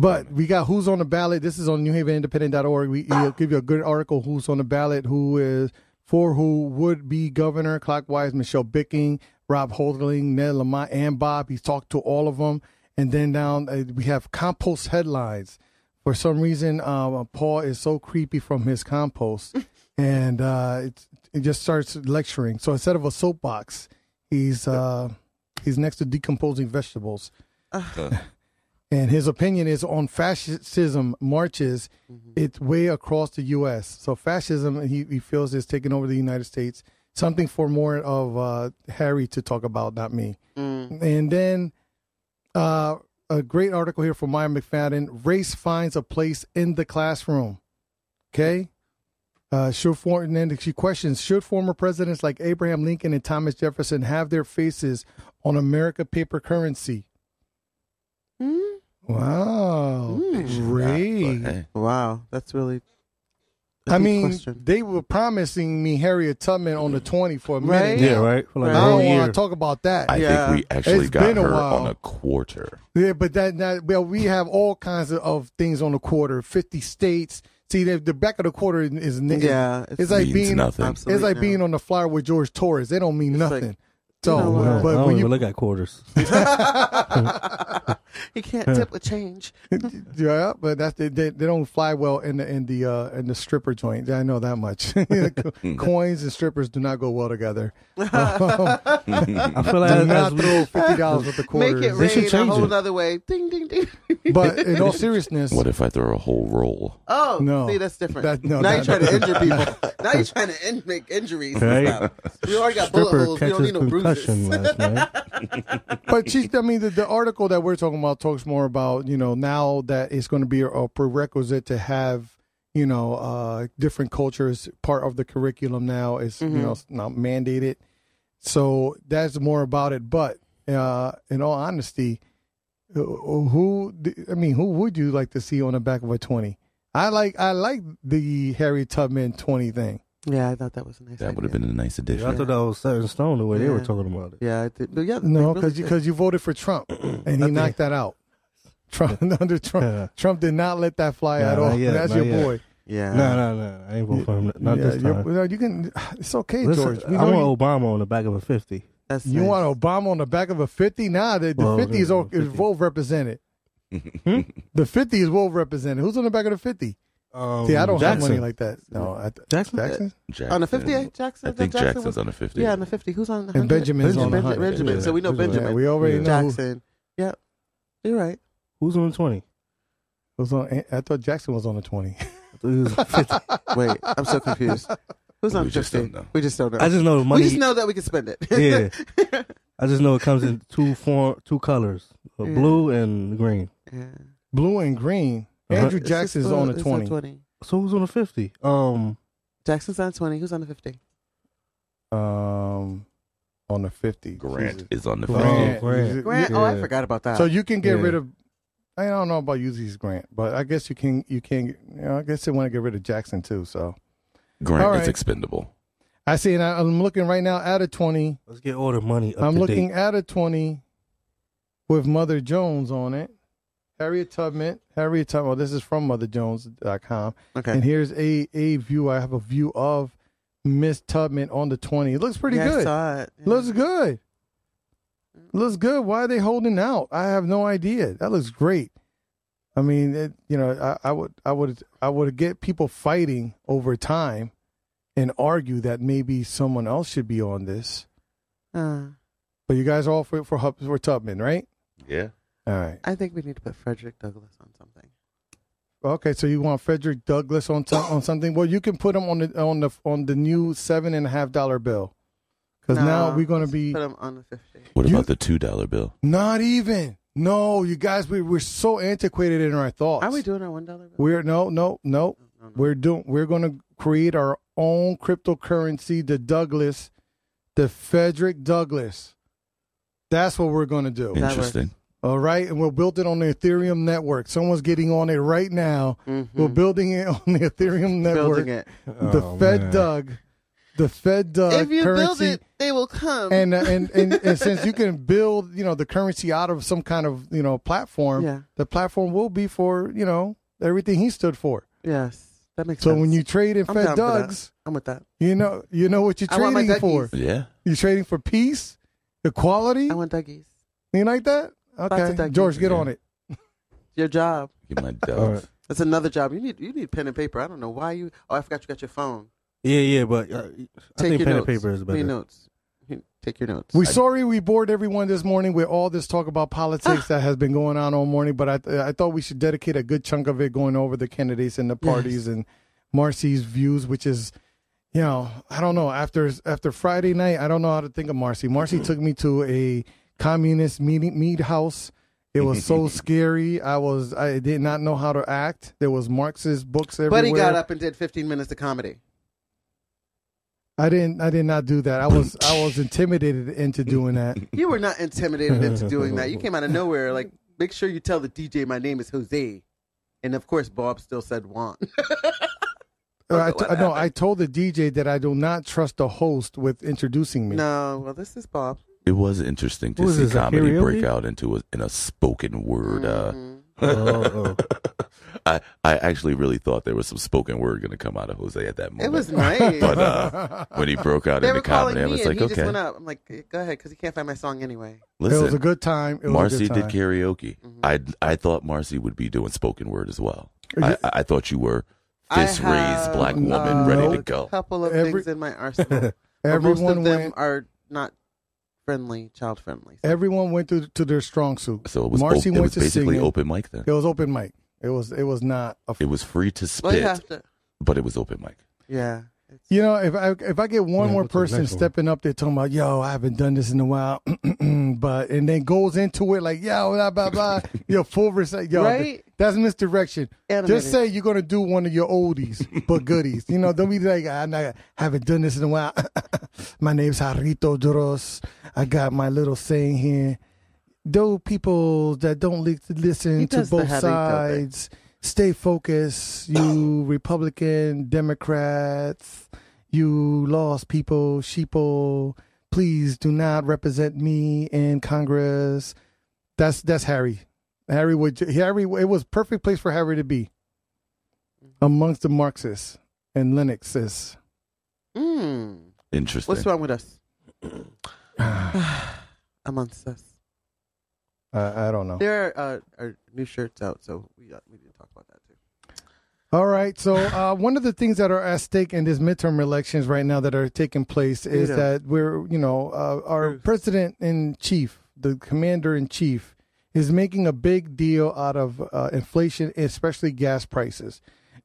B: But we got who's on the ballot. This is on newhavenindependent.org. We it'll give you a good article who's on the ballot, who is for who would be governor clockwise, Michelle Bicking, Rob Holding, Ned Lamont, and Bob. He's talked to all of them. And then down uh, we have compost headlines. For some reason, um, Paul is so creepy from his compost, and uh, it, it just starts lecturing. So instead of a soapbox, he's uh, he's next to decomposing vegetables and his opinion is on fascism marches it's way across the U.S. So fascism, he, he feels, is taking over the United States. Something for more of uh, Harry to talk about, not me. And then uh, a great article here from Maya McFadden: "Race finds a place in the classroom." Okay. Uh, should for, and then she questions: Should former presidents like Abraham Lincoln and Thomas Jefferson have their faces on America paper currency? Wow,
A: But
B: Hmm? great!
A: hey,
D: Wow, that's really
B: I mean,
D: question.
B: they were promising me Harriet Tubman on the 20 for a
D: Right?
B: minute.
E: Yeah,
B: now.
E: right. For like
D: Right.
E: a
B: I
E: whole
B: don't want
E: year.
B: to talk about that.
A: I
D: Yeah.
A: think we actually
B: It's
A: got
B: been a
A: her
B: while.
A: on a quarter.
B: Yeah, but that, that well, we have all kinds of, of things on the quarter. Fifty states. See, the, the back of the quarter is, is
D: Yeah,
B: It's,
D: it's
B: like
A: Means
B: being
A: nothing.
D: absolutely
B: it's like
D: no.
B: being on the flyer with George Torres. They don't mean
D: It's
B: nothing.
D: like,
B: so,
D: you know what?
E: I
B: but
E: don't
B: when
E: even
B: you
E: look at quarters.
D: You can't tip with change.
B: yeah, but that's they, they, they don't fly well in the in the uh, in the stripper joint. I know that much. Coins and strippers do not go well together.
E: I feel like
B: Do
E: as
B: not
E: we,
B: throw fifty dollars with the
D: Make
B: quarters.
D: it
E: They should
D: rain a
E: change
D: whole
E: it.
D: other way. Ding ding ding.
B: But in all seriousness,
A: What if I throw a whole roll?
D: Oh,
B: No.
D: see that's different.
B: That- no,
D: now
B: that-
D: you're trying to injure people. now you're trying to in- make injuries. and
E: Right.
D: stuff. We already got bullet
E: stripper
D: holes. We don't
E: catches
D: need no
E: concussion
D: bruises.
E: last night.
B: but she's, I mean, the, the article that we're talking about talks more about, you know, now that it's going to be a, prerequisite to have, you know, uh, different cultures part of the curriculum now. It's,
D: Mm-hmm.
B: you know, it's not mandated. So that's more about it. But uh, in all honesty, uh, who, I mean, who would you like to see on the back of a 20? I like, I like the Harry Tubman 20 thing.
D: Yeah, I thought that was a nice.
A: That would have
D: idea.
A: been a nice
E: I
A: addition.
E: thought that was set in stone the way they were
D: Yeah.
E: talking about it.
D: Yeah, I did. But yeah,
B: No,
D: they
B: because
D: really
B: you,
D: did.
B: cause you voted for Trump and he
E: think-
B: knocked that out. Trump under Trump,
E: Yeah.
B: Trump did not let that fly
E: Nah,
B: at all.
E: not yet,
B: That's
E: not
B: your
E: yet.
B: boy.
D: yeah,
E: No, no, no. I ain't voting for him. Not
B: Yeah,
E: this
B: you're-
E: time.
B: no, you can. It's okay,
E: Listen,
B: George.
E: I
B: We know you,
E: want Obama on the back of a 50.
D: that's
B: you
D: nice.
B: want Obama on the back of a fifty? Nah, the, the
E: Well, Hmm?
B: fifty is,
E: yeah,
B: all, is
E: 50.
B: well represented. the fifty is well represented. Who's on the back of the fifty?
E: Um,
B: See, I don't
E: Jackson.
B: have money like that. No, I,
D: Uh,
E: Jackson?
B: Jackson
A: Jackson.
D: on a fifty. eh? Jackson.
A: I think
D: Jackson
A: Jackson's
D: was,
A: on a 50.
D: Yeah, on the fifty. Who's on? the
B: and
D: 100?
B: Benjamin's on the
D: Benjamin.
B: hundred.
D: Benjamin.
E: Yeah.
D: So we know
E: Who's on-
B: Yeah,
D: Benjamin.
B: we already know
E: Yeah.
B: who-
D: Jackson. Yep. You're right.
E: Who's on the 20?
B: was on. I thought Jackson was on the twenty.
E: Who's on 50?
D: Wait, I'm so confused. Who's on
A: We just
D: 50?
A: don't know.
D: We just don't know.
E: I just know the
D: we
E: money.
D: just know that we can spend it.
E: yeah. I just know it comes in two form, two colors, uh,
D: Yeah.
E: blue and green.
D: Yeah.
B: Blue and green.
E: Uh-huh.
B: Andrew
D: It's
B: Jackson's
D: just, uh,
B: on the
D: it's
B: twenty.
E: So who's on the 50? Um,
D: Jackson's on 20. Who's on the 50?
B: Um, on the fifty.
A: Grant
B: Jesus.
A: is on the
E: Grant.
A: 50.
E: Oh, Grant.
D: Grant?
E: Yeah.
D: Oh, I forgot about that.
B: So you can get
E: Yeah.
B: rid of. I don't know about Uzi's Grant, but I guess you can. You can. You know, I guess they want to get rid of Jackson too. So
A: Grant
B: All
A: is
B: right.
A: expendable.
B: I see, and I, I'm looking right now at a twenty.
E: let's get all the money up
B: I'm
E: to
B: looking
E: date.
B: at a twenty with Mother Jones on it. Harriet Tubman. Harriet Tubman. Well, this is from MotherJones.com,
D: okay.
B: and here's a a view. I have a view of Miss Tubman on the twenty. It looks pretty
D: Yeah, I
B: good.
D: saw it. Yeah.
B: Looks good. Looks good. Why are they holding out? I have no idea. That looks great. I mean, it, you know, I, I would, I would, I would get people fighting over time, and argue that maybe someone else should be on this.
D: Uh,
B: But you guys are all for for, Hub- for Tubman, right?
A: Yeah.
B: All right.
D: I think we need to put Frederick Douglass on something.
B: Okay. So you want Frederick Douglass on some- on something? Well, you can put him on the on the on the new seven and a half dollar bill, because now
D: No,
B: we're gonna
D: let's
B: be
D: Put him on the 50.
A: What
B: You-
A: about the $2 bill?
B: Not even. No, you guys, we, we're so antiquated in our thoughts.
D: Are we doing our $1 bill?
B: We're no, no, no.
D: No, no.
B: We're doing. We're going to create our own cryptocurrency, the Douglas, the Frederick Douglass. That's what we're going to do.
D: Yeah.
A: Interesting.
B: All right, and we'll build it on the Ethereum network. Someone's getting on it right now.
D: Mhm.
B: We're building it on the Ethereum network.
D: building it.
B: The
E: Oh,
B: Fed
E: man.
B: Doug, the Fed Doug
D: if you
B: uh, currency
D: build it, um, they will come.
B: and, uh, and and and since you can build you know the currency out of some kind of you know platform
D: Yeah.
B: the platform will be for you know everything he stood for
D: yes, that makes
B: so
D: sense.
B: when you trade in
D: I'm
B: fed
D: down for that.
B: dugs
D: I'm with that.
B: you know you know what you're
D: I want my
B: trading for
D: Duggies.
A: Yeah.
B: you're trading for peace equality
D: I want Dougies.
B: you like that
D: of
B: okay
D: Duggies.
B: george get
A: Yeah.
B: on it
D: Your job.
A: Get my
E: All
A: dog.
E: right.
D: That's another job. You need you need pen and paper. I don't know why you. Oh, I forgot you got your phone.
E: Yeah, yeah, but uh, I
D: Take your
E: think pen
D: notes.
E: and paper is
D: Take
E: better.
D: your notes. You- Take your notes.
B: we sorry we bored everyone this morning with all this talk about politics
D: Ah.
B: that has been going on all morning but i th- i thought we should dedicate a good chunk of it going over the candidates and the parties and marcy's views which is you know, I don't know. After after Friday night, I don't know how to think of Marcy.
D: Mm-hmm.
B: Marcy took me to a communist meat meat house. It was so scary. I was I did not know how to act. There was Marxist books everywhere.
D: but he got up and did 15 minutes of comedy.
B: I didn't. I did not do that. I was I was intimidated into doing that.
D: You were not intimidated into doing that. You came out of nowhere. Like, make sure you tell the DJ my name is Jose. And of course, Bob still said Juan.
B: I, t- uh, no, I told the DJ that I do not trust the host with introducing me.
D: No, well, this is Bob.
A: It was interesting to
E: What was
A: see
E: this, a
A: comedy
E: karaoke?
A: break out into a, in a spoken word.
D: Mhm.
E: Oh, oh.
A: Uh, I I actually really thought there was some spoken word going to come out of Jose at that moment.
D: It was nice.
A: but uh, when he broke out
D: they
A: into
D: were calling
A: comedy,
D: me,
A: I was
D: and
A: like,
D: he just
A: okay,
D: went up. I'm like, go ahead, because he can't find my song anyway.
B: it was a
A: listen,
B: good time. It was
A: Marcy
B: a good
A: did
B: time.
A: karaoke.
D: Mm-hmm.
A: I I thought Marcy would be doing spoken word as well. I, I I thought you were
D: I
A: this raised
D: have,
A: black woman
D: uh,
A: ready to
B: Nope.
A: go.
D: A couple of
B: Every-
D: things in my arsenal. but most
B: Everyone
D: of them
B: went.
D: are not friendly, child friendly.
B: Everyone went to, to their strong suit.
A: So it was
B: Marcy
A: op- it
B: went
A: was
B: to
A: basically
B: singing.
A: open mic then.
B: It was open mic. It was it was not a
A: It was free to spit,
D: well, you have to.
A: but it was open mic.
D: Yeah. It's,
B: You know, if I if I get one
E: Yeah,
B: more
E: what's the
B: person
E: next one?
B: stepping up there talking about, yo, I haven't done this in a while, but and then goes into it like, yo, blah blah blah, yo, full recite, yo,
D: Right?
B: th- that's misdirection.
D: Animated.
B: Just say you're gonna do one of your oldies but goodies. You know, don't be like, I not, haven't done this in a while. my name's Jarrito Duros. I got my little saying here. Though people that don't li- listen
D: He
B: to
D: does the
B: both
D: Jarrito thing.
B: sides stay focused, you Republican Democrats, you lost people, sheeple. Please do not represent me in Congress. That's that's Harry. Harry would Harry. It was perfect place for Harry to be
D: Mm-hmm.
B: amongst the Marxists and Lennoxists.
D: Mm.
A: Interesting.
D: What's wrong with us? Amongst us.
B: Uh, I don't know.
D: There are, uh, are new shirts out, so we, uh, we need to talk about that too.
B: All right. So uh, one of the things that are at stake in these midterm elections right now that are taking place is
D: Veto.
B: that we're, you know, uh, our president in chief, the commander in chief, is making a big deal out of uh, inflation, especially gas prices,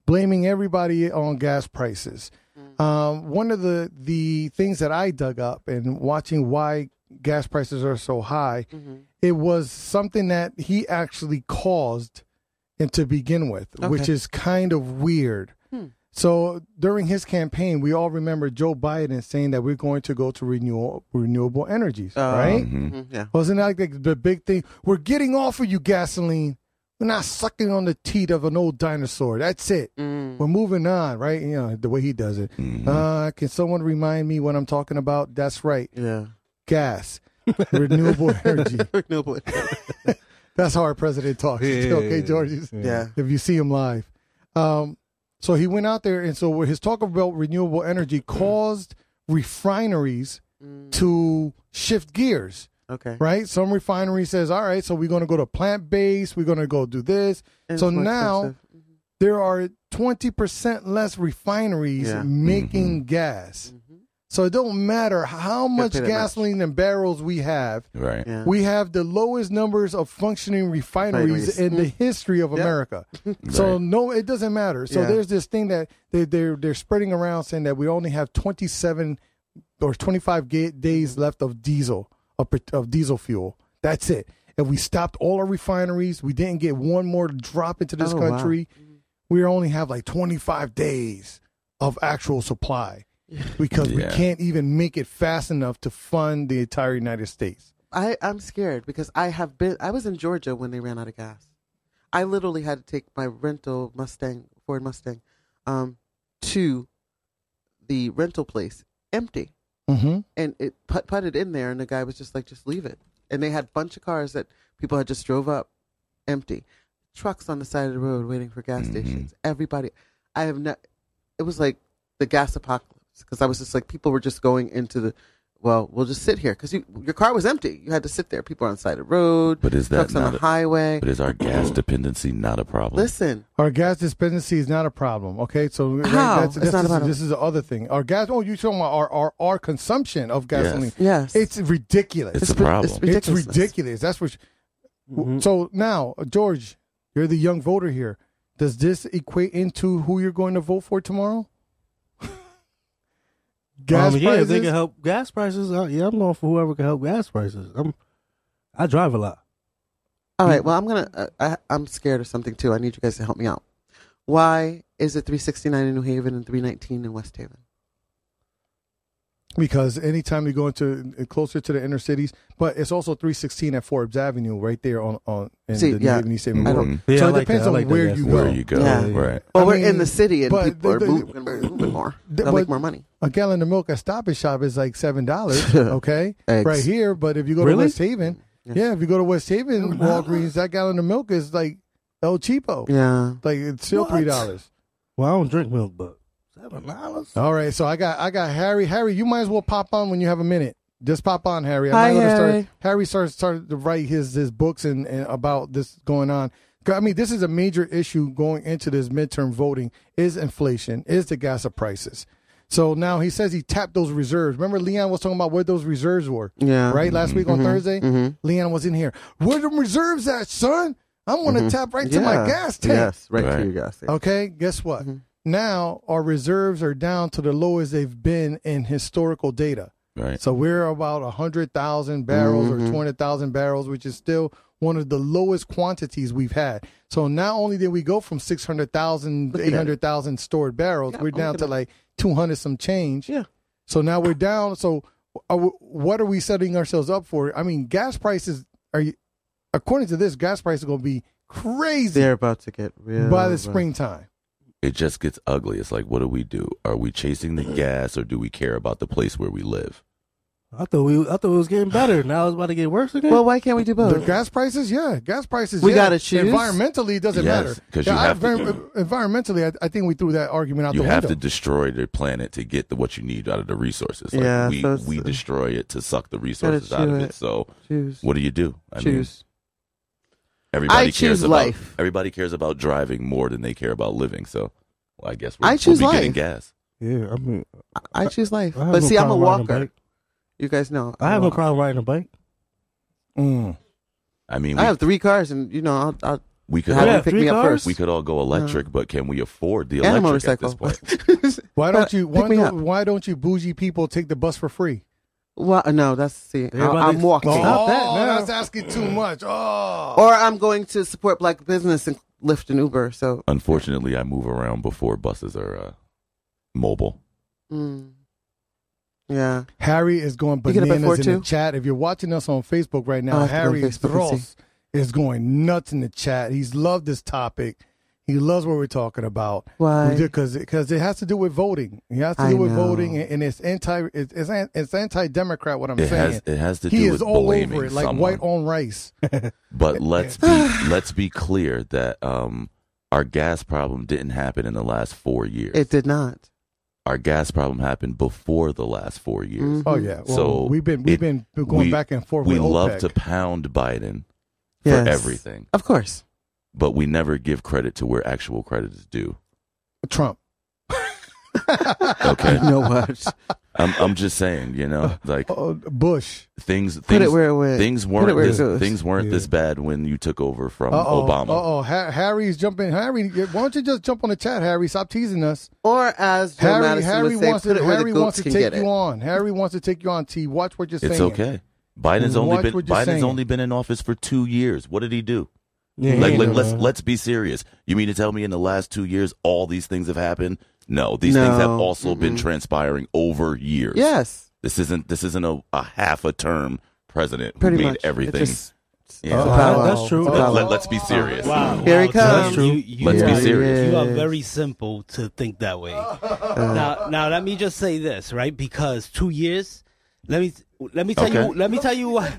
B: blaming everybody on gas prices. Um, one of the the things that I dug up and watching why gas prices are so high, it was something that he actually caused and to begin with, which is kind of weird. So during his campaign, we all remember Joe Biden saying that we're going to go to renewal, renewable energies, right?
A: Mm-hmm.
D: Mhm, Yeah.
B: Wasn't that like the big thing? We're getting off of you gasoline. We're not sucking on the teat of an old dinosaur. That's it. We're moving on, right? You know, the way he does it. Uh, can someone remind me what I'm talking about? That's right.
D: Yeah.
B: Gas, renewable energy.
D: Renewable.
B: That's how our president talks.
E: Yeah.
B: okay, George?
D: yeah.
B: if you see him live. Um, so he went out there, and so his talk about renewable energy caused refineries
D: Mm.
B: to shift gears.
D: Okay.
B: Right, some refinery says, "All right, so we're going to go to plant based. We're going to go do this."
D: And
B: so
D: it's more
B: now
D: expensive.
B: there are twenty percent less refineries
D: Yeah. Mm-hmm.
B: making gas. So it don't matter how much
D: pay that much.
B: gasoline and barrels we have.
A: Right.
D: Yeah.
B: We have the lowest numbers of functioning refineries
D: Refineries.
B: in the history of America. So
A: Right.
B: no, it doesn't matter. So
D: Yeah.
B: there's this thing that they, they're they're spreading around saying that we only have 27 or 25 ga- days left of diesel of, pet- of diesel fuel. That's it. And we stopped all our refineries. We didn't get one more drop into this
D: Oh, wow.
B: country. We only have like 25 days of actual supply because
A: Yeah.
B: we can't even make it fast enough to fund the entire United States.
D: I, I'm scared because I have been. I was in Georgia when they ran out of gas. I literally had to take my rental Mustang, Ford Mustang, um, to the rental place empty,
B: Mm-hmm.
D: and it put putted in there, and the guy was just like, "Just leave it." And they had a bunch of cars that people had just drove up, empty, trucks on the side of the road waiting for
A: Mm-hmm.
D: gas stations. Everybody, I have not. It was like the gas apocalypse because I was just like people were just going into the. Well, we'll just sit here because you, your car was empty. You had to sit there. People are on the side of the road.
A: But is that
D: trucks on
A: not
D: the
A: a-
D: highway?
A: But is our gas dependency not a problem?
D: Listen,
B: Our gas dispensancy is not a problem. Okay, so right,
D: How?
B: that's,
D: It's
B: that's,
D: not a
B: this,
D: problem.
B: this is the other thing. Our gas. Oh, you talking about our our, our consumption of gasoline?
D: yes,
B: It's ridiculous.
A: It's
B: It's,
A: a problem.
D: ri- ridiculous.
B: ridiculous. That's what. you-
D: Mm-hmm.
B: So now, George, you're the young voter here. Does this equate into who you're going to vote for tomorrow? gas
E: um, yeah, if
B: prices.
E: they can help gas prices. Uh, yeah, I'm going for whoever can help gas prices. I'm, I drive a lot.
D: All right. Well, I'm gonna. Uh, I, I'm scared of something too. I need you guys to help me out. Why is it 369 in New Haven and 319 in West Haven?
B: because anytime you go into closer to the inner cities, but it's also 316 at Forbes Avenue right there on on in
D: See,
B: the
D: yeah.
B: New Haven East Haven
D: I don't-
B: Boulevard.
E: Yeah,
B: so
E: I
B: it
E: like
B: depends
E: that. I
B: on
E: like that.
B: where
E: Yes,
B: you
E: where
B: go.
A: Where you go,
D: Yeah.
B: Mm-hmm.
A: right?
D: Well,
B: I
D: we're
B: mean,
D: in the city and
B: but
D: people are
B: the- the-
D: moving, we're moving more.
B: The-
D: They'll make
B: but-
D: more money.
B: A gallon of milk at Stop and Shop is like seven dollars, okay,
D: Eggs.
B: right here. But if you go
E: Really? Oh,
B: to West Haven, yeah. if you go to West Haven, Walgreens, that gallon of milk is like El Cheapo,
D: Yeah.
B: like it's still
E: What?
B: three dollars.
E: Well, I don't drink milk, but seven dollars.
B: All right, so I got I got Harry. Harry, you might as well pop on when you have a minute. Just pop on, Harry. I'm
D: Hi,
B: not gonna
D: Harry.
B: Start, Harry started started to write his his books and, and about this going on. 'Cause, I mean, this is a major issue going into this midterm voting. Is inflation? Is the gas of prices? So now he says he tapped those reserves. Remember, Leon was talking about where those reserves were.
D: Yeah. Mm-hmm.
B: Right last week on Thursday, Leon was in here. Where the reserves at, son? I'm gonna tap right to my
D: Mm-hmm. Yeah.
B: gas tank. Oh,
D: Yes, right,
A: Right.
D: to your gas tank.
B: Okay, guess what?
D: Mm-hmm.
B: Now our reserves are down to the lowest they've been in historical data.
A: Right.
B: So we're about 100,000 barrels
D: Mm-hmm.
B: or 200,000 barrels, which is still one of the lowest quantities we've had. So not only did we go from 600,000,
D: at oh, it.
B: 800,000 stored barrels, we're down to like 200 some change.
D: Yeah.
B: So now we're down. So are we- what are we setting ourselves up for? I mean, gas prices are, you- according to this, gas prices going to be crazy
D: They're about to get real.
B: by the
D: rough.
B: springtime.
A: It just gets ugly. It's like, what do we do? Are we chasing
B: Mm-hmm.
A: the gas, or do we care about the place where we live?
E: I thought we, I thought it was getting better. Now it's about to get worse again.
D: Well, why can't we do
B: The
D: both?
B: gas prices, yeah, gas prices.
D: We
B: yeah.
D: gotta choose.
B: Environmentally, it doesn't
A: Yes,
B: matter
A: 'cause
B: Yeah,
A: you
B: I-
A: have to
B: ver-
A: do
B: Environmentally, I, I think we threw that argument out
A: You
B: the
A: have to
B: window.
A: destroy the planet to get the what you need out of the resources. Like,
D: Yeah,
A: we
D: so it's-
A: we destroy it to suck the resources out
D: chew
A: of it.
D: it.
A: So
D: Choose.
A: what do you do? I mean,
D: Choose.
A: everybody
D: I choose
A: cares
D: life.
A: about everybody cares about driving more than they care about living. So well, I guess we're,
D: I
A: we'll
D: choose
A: be getting
D: life.
A: gas.
E: yeah, I mean,
D: I choose life.
E: I have
D: But
E: no
D: see, I'm a
E: problem riding
D: walker.
E: bike.
D: You guys know.
E: I have
D: I'm a
E: no
D: walker.
E: problem riding a bike.
B: Mm.
A: I mean,
D: I
A: we,
D: have three cars, and you know, I'll, I'll
A: we could
D: have
A: all,
E: Yeah,
D: them pick
E: three
D: me up
E: cars?
D: first.
A: we could all go electric, but can we afford the
D: and a
A: electric at
D: motorcycle.
A: this point?
B: Why
D: But
B: don't you?
D: pick
B: Why
D: me
B: don't,
D: up.
B: why don't you bougie people take the bus for free?
D: well, no, that's see, I,
E: about
D: I'm
E: to-
D: walking,
E: Stop that now.
B: Oh, that's asking too much. Oh,
D: or I'm going to support black business and Lyft and Uber. So,
A: Unfortunately, I move around before buses are uh, mobile.
D: mm, yeah,
B: Harry is going
D: You get a bus
B: bananas in
D: for
B: the
D: two?
B: chat. If you're watching us on Facebook right now,
D: I'll have to go on
B: Harry
D: Facebook and
B: Dross is going nuts in the chat. He's loved this topic. He loves what we're talking about.
D: Why?
B: Because because it has to do with voting. It has to
D: I
B: do with
D: know.
B: voting, and it's anti it's it's, an- it's anti Democrat. What I'm
A: It
B: saying.
A: has it has to
B: he
A: do
B: is
A: with
B: all
A: blaming
B: over it, like
A: someone.
B: white on rice.
A: But let's be let's be clear that um, our gas problem didn't happen in the last four years.
D: it did not.
A: our gas problem happened before the last four years.
D: Mhm.
B: Oh yeah. Well,
A: So
B: we've been we've
A: it-
B: been
D: Mm-hmm.
B: going
A: we-
B: back and forth.
A: We
B: with
A: love
B: OPEC.
A: to pound Biden
D: Yes.
A: for everything,
D: Of course,
A: but we never give credit to where actual credit is due.
B: Trump.
A: Okay,
D: you know what?
A: I'm I'm just saying, you know, like
B: Uh, Bush.
A: things
D: Oh, Put
A: things
D: it where it went.
A: things
D: Put it
A: weren't
D: where it
A: this,
D: goes.
A: things weren't
E: Yeah.
A: this bad when you took over from
B: Uh-oh,
A: Obama.
B: Uh-oh. Ha- Harry's jumping. Harry, why don't you just jump on the chat, Harry? Stop teasing us.
D: Or as Joe
B: Harry,
D: Madison
B: Harry
D: would say,
B: wants
D: put
B: to,
D: it where
B: Harry
D: the
B: wants
D: goats
B: to
D: can
B: take
D: get it.
B: you on. Harry wants to take you on, T. Watch what you're saying.
A: It's okay. Biden's only
B: Watch
A: been
B: what you're
A: Biden's
B: saying.
A: only been in office for two years. What did he do?
E: Yeah,
A: Like, like
E: yeah.
A: let's let's be serious. You mean to tell me in the last two years all these things have happened? No, these things have
D: No.
A: also been transpiring over years.
D: Yes,
A: this isn't this isn't a, a half a term president who
D: pretty
A: made
D: much. It
A: everything.
D: just-
A: Yeah.
D: it's
E: Wow,
D: about-
E: Uh, Oh, that's true.
D: it's
A: Let,
D: about-
A: us be serious.
G: Wow.
D: Here he
G: wow,
D: comes.
G: Tom,
E: That's
G: You, you
A: Let's be
G: are,
A: serious.
G: You are
D: Yes.
G: very simple to think that way. now, now let me just say this, right? Because two years, let me let me tell you
A: Okay.
G: let me tell you what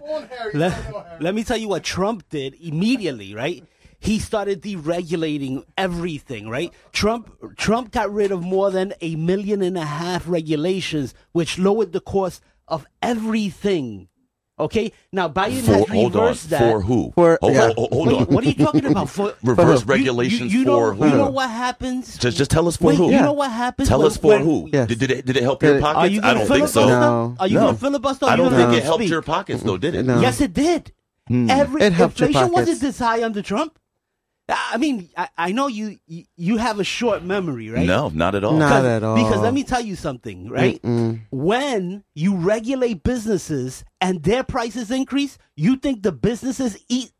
G: let, let me tell you what Trump did immediately, right? He started deregulating everything, right? Trump Trump got rid of more than a million and a half regulations, which lowered the cost of everything. Okay, now Biden
A: For-
G: has reversed
A: hold on.
G: that.
A: For who?
D: For-
A: hold,
D: yeah.
A: hold- Oh, hold
G: What are
A: on.
G: you- What are you talking about? For
A: Reverse
G: you-
A: regulations
G: you, you
A: for
G: know, You
A: who?
G: know what happens?
A: Just just tell us for
G: Wait,
A: who.
G: You know what happens?
A: Tell
G: when-
A: us for
G: when-
A: who.
D: Yes.
A: Did, did it did it help
D: Did
A: your
D: it-
A: pockets?
G: Are you
A: I
G: gonna
A: don't think
G: filibuster?
A: so.
D: No.
G: Are you
A: No.
G: gonna filibuster? or
A: I
G: you
A: don't
G: gonna
A: think
G: let
A: it
G: them
A: helped
G: speak?
A: your Hmm. pockets though, did it?
D: No.
G: Yes, it did. Every
D: It helped your
G: inflation
D: pockets.
G: wasn't this high under Trump. I I mean, I, I know you, you you have a short memory, right?
A: No, not at all.
D: No.
G: 'Cause-
D: Not at all.
G: Because let me tell you something, right?
B: Mm.
D: Mm,
G: When you regulate businesses and their prices increase, you think the businesses eat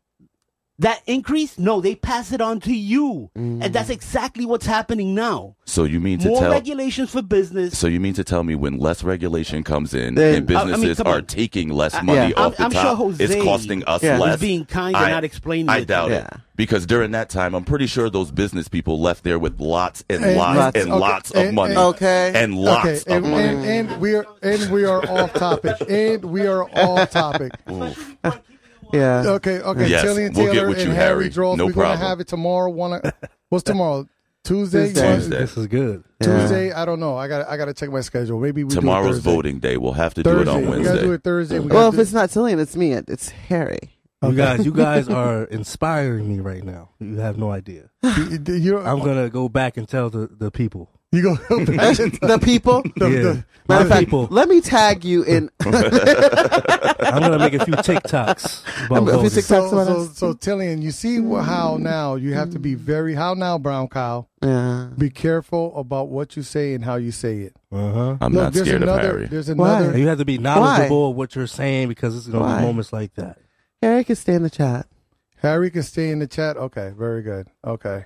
G: That increase, no, they pass it on to you, and that's exactly what's happening now.
A: So you mean Mm. to
G: More
A: tell?
G: regulations for business.
A: so you mean to tell me when less regulation comes in
B: Then-
A: and
G: I- I mean,
A: businesses
G: come
A: are
G: on.
A: taking less
G: I-
A: money
G: yeah.
A: off
G: I'm-
A: the
G: I'm
A: top,
G: sure
A: it's
G: Jose
A: costing us
B: Yeah. was
A: less.
G: being kind and not explaining
A: I
G: it.
A: doubt it
D: Yeah.
A: because during that time, I'm pretty sure those business people left there with lots and
B: And
A: lots,
B: lots-
A: and
B: okay,
A: lots of
B: and-
A: money.
B: and-
D: Okay.
A: and lots
B: okay,
A: of
B: and,
A: money.
B: and, and we are and we are off topic. And we are off topic.
D: Yeah.
B: Okay, okay.
A: Yes,
B: Tillian
A: we'll
B: Taylor
A: get with
B: and
A: you,
B: Harry,
A: Harry.
B: Dross.
A: No
B: We're
A: problem.
B: gonna have it tomorrow. One. What's tomorrow? Tuesday.
D: Tuesday.
B: One-
A: Tuesday.
E: This is good.
B: Tuesday, I don't know. I got I got to check my schedule. Maybe we do
A: Tomorrow's
B: Thursday.
A: voting day. We'll have to
B: Thursday.
A: do it on
B: We gotta do
A: Wednesday.
B: it Thursday. We
D: Well,
B: gotta
D: if
B: do-
D: it's not Cillian, it's me. It- It's Harry.
E: You guys, you guys are inspiring me right now. You have no idea.
B: you, you- you-
E: I'm gonna go back and tell the, the people.
B: you go back and
D: the people.
E: Yeah,
D: Matter
E: my
D: of fact,
E: people.
D: let me tag you in.
E: I'm gonna make a few TikToks about
D: I'm gonna- if
E: voting.
D: it's
B: so,
D: TikToks about
B: so,
D: us.
B: so Tillian, you see wh- how now you have to be very how now Brown Cow.
D: yeah.
B: Be careful about what you say and how you say it.
E: Uh-huh.
A: I'm
B: Look,
A: not
B: there's
A: scared
B: another,
A: of Harry.
B: There's another.
E: And you have to be knowledgeable of what you're saying because it's gonna
D: Why?
E: be moments like that.
D: Harry can stay in the chat.
B: Harry can stay in the chat. Okay, very good. Okay.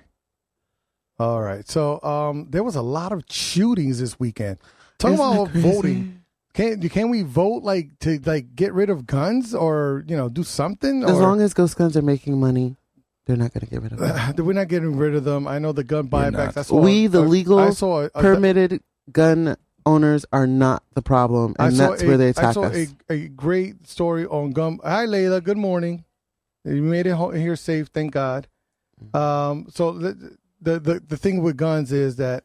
B: All right. So um, there was a lot of shootings this weekend. Talking
D: Isn't
B: about
D: that crazy?
B: voting. Can can we vote like to like get rid of guns or you know do something?
D: As
B: or,
D: long as ghost guns are making money, they're not going to get rid of it.
B: we're not getting rid of them. I know the gun
A: We're
B: buybacks.
A: not.
B: I saw
D: we, the
B: I-
D: legal,
B: uh, I saw a, a-
D: permitted gun owners are not the problem,
B: I
D: and
B: saw
D: that's
B: a-
D: where they attack
B: I saw
D: us.
B: A, a great story on gum. Hi, Layla. Good morning. You made it home here safe, thank God.
D: Mm-hmm.
B: Um, so the, the the the thing with guns is that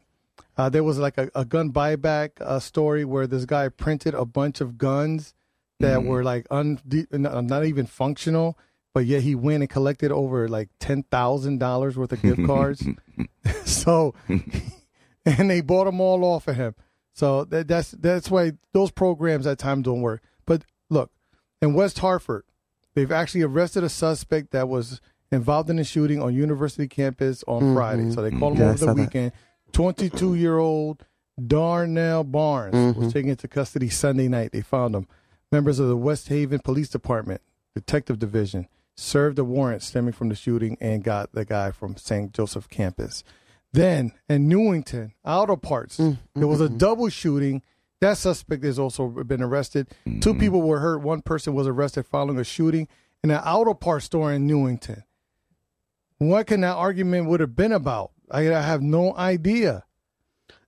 B: uh, there was like a, a gun buyback uh, story where this guy printed a bunch of guns that
D: Mm-hmm.
B: were like un de- not not even functional, but yet he went and collected over like ten thousand dollars worth of gift cards. so and they bought them all off of him. So that, that's that's why those programs at times don't work. But look, in West Hartford, they've actually arrested a suspect that was involved in a shooting on university campus on Friday. So they called him
D: Mm-hmm. Yeah, I
B: over
D: saw
B: the
D: that.
B: weekend. Twenty-two year old Darnell Barnes
D: Mm-hmm.
B: was taken into custody Sunday night. They found him. Members of the West Haven Police Department Detective Division served a warrant stemming from the shooting and got the guy from St. Joseph campus. Then in Newington, Auto Parts, there was a double shooting. That suspect has also been arrested. Two people were hurt. One person was arrested following a shooting in an auto parts store in Newington. What can that argument would have been about? I, I have no idea.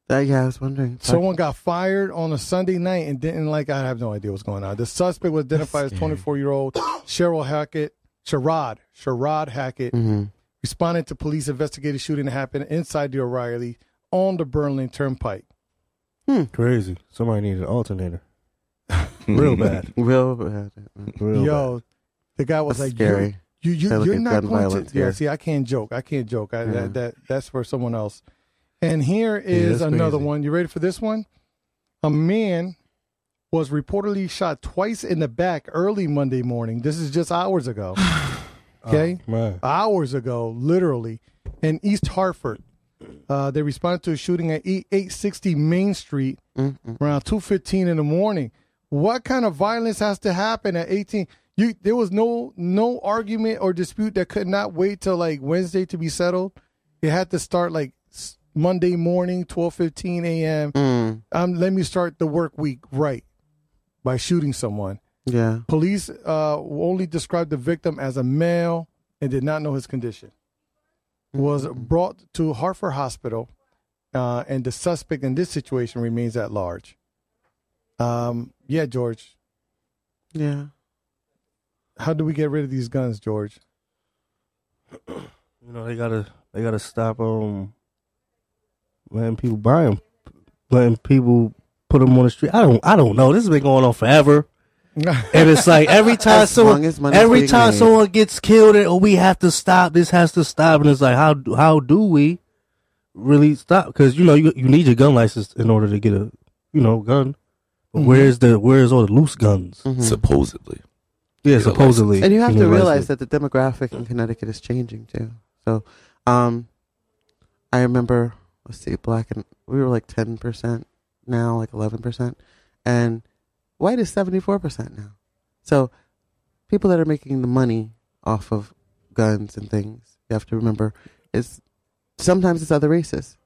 D: Uh, yeah, I was wondering.
B: Someone got fired on a Sunday night and didn't like. I have no idea what's going on. The suspect was identified as 24 year old Cheryl Hackett, Sherrod, Sherrod Hackett,
D: Mm-hmm.
B: responded to police investigated shooting that happened inside the O'Reilly on the Berlin Turnpike.
E: Crazy. Somebody needs an alternator. Real bad.
D: Real bad.
E: Real bad.
B: Yo, the guy was
D: That's
B: like, "You're-
D: scary.
B: You,
D: They're
B: you, you're
D: looking
B: not
D: gun
B: going
D: violence
B: to. Yeah,
D: here.
B: see, I can't joke. I can't joke. I,
D: Yeah.
B: that, that that's for someone else. And here is
E: that's
B: another
E: crazy.
B: one. You ready for this one? A man was reportedly shot twice in the back early Monday morning. This is just hours ago.
D: Oh.
B: okay,
E: Man.
B: hours ago, literally, in East Hartford. Uh, they responded to a shooting at 8- 860 Main Street around 2:15 in the morning. What kind of violence has to happen at 18? You there was no no argument or dispute that could not wait till like Wednesday to be settled. It had to start like s- Monday morning, 12:15 a.m. Um, let me start the work week right by shooting someone.
D: Yeah.
B: Police uh, only described the victim as a male and did not know his condition. Was brought to Hartford Hospital, uh, and the suspect in this situation remains at large. Um, yeah, George.
D: Yeah.
B: How do we get rid of these guns, George?
E: You know they gotta they gotta stop um letting people buy them, letting people put them on the street. I don't I don't know. This has been going on forever,
B: Uh,
E: and it's like every time
D: As
E: someone
D: long as money's
E: every
D: being
E: time
D: made.
E: someone gets killed, and, oh we have to stop. This has to stop, and it's like how how do we really stop? Because you know you you need your gun license in order to get a you know gun. But
D: Mm-hmm.
E: Where's the where's all the loose guns?
A: Supposedly,
E: Yeah, supposedly.
D: And you have to
E: know,
D: realize
E: license.
D: that the demographic in Connecticut is changing too. So, um, I remember let's see, black and we were like ten percent now, like eleven percent, and white is seventy four percent now. So, people that are making the money off of guns and things, you have to remember is sometimes it's other races,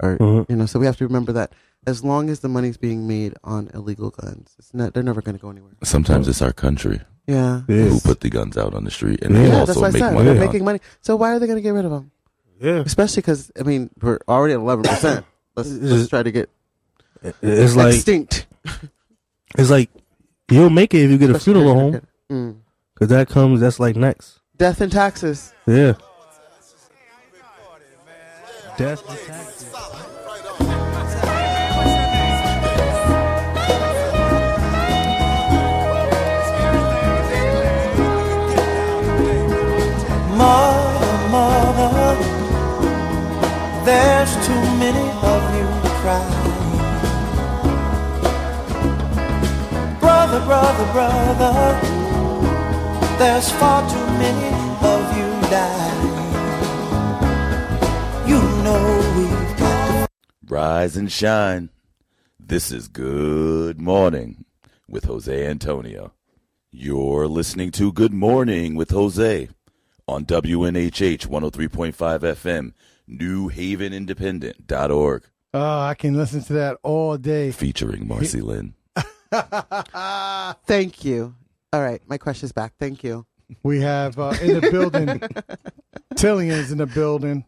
D: or
E: Mhm.
D: you know. So we have to remember that as long as the money's being made on illegal guns, it's not, they're never going to go anywhere.
A: Sometimes it's our country
D: Yeah,
A: who
E: Yes.
A: put the guns out on the street, and
E: Yeah.
A: they
D: yeah. That's
A: also
D: why I
A: make
D: said
A: money.
D: they're
A: on-
D: making money. So why are they going to get rid of them?
E: Yeah.
D: Especially because I mean we're already at eleven percent. Let's let's try to get
E: It- It's like
D: extinct.
E: it's like you'll make it if you get a
D: Especially
E: funeral
D: if
E: home
D: you're good. Mm.
E: because that comes that's like next.
D: Death and taxes.
E: Yeah. Death.
F: Mother, mother, there's too many of you crying. Brother, brother, brother, there's far too many of you dying. You know we've got to
A: Rise and shine. This is Good Morning with Jose Antonio. You're listening to Good Morning with Jose on WNHH 103.5 FM, New Haven Independent.org,
B: Oh, I can listen to that all day.
A: featuring Marcy Lynn.
D: Thank you. All right, my question's back. Thank you.
B: We have uh, in the building, Tillian's in the building.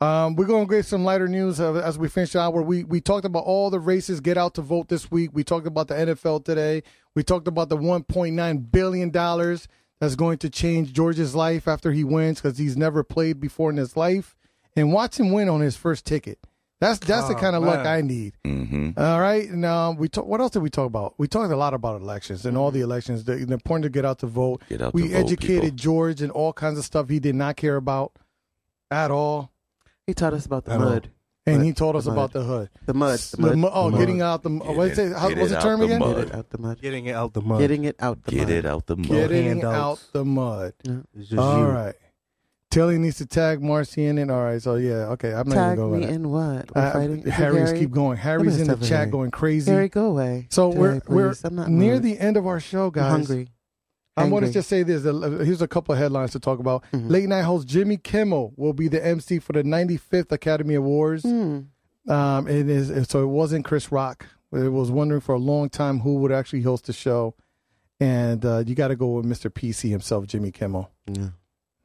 B: Um, we're gonna get some lighter news uh, as we finish the hour. We we talked about all the races get out to vote this week. We talked about the NFL today. We talked about the 1.9 billion dollars that's going to change George's life after he wins because he's never played before in his life. And watch him win on his first ticket. That's that's the kind of luck I need.
A: hmm
B: All right. Now we talk, what else did we talk about? We talked a lot about elections and all the elections. The, the important to get out to vote.
A: Get out
B: we
A: to vote,
B: educated
A: people.
B: George and all kinds of stuff he did not care about at all,
D: He taught us about the
E: I don't-
D: mud.
B: and
D: But
B: he told us
D: the
B: about the
D: mud.
B: hood.
D: The mud.
B: S-
D: The mud.
B: the mu- oh,
E: The
B: getting out the
A: Get
B: what's
A: it-
B: it? How,
A: get
B: what's
A: it
B: the
A: out
B: term
A: the
B: again?
A: mud.
D: Get it out the mud.
E: Getting it out the mud.
D: Getting it out the
A: Get
D: mud.
A: it out the mud.
B: Getting
E: Handouts.
B: out the mud.
E: It's just
B: All
E: you.
B: right. Tilly needs to tag Marcy in it. All right. So yeah. Okay. I'm not
D: Tag
B: even going.
D: me
B: with
D: in what?
B: that.
D: We're
B: Uh,
D: fighting. Is it
B: Harry's
D: Harry?
B: keep going. Harry's
D: at
B: in the
D: stuff,
B: chat
D: Harry.
B: going crazy.
D: Harry, go away.
B: So
D: today,
B: we're we're
D: please. I'm not
B: near
D: mood.
B: the end of our show,
D: I'm
B: guys.
D: hungry.
B: I want to
D: Angry.
B: just say this. uh, Here's a couple of headlines to talk about.
A: Mm.
D: Mhm.
B: Late night host Jimmy Kimmel will be the MC for the 95th Academy Awards.
D: Mm.
B: Um, it is so it wasn't Chris Rock. It was wondering for a long time who would actually host the show, and uh, you got to go with Mr. PC himself, Jimmy Kimmel.
D: Yeah.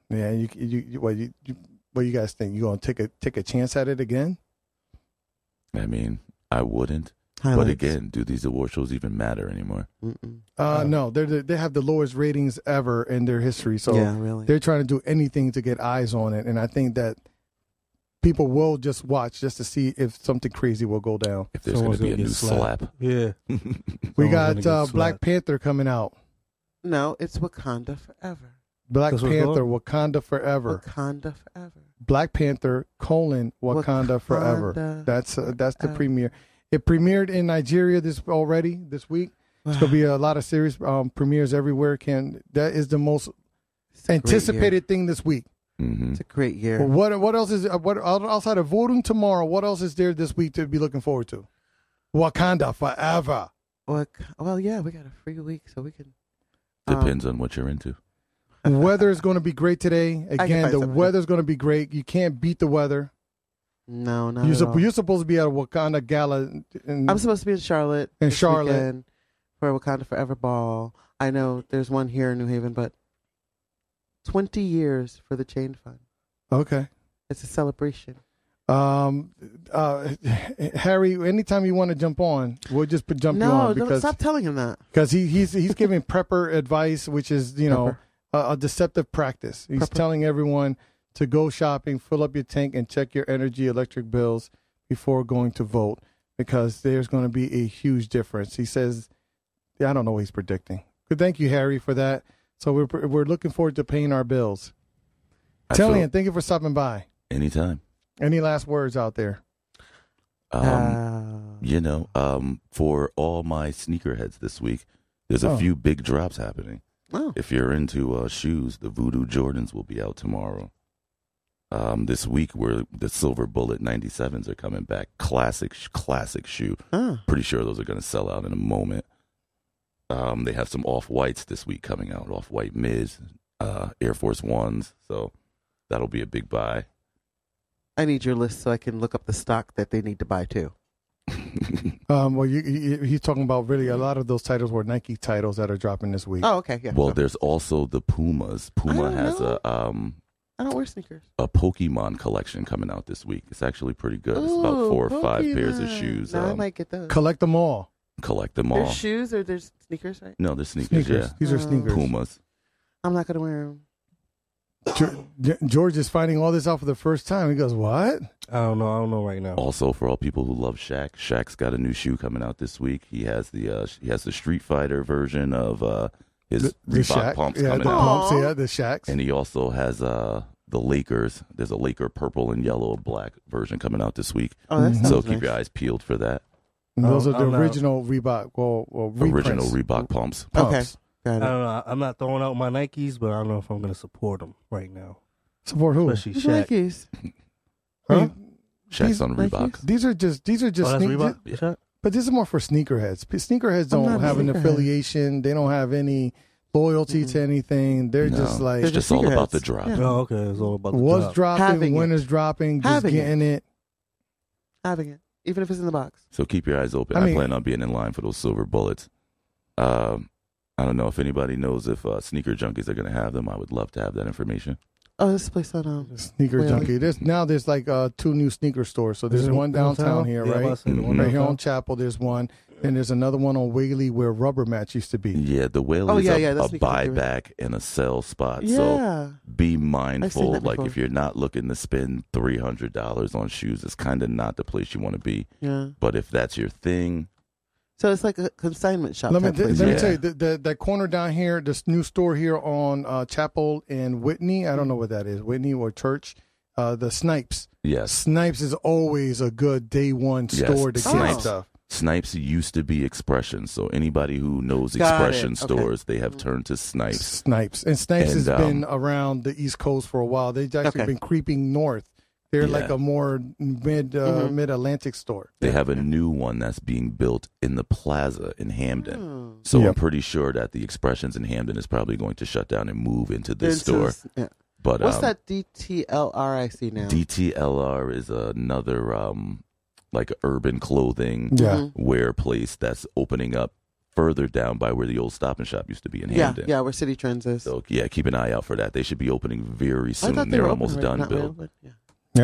B: Yeah, you you, you what you, you what you guys think? You gonna take a take a chance at it again?
A: I mean, I wouldn't. But
D: Highlights.
A: again, do these award shows even matter anymore?
D: Mm-mm.
B: Uh, no, they're the, they have the lowest ratings ever in their history. So
D: yeah, really.
B: they're trying to do anything to get eyes on it, and I think that people will just watch just to see if something crazy will go down.
A: If there's going
E: Someone's
A: to be
E: gonna
A: a new
E: get slapped.
A: slap. Mm-hmm.
E: Yeah.
B: We
E: Someone's gonna
B: got
E: get
B: uh,
E: slapped.
B: Black Panther coming out.
D: No, it's Wakanda forever.
B: Black
E: That's what's
B: Panther, Wakanda Forever.
D: Wakanda forever.
B: Black Panther colon Wakanda, Forever.
D: Wakanda
B: That's uh, that's the
D: forever.
B: premiere. It premiered in Nigeria this already this week. It's gonna be a lot of series um, premieres everywhere. Can that is the most
D: It's a great year.
B: anticipated thing this week.
A: hmm
D: It's a great year.
B: Well, what what else is uh, what outside of voting tomorrow? What else is there this week to be looking forward to? Wakanda Forever.
D: Wak- well, yeah, we got a free week, so we can. um,
A: Depends on what you're into.
B: Weather is going to be great today. Again,
D: find
B: the
D: something.
B: weather's going to be great. You can't beat the weather.
D: No, not
B: You're,
D: at
B: supp-
D: all.
B: you're supposed to be at a Wakanda gala. In,
D: I'm supposed to be in Charlotte.
B: In
D: this
B: Charlotte.
D: weekend for Wakanda Forever Ball. I know there's one here in New Haven, but 20 years for the Chain Fund.
B: okay.
D: It's a celebration.
B: Um, uh, Harry, anytime you want to jump on, we'll just put, jump you
D: no,
B: on
D: don't
B: because
D: stop telling him that.
B: cause he, he's he's giving prepper advice, which is you know
D: Prepper.
B: a, a deceptive practice. He's
D: Prepper.
B: telling everyone to go shopping, fill up your tank, and check your energy electric bills before going to vote because there's going to be a huge difference. He says, I don't know what he's predicting. But thank you, Harry, for that. So we're we're looking forward to paying our bills.
A: I feel-
B: Tillian, thank you for stopping by.
A: anytime.
B: Any last words out there?
A: Um,
D: Uh,
A: you know, um, for all my sneakerheads this week, there's a
B: Oh.
A: few big drops happening.
D: oh,
A: If you're into uh, shoes, the Voodoo Jordans will be out tomorrow. Um, this week, where the Silver Bullet 97s are coming back, classic, sh- classic shoe.
D: oh,
A: Pretty sure those are going to sell out in a moment. Um, they have some off whites this week coming out, off white mids, uh, Air Force Ones. So that'll be a big buy.
D: I need your list so I can look up the stock that they need to buy too.
B: Um, well, you, you, he's talking about really a lot of those titles were Nike titles that are dropping this week.
D: Oh, okay, yeah.
A: Well,
D: so-
A: there's also the Pumas. Puma
D: don't
A: has
D: know.
A: a um
D: I don't wear sneakers.
A: a Pokemon collection coming out this week. It's actually pretty good. It's about
D: Ooh,
A: four or five pairs of
D: Pokemon.
A: shoes.
D: No, I
A: Um,
D: might get those.
B: Collect them all.
A: collect them all.
D: There's shoes or there's sneakers, right?
A: no, they're sneakers.
B: Sneakers. These are
D: Oh.
B: sneakers.
A: Yeah, Pumas.
D: I'm not gonna wear them.
B: Ge- Ge- George is finding all this out for the first time. He goes, "What?
E: I don't know. I don't know right now.
B: Oh.
A: Also, for all people who love Shaq, Shaq's got a new shoe coming out this week. He has the uh, he has the Street Fighter version of uh, his
B: The, the
A: Reebok
B: Shaq?
A: pumps
B: yeah, the
A: coming out.
B: pumps.
D: Aw.
B: Yeah, the shacks.
A: And he also has uh the Lakers. There's a Laker purple and yellow black version coming out this week.
D: Oh, that sounds
A: Mm-hmm. so keep
D: nice.
A: your eyes peeled for that.
B: And those
E: Oh,
B: are the
E: I'm not-
B: original Reebok. Well, well
A: Original
B: reprints.
A: Reebok pumps.
D: Okay,
B: Pumps.
E: I
D: got it.
E: don't know. I'm not throwing out my Nikes, but I don't know if I'm gonna support them right now.
B: Support who?
E: Especially
D: Who's
E: Shaq.
D: Nikes.
B: Huh?
A: Shaq's
B: These-
A: on
D: like
A: Reebok.
D: these?
B: These are just these are just
E: oh, that's
B: sneak-
E: Reebok.
A: Yeah.
E: Shaq?
B: But this is more for sneakerheads. P- Sneakerheads
D: I'm
B: don't
D: not a
B: have an
D: sneakerhead.
B: affiliation. They don't have any loyalty to anything. They're
A: No,
B: just like
A: it's just all about the
D: sneakerheads.
A: drop.
D: Yeah.
E: Oh, okay. It's all about the
B: what's
E: job.
B: dropping,
D: Having
B: when
D: it.
B: it's dropping, just
D: Having it.
B: getting it.
D: Having it, even if it's in the box.
A: So keep your eyes open.
B: I
A: I,
B: mean-
A: plan on being in line for those silver bullets. Um, I don't know if anybody knows if uh, sneaker junkies are going to have them. I would love to have that information.
D: Oh, this place on um,
B: Sneaker
D: Really?
B: junkie. There's now there's like uh, two new sneaker stores. So there's
E: Is it
B: one downtown here,
E: Yeah, I'm about
B: right?
E: to say the one
A: Mhm.
B: Right here
E: downtown.
B: on Chapel, there's one, and there's another one on Whaley where Rubber Match used to be.
A: Yeah, the whale
D: Oh,
A: is
D: yeah,
A: a,
D: yeah,
A: a
D: that's sneaker junkie, right?
A: buyback and a sell spot. So
D: yeah.
A: be mindful.
D: that
A: Like
D: before.
A: if you're not looking to spend three hundred dollars on shoes, it's kind of not the place you want to be.
D: Yeah.
A: But if that's your thing,
D: So it's like a consignment shop.
B: Let me,
D: type
B: th-
D: place.
B: let me
A: Yeah.
B: tell you, the, the, that corner down here, this new store here on uh, Chapel and Whitney, I don't know what that is, Whitney or Church, uh, the Snipes.
A: yes,
B: Snipes is always a good day one
A: Yes,
B: store to
A: Snipes.
D: Oh.
B: get stuff.
A: Snipes used to be Expression. So anybody who knows
D: Got it.
A: Expression
D: Okay. Mm-hmm.
A: stores, they have turned to Snipes.
B: Snipes and Snipes
A: And,
B: has
A: um,
B: been around the East Coast for a while. They've actually
D: Okay.
B: been creeping north. They're like
A: Yeah.
B: a more mid uh, mid Atlantic store.
A: They have a new one that's being built in the plaza in Hamden.
D: Hmm.
A: So
B: Yeah.
A: I'm pretty sure that the expressions in Hamden is probably going to shut down and move into
D: Then
A: this
D: so
A: store.
D: it's- yeah.
A: But
D: What's
A: um,
D: that DTLRIC now?
A: DTLR is another um, like urban clothing
B: Yeah.
D: Mm-hmm.
A: wear place that's opening up further down by where the old Stop and Shop used to be in
D: yeah,
A: Hamden.
D: yeah, where City Trends is.
A: So yeah, keep an eye out for that. They should be opening very
D: I
A: soon.
D: thought
A: They're
D: were
A: almost
D: open, right?
A: done,
D: Not
A: Bill.
D: really, but yeah.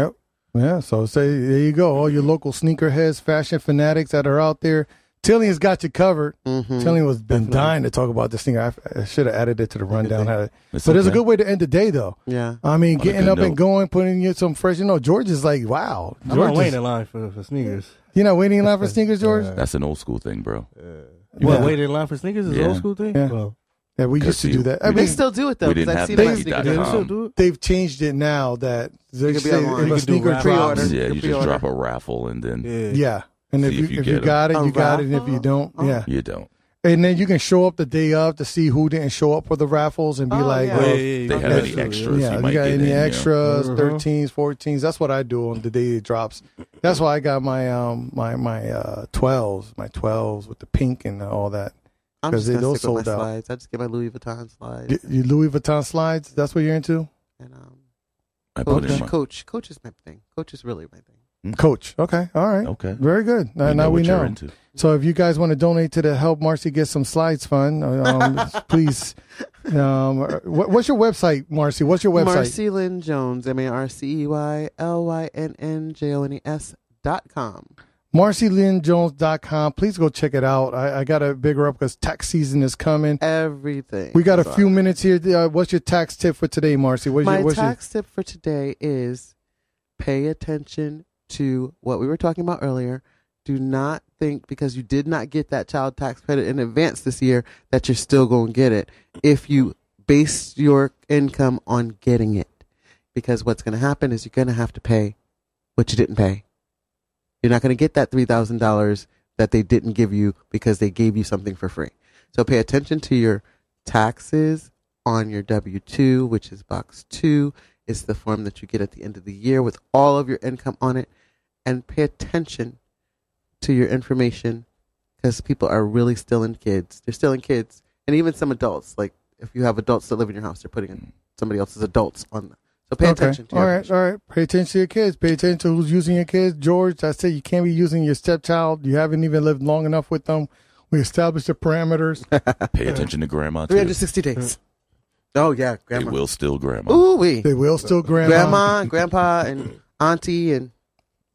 B: Yep. Yeah. So say there you go. All your local sneakerheads, fashion fanatics that are out there. Tillian's got you covered.
D: Mm-hmm.
A: Mm-hmm.
B: Tillian was been dying to talk about this thing. I, I should have added it to the rundown. Had it.
A: It's
B: But there's a
A: okay.
B: good way to end the day, though.
D: Yeah.
B: I mean, getting
A: good
B: up and
A: note.
B: going, putting in some fresh. You know, George is like, wow.
E: I'm not
B: George
E: waiting
B: is,
E: in line for, for sneakers.
B: you're not waiting in line for sneakers, George.
E: Yeah.
A: That's an old school thing, bro.
E: You
B: Yeah.
E: gotta wait in line for sneakers is an
A: Yeah.
E: old school thing. Oh,
B: Yeah.
E: Well,
B: Yeah, we used to
A: Because
B: do
A: you-
B: that. I
A: we
D: They
B: mean,
D: still do it, though,
A: we
D: 'cause
A: didn't
D: I've
A: have
D: seen it on
A: Nike
D: sneakers.
A: dot com.
B: they've changed it now that they
D: could be
B: say
D: online.
B: if
D: You
B: a
E: can do
B: sneaker
E: raffles.
B: drops,
E: Order.
A: Yeah,
D: You
A: you
D: can
A: just
D: pre-order.
A: drop a raffle and then
E: yeah.
B: yeah. And if
A: See
B: you,
A: if you
B: if you
A: get 'em.
B: got it,
D: A
B: you got it. And if you
D: raffle?
B: don't,
D: Oh.
B: yeah.
A: you don't.
B: And then you can show up the day of to see who didn't show up for the raffles and be
D: Oh,
B: like,
D: yeah.
B: oh,
E: Yeah,
B: yeah,
E: yeah,
A: They
E: yeah, yeah.
A: have any
E: Absolutely.
A: extras. you
B: you
A: might
B: got
A: get in,
B: any
A: yeah.
B: extras,
D: Mm-hmm.
E: Mhm.
B: 13s, 14s. That's what I do on the day it drops. That's why I got my um my my uh 12s, my 12s with the pink and all that.
D: I'm
B: 'Cause
D: just
B: they
D: gonna
B: don't
D: stick with my
B: sold out.
D: slides. I just get my Louis Vuitton slides
B: Y- You Louis Vuitton slides. That's what you're into,
D: and um,
A: I put in
D: coach,
A: my
D: coach, coach is my thing. Coach is really my thing.
B: Coach. Okay, all right,
A: okay.
B: very good. Now, now
A: what
B: we know.
A: you're into.
B: So if you guys want to donate to the Help Marcy Get Some Slides Fund, um, please. Um, what, what's your website, Marcy? What's your website?
D: Marcy Lynn Jones, M A R C E Y L Y N N J O N E S dot com.
B: MarcyLynnJones.com. Please go check it out. I, I got to big her up because tax season is coming.
D: Everything.
B: We got a
D: is on
B: few minutes here. Uh, what's your tax tip for today, Marcy? What's
D: My
B: your, what's
D: tax tip for today is pay attention to what we were talking about earlier. Do not think because you did not get that child tax credit in advance this year that you're still going to get it if you base your income on getting it. Because what's going to happen is you're going to have to pay what you didn't pay. You're not going to get that $3,000 that they didn't give you because they gave you something for free. So pay attention to your taxes on your W 2, which is box 2. It's the form that you get at the end of the year with all of your income on it. And pay attention to your information because people are really stealing kids. They're stealing kids and even some adults. Like, if you have adults that live in your house, they're putting in somebody else's adults on. Them. So pay attention to
B: All
D: your
B: right, all right. Pay attention to your kids. Pay attention to who's using your kids. George, I said you can't be using your stepchild. You haven't even lived long enough with them. We established the parameters.
A: Pay attention to grandma too.
D: 360 days. Oh yeah,
A: They
D: grandma.
A: will still grandma.
D: Ooh wee.
B: they will still grandma.
D: Grandma, and grandpa, and auntie, and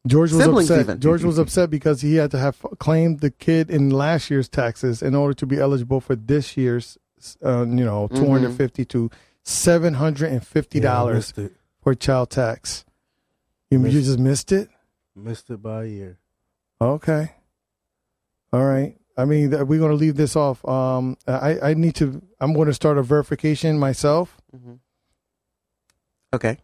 B: George was
D: Siblings
B: upset.
D: even.
B: George was upset because he had to have claimed the kid in last year's taxes in order to be eligible for this year's, uh, you know, two
D: Mm-hmm.
B: hundred fifty to seven hundred and fifty
E: Yeah, I
B: dollars
E: missed it.
B: for child tax. You, you
E: Missed-
B: just missed it.
E: Missed it by a year.
B: Okay. All right. I mean, th- we're going to leave this off. Um, I, I need to, I'm going to start a verification myself.
D: mm-hmm. okay.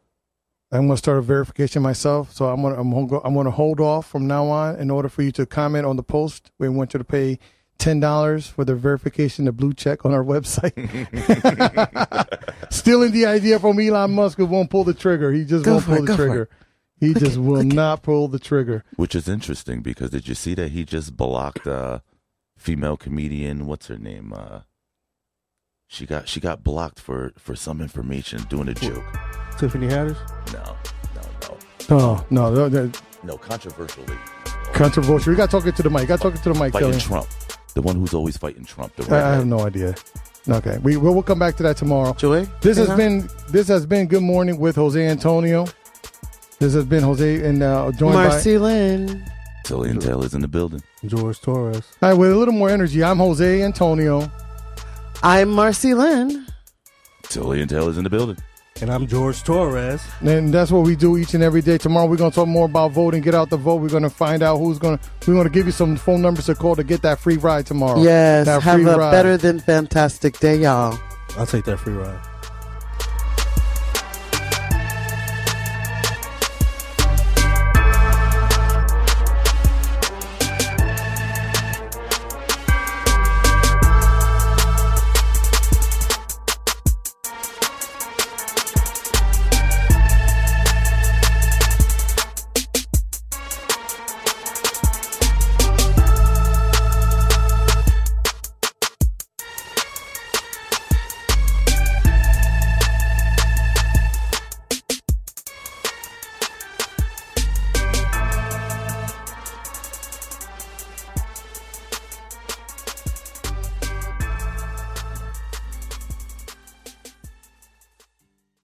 B: I'm going to start a verification myself. So I'm going to, I'm going to, I'm going to hold off from now on in order for you to comment on the post. We want you to pay $10 for the verification, the blue check on our website. Stealing the idea from Elon Musk who won't pull the trigger. He just
D: Go
B: won't
D: for it,
B: pull the
D: go for
B: trigger. He just will not pull the trigger.
A: Which is interesting because did you see that he just blocked uh female comedian, what's her name? Uh she got she got blocked for for some information doing a joke.
E: Tiffany Hatters?
A: No, no, no.
B: Oh, no, no, no.
A: No, controversially.
B: Controversial. We got to talk it to the mic. Got to talk it to the mic,
A: Fighting
B: Kelly.
A: Trump. The one who's always fighting Trump. The
B: I, I
A: redhead.
B: have no idea. Okay, we we'll, we'll come back to that tomorrow.
D: Joy.
B: This has
D: Hang on.
B: been this has been Good Morning with Jose Antonio. This has been Jose and uh, joined
D: Marcy Lynn.
A: Tillian Taylor's in the building.
E: George Torres.
B: by. All right, with a little more energy, I'm Jose Antonio.
D: I'm Marcy Lynn.
A: Tillian Taylor's in the building.
E: And I'm George Torres.
B: And that's what we do each and every day. Tomorrow we're gonna talk more about voting. Get out the vote. We're gonna find out who's gonna. We're gonna give you some phone numbers to call to get that free ride tomorrow.
D: Yes.
B: Oh, That
D: Have
B: free
D: a
B: ride.
D: better than fantastic day, y'all.
E: I'll take that free ride.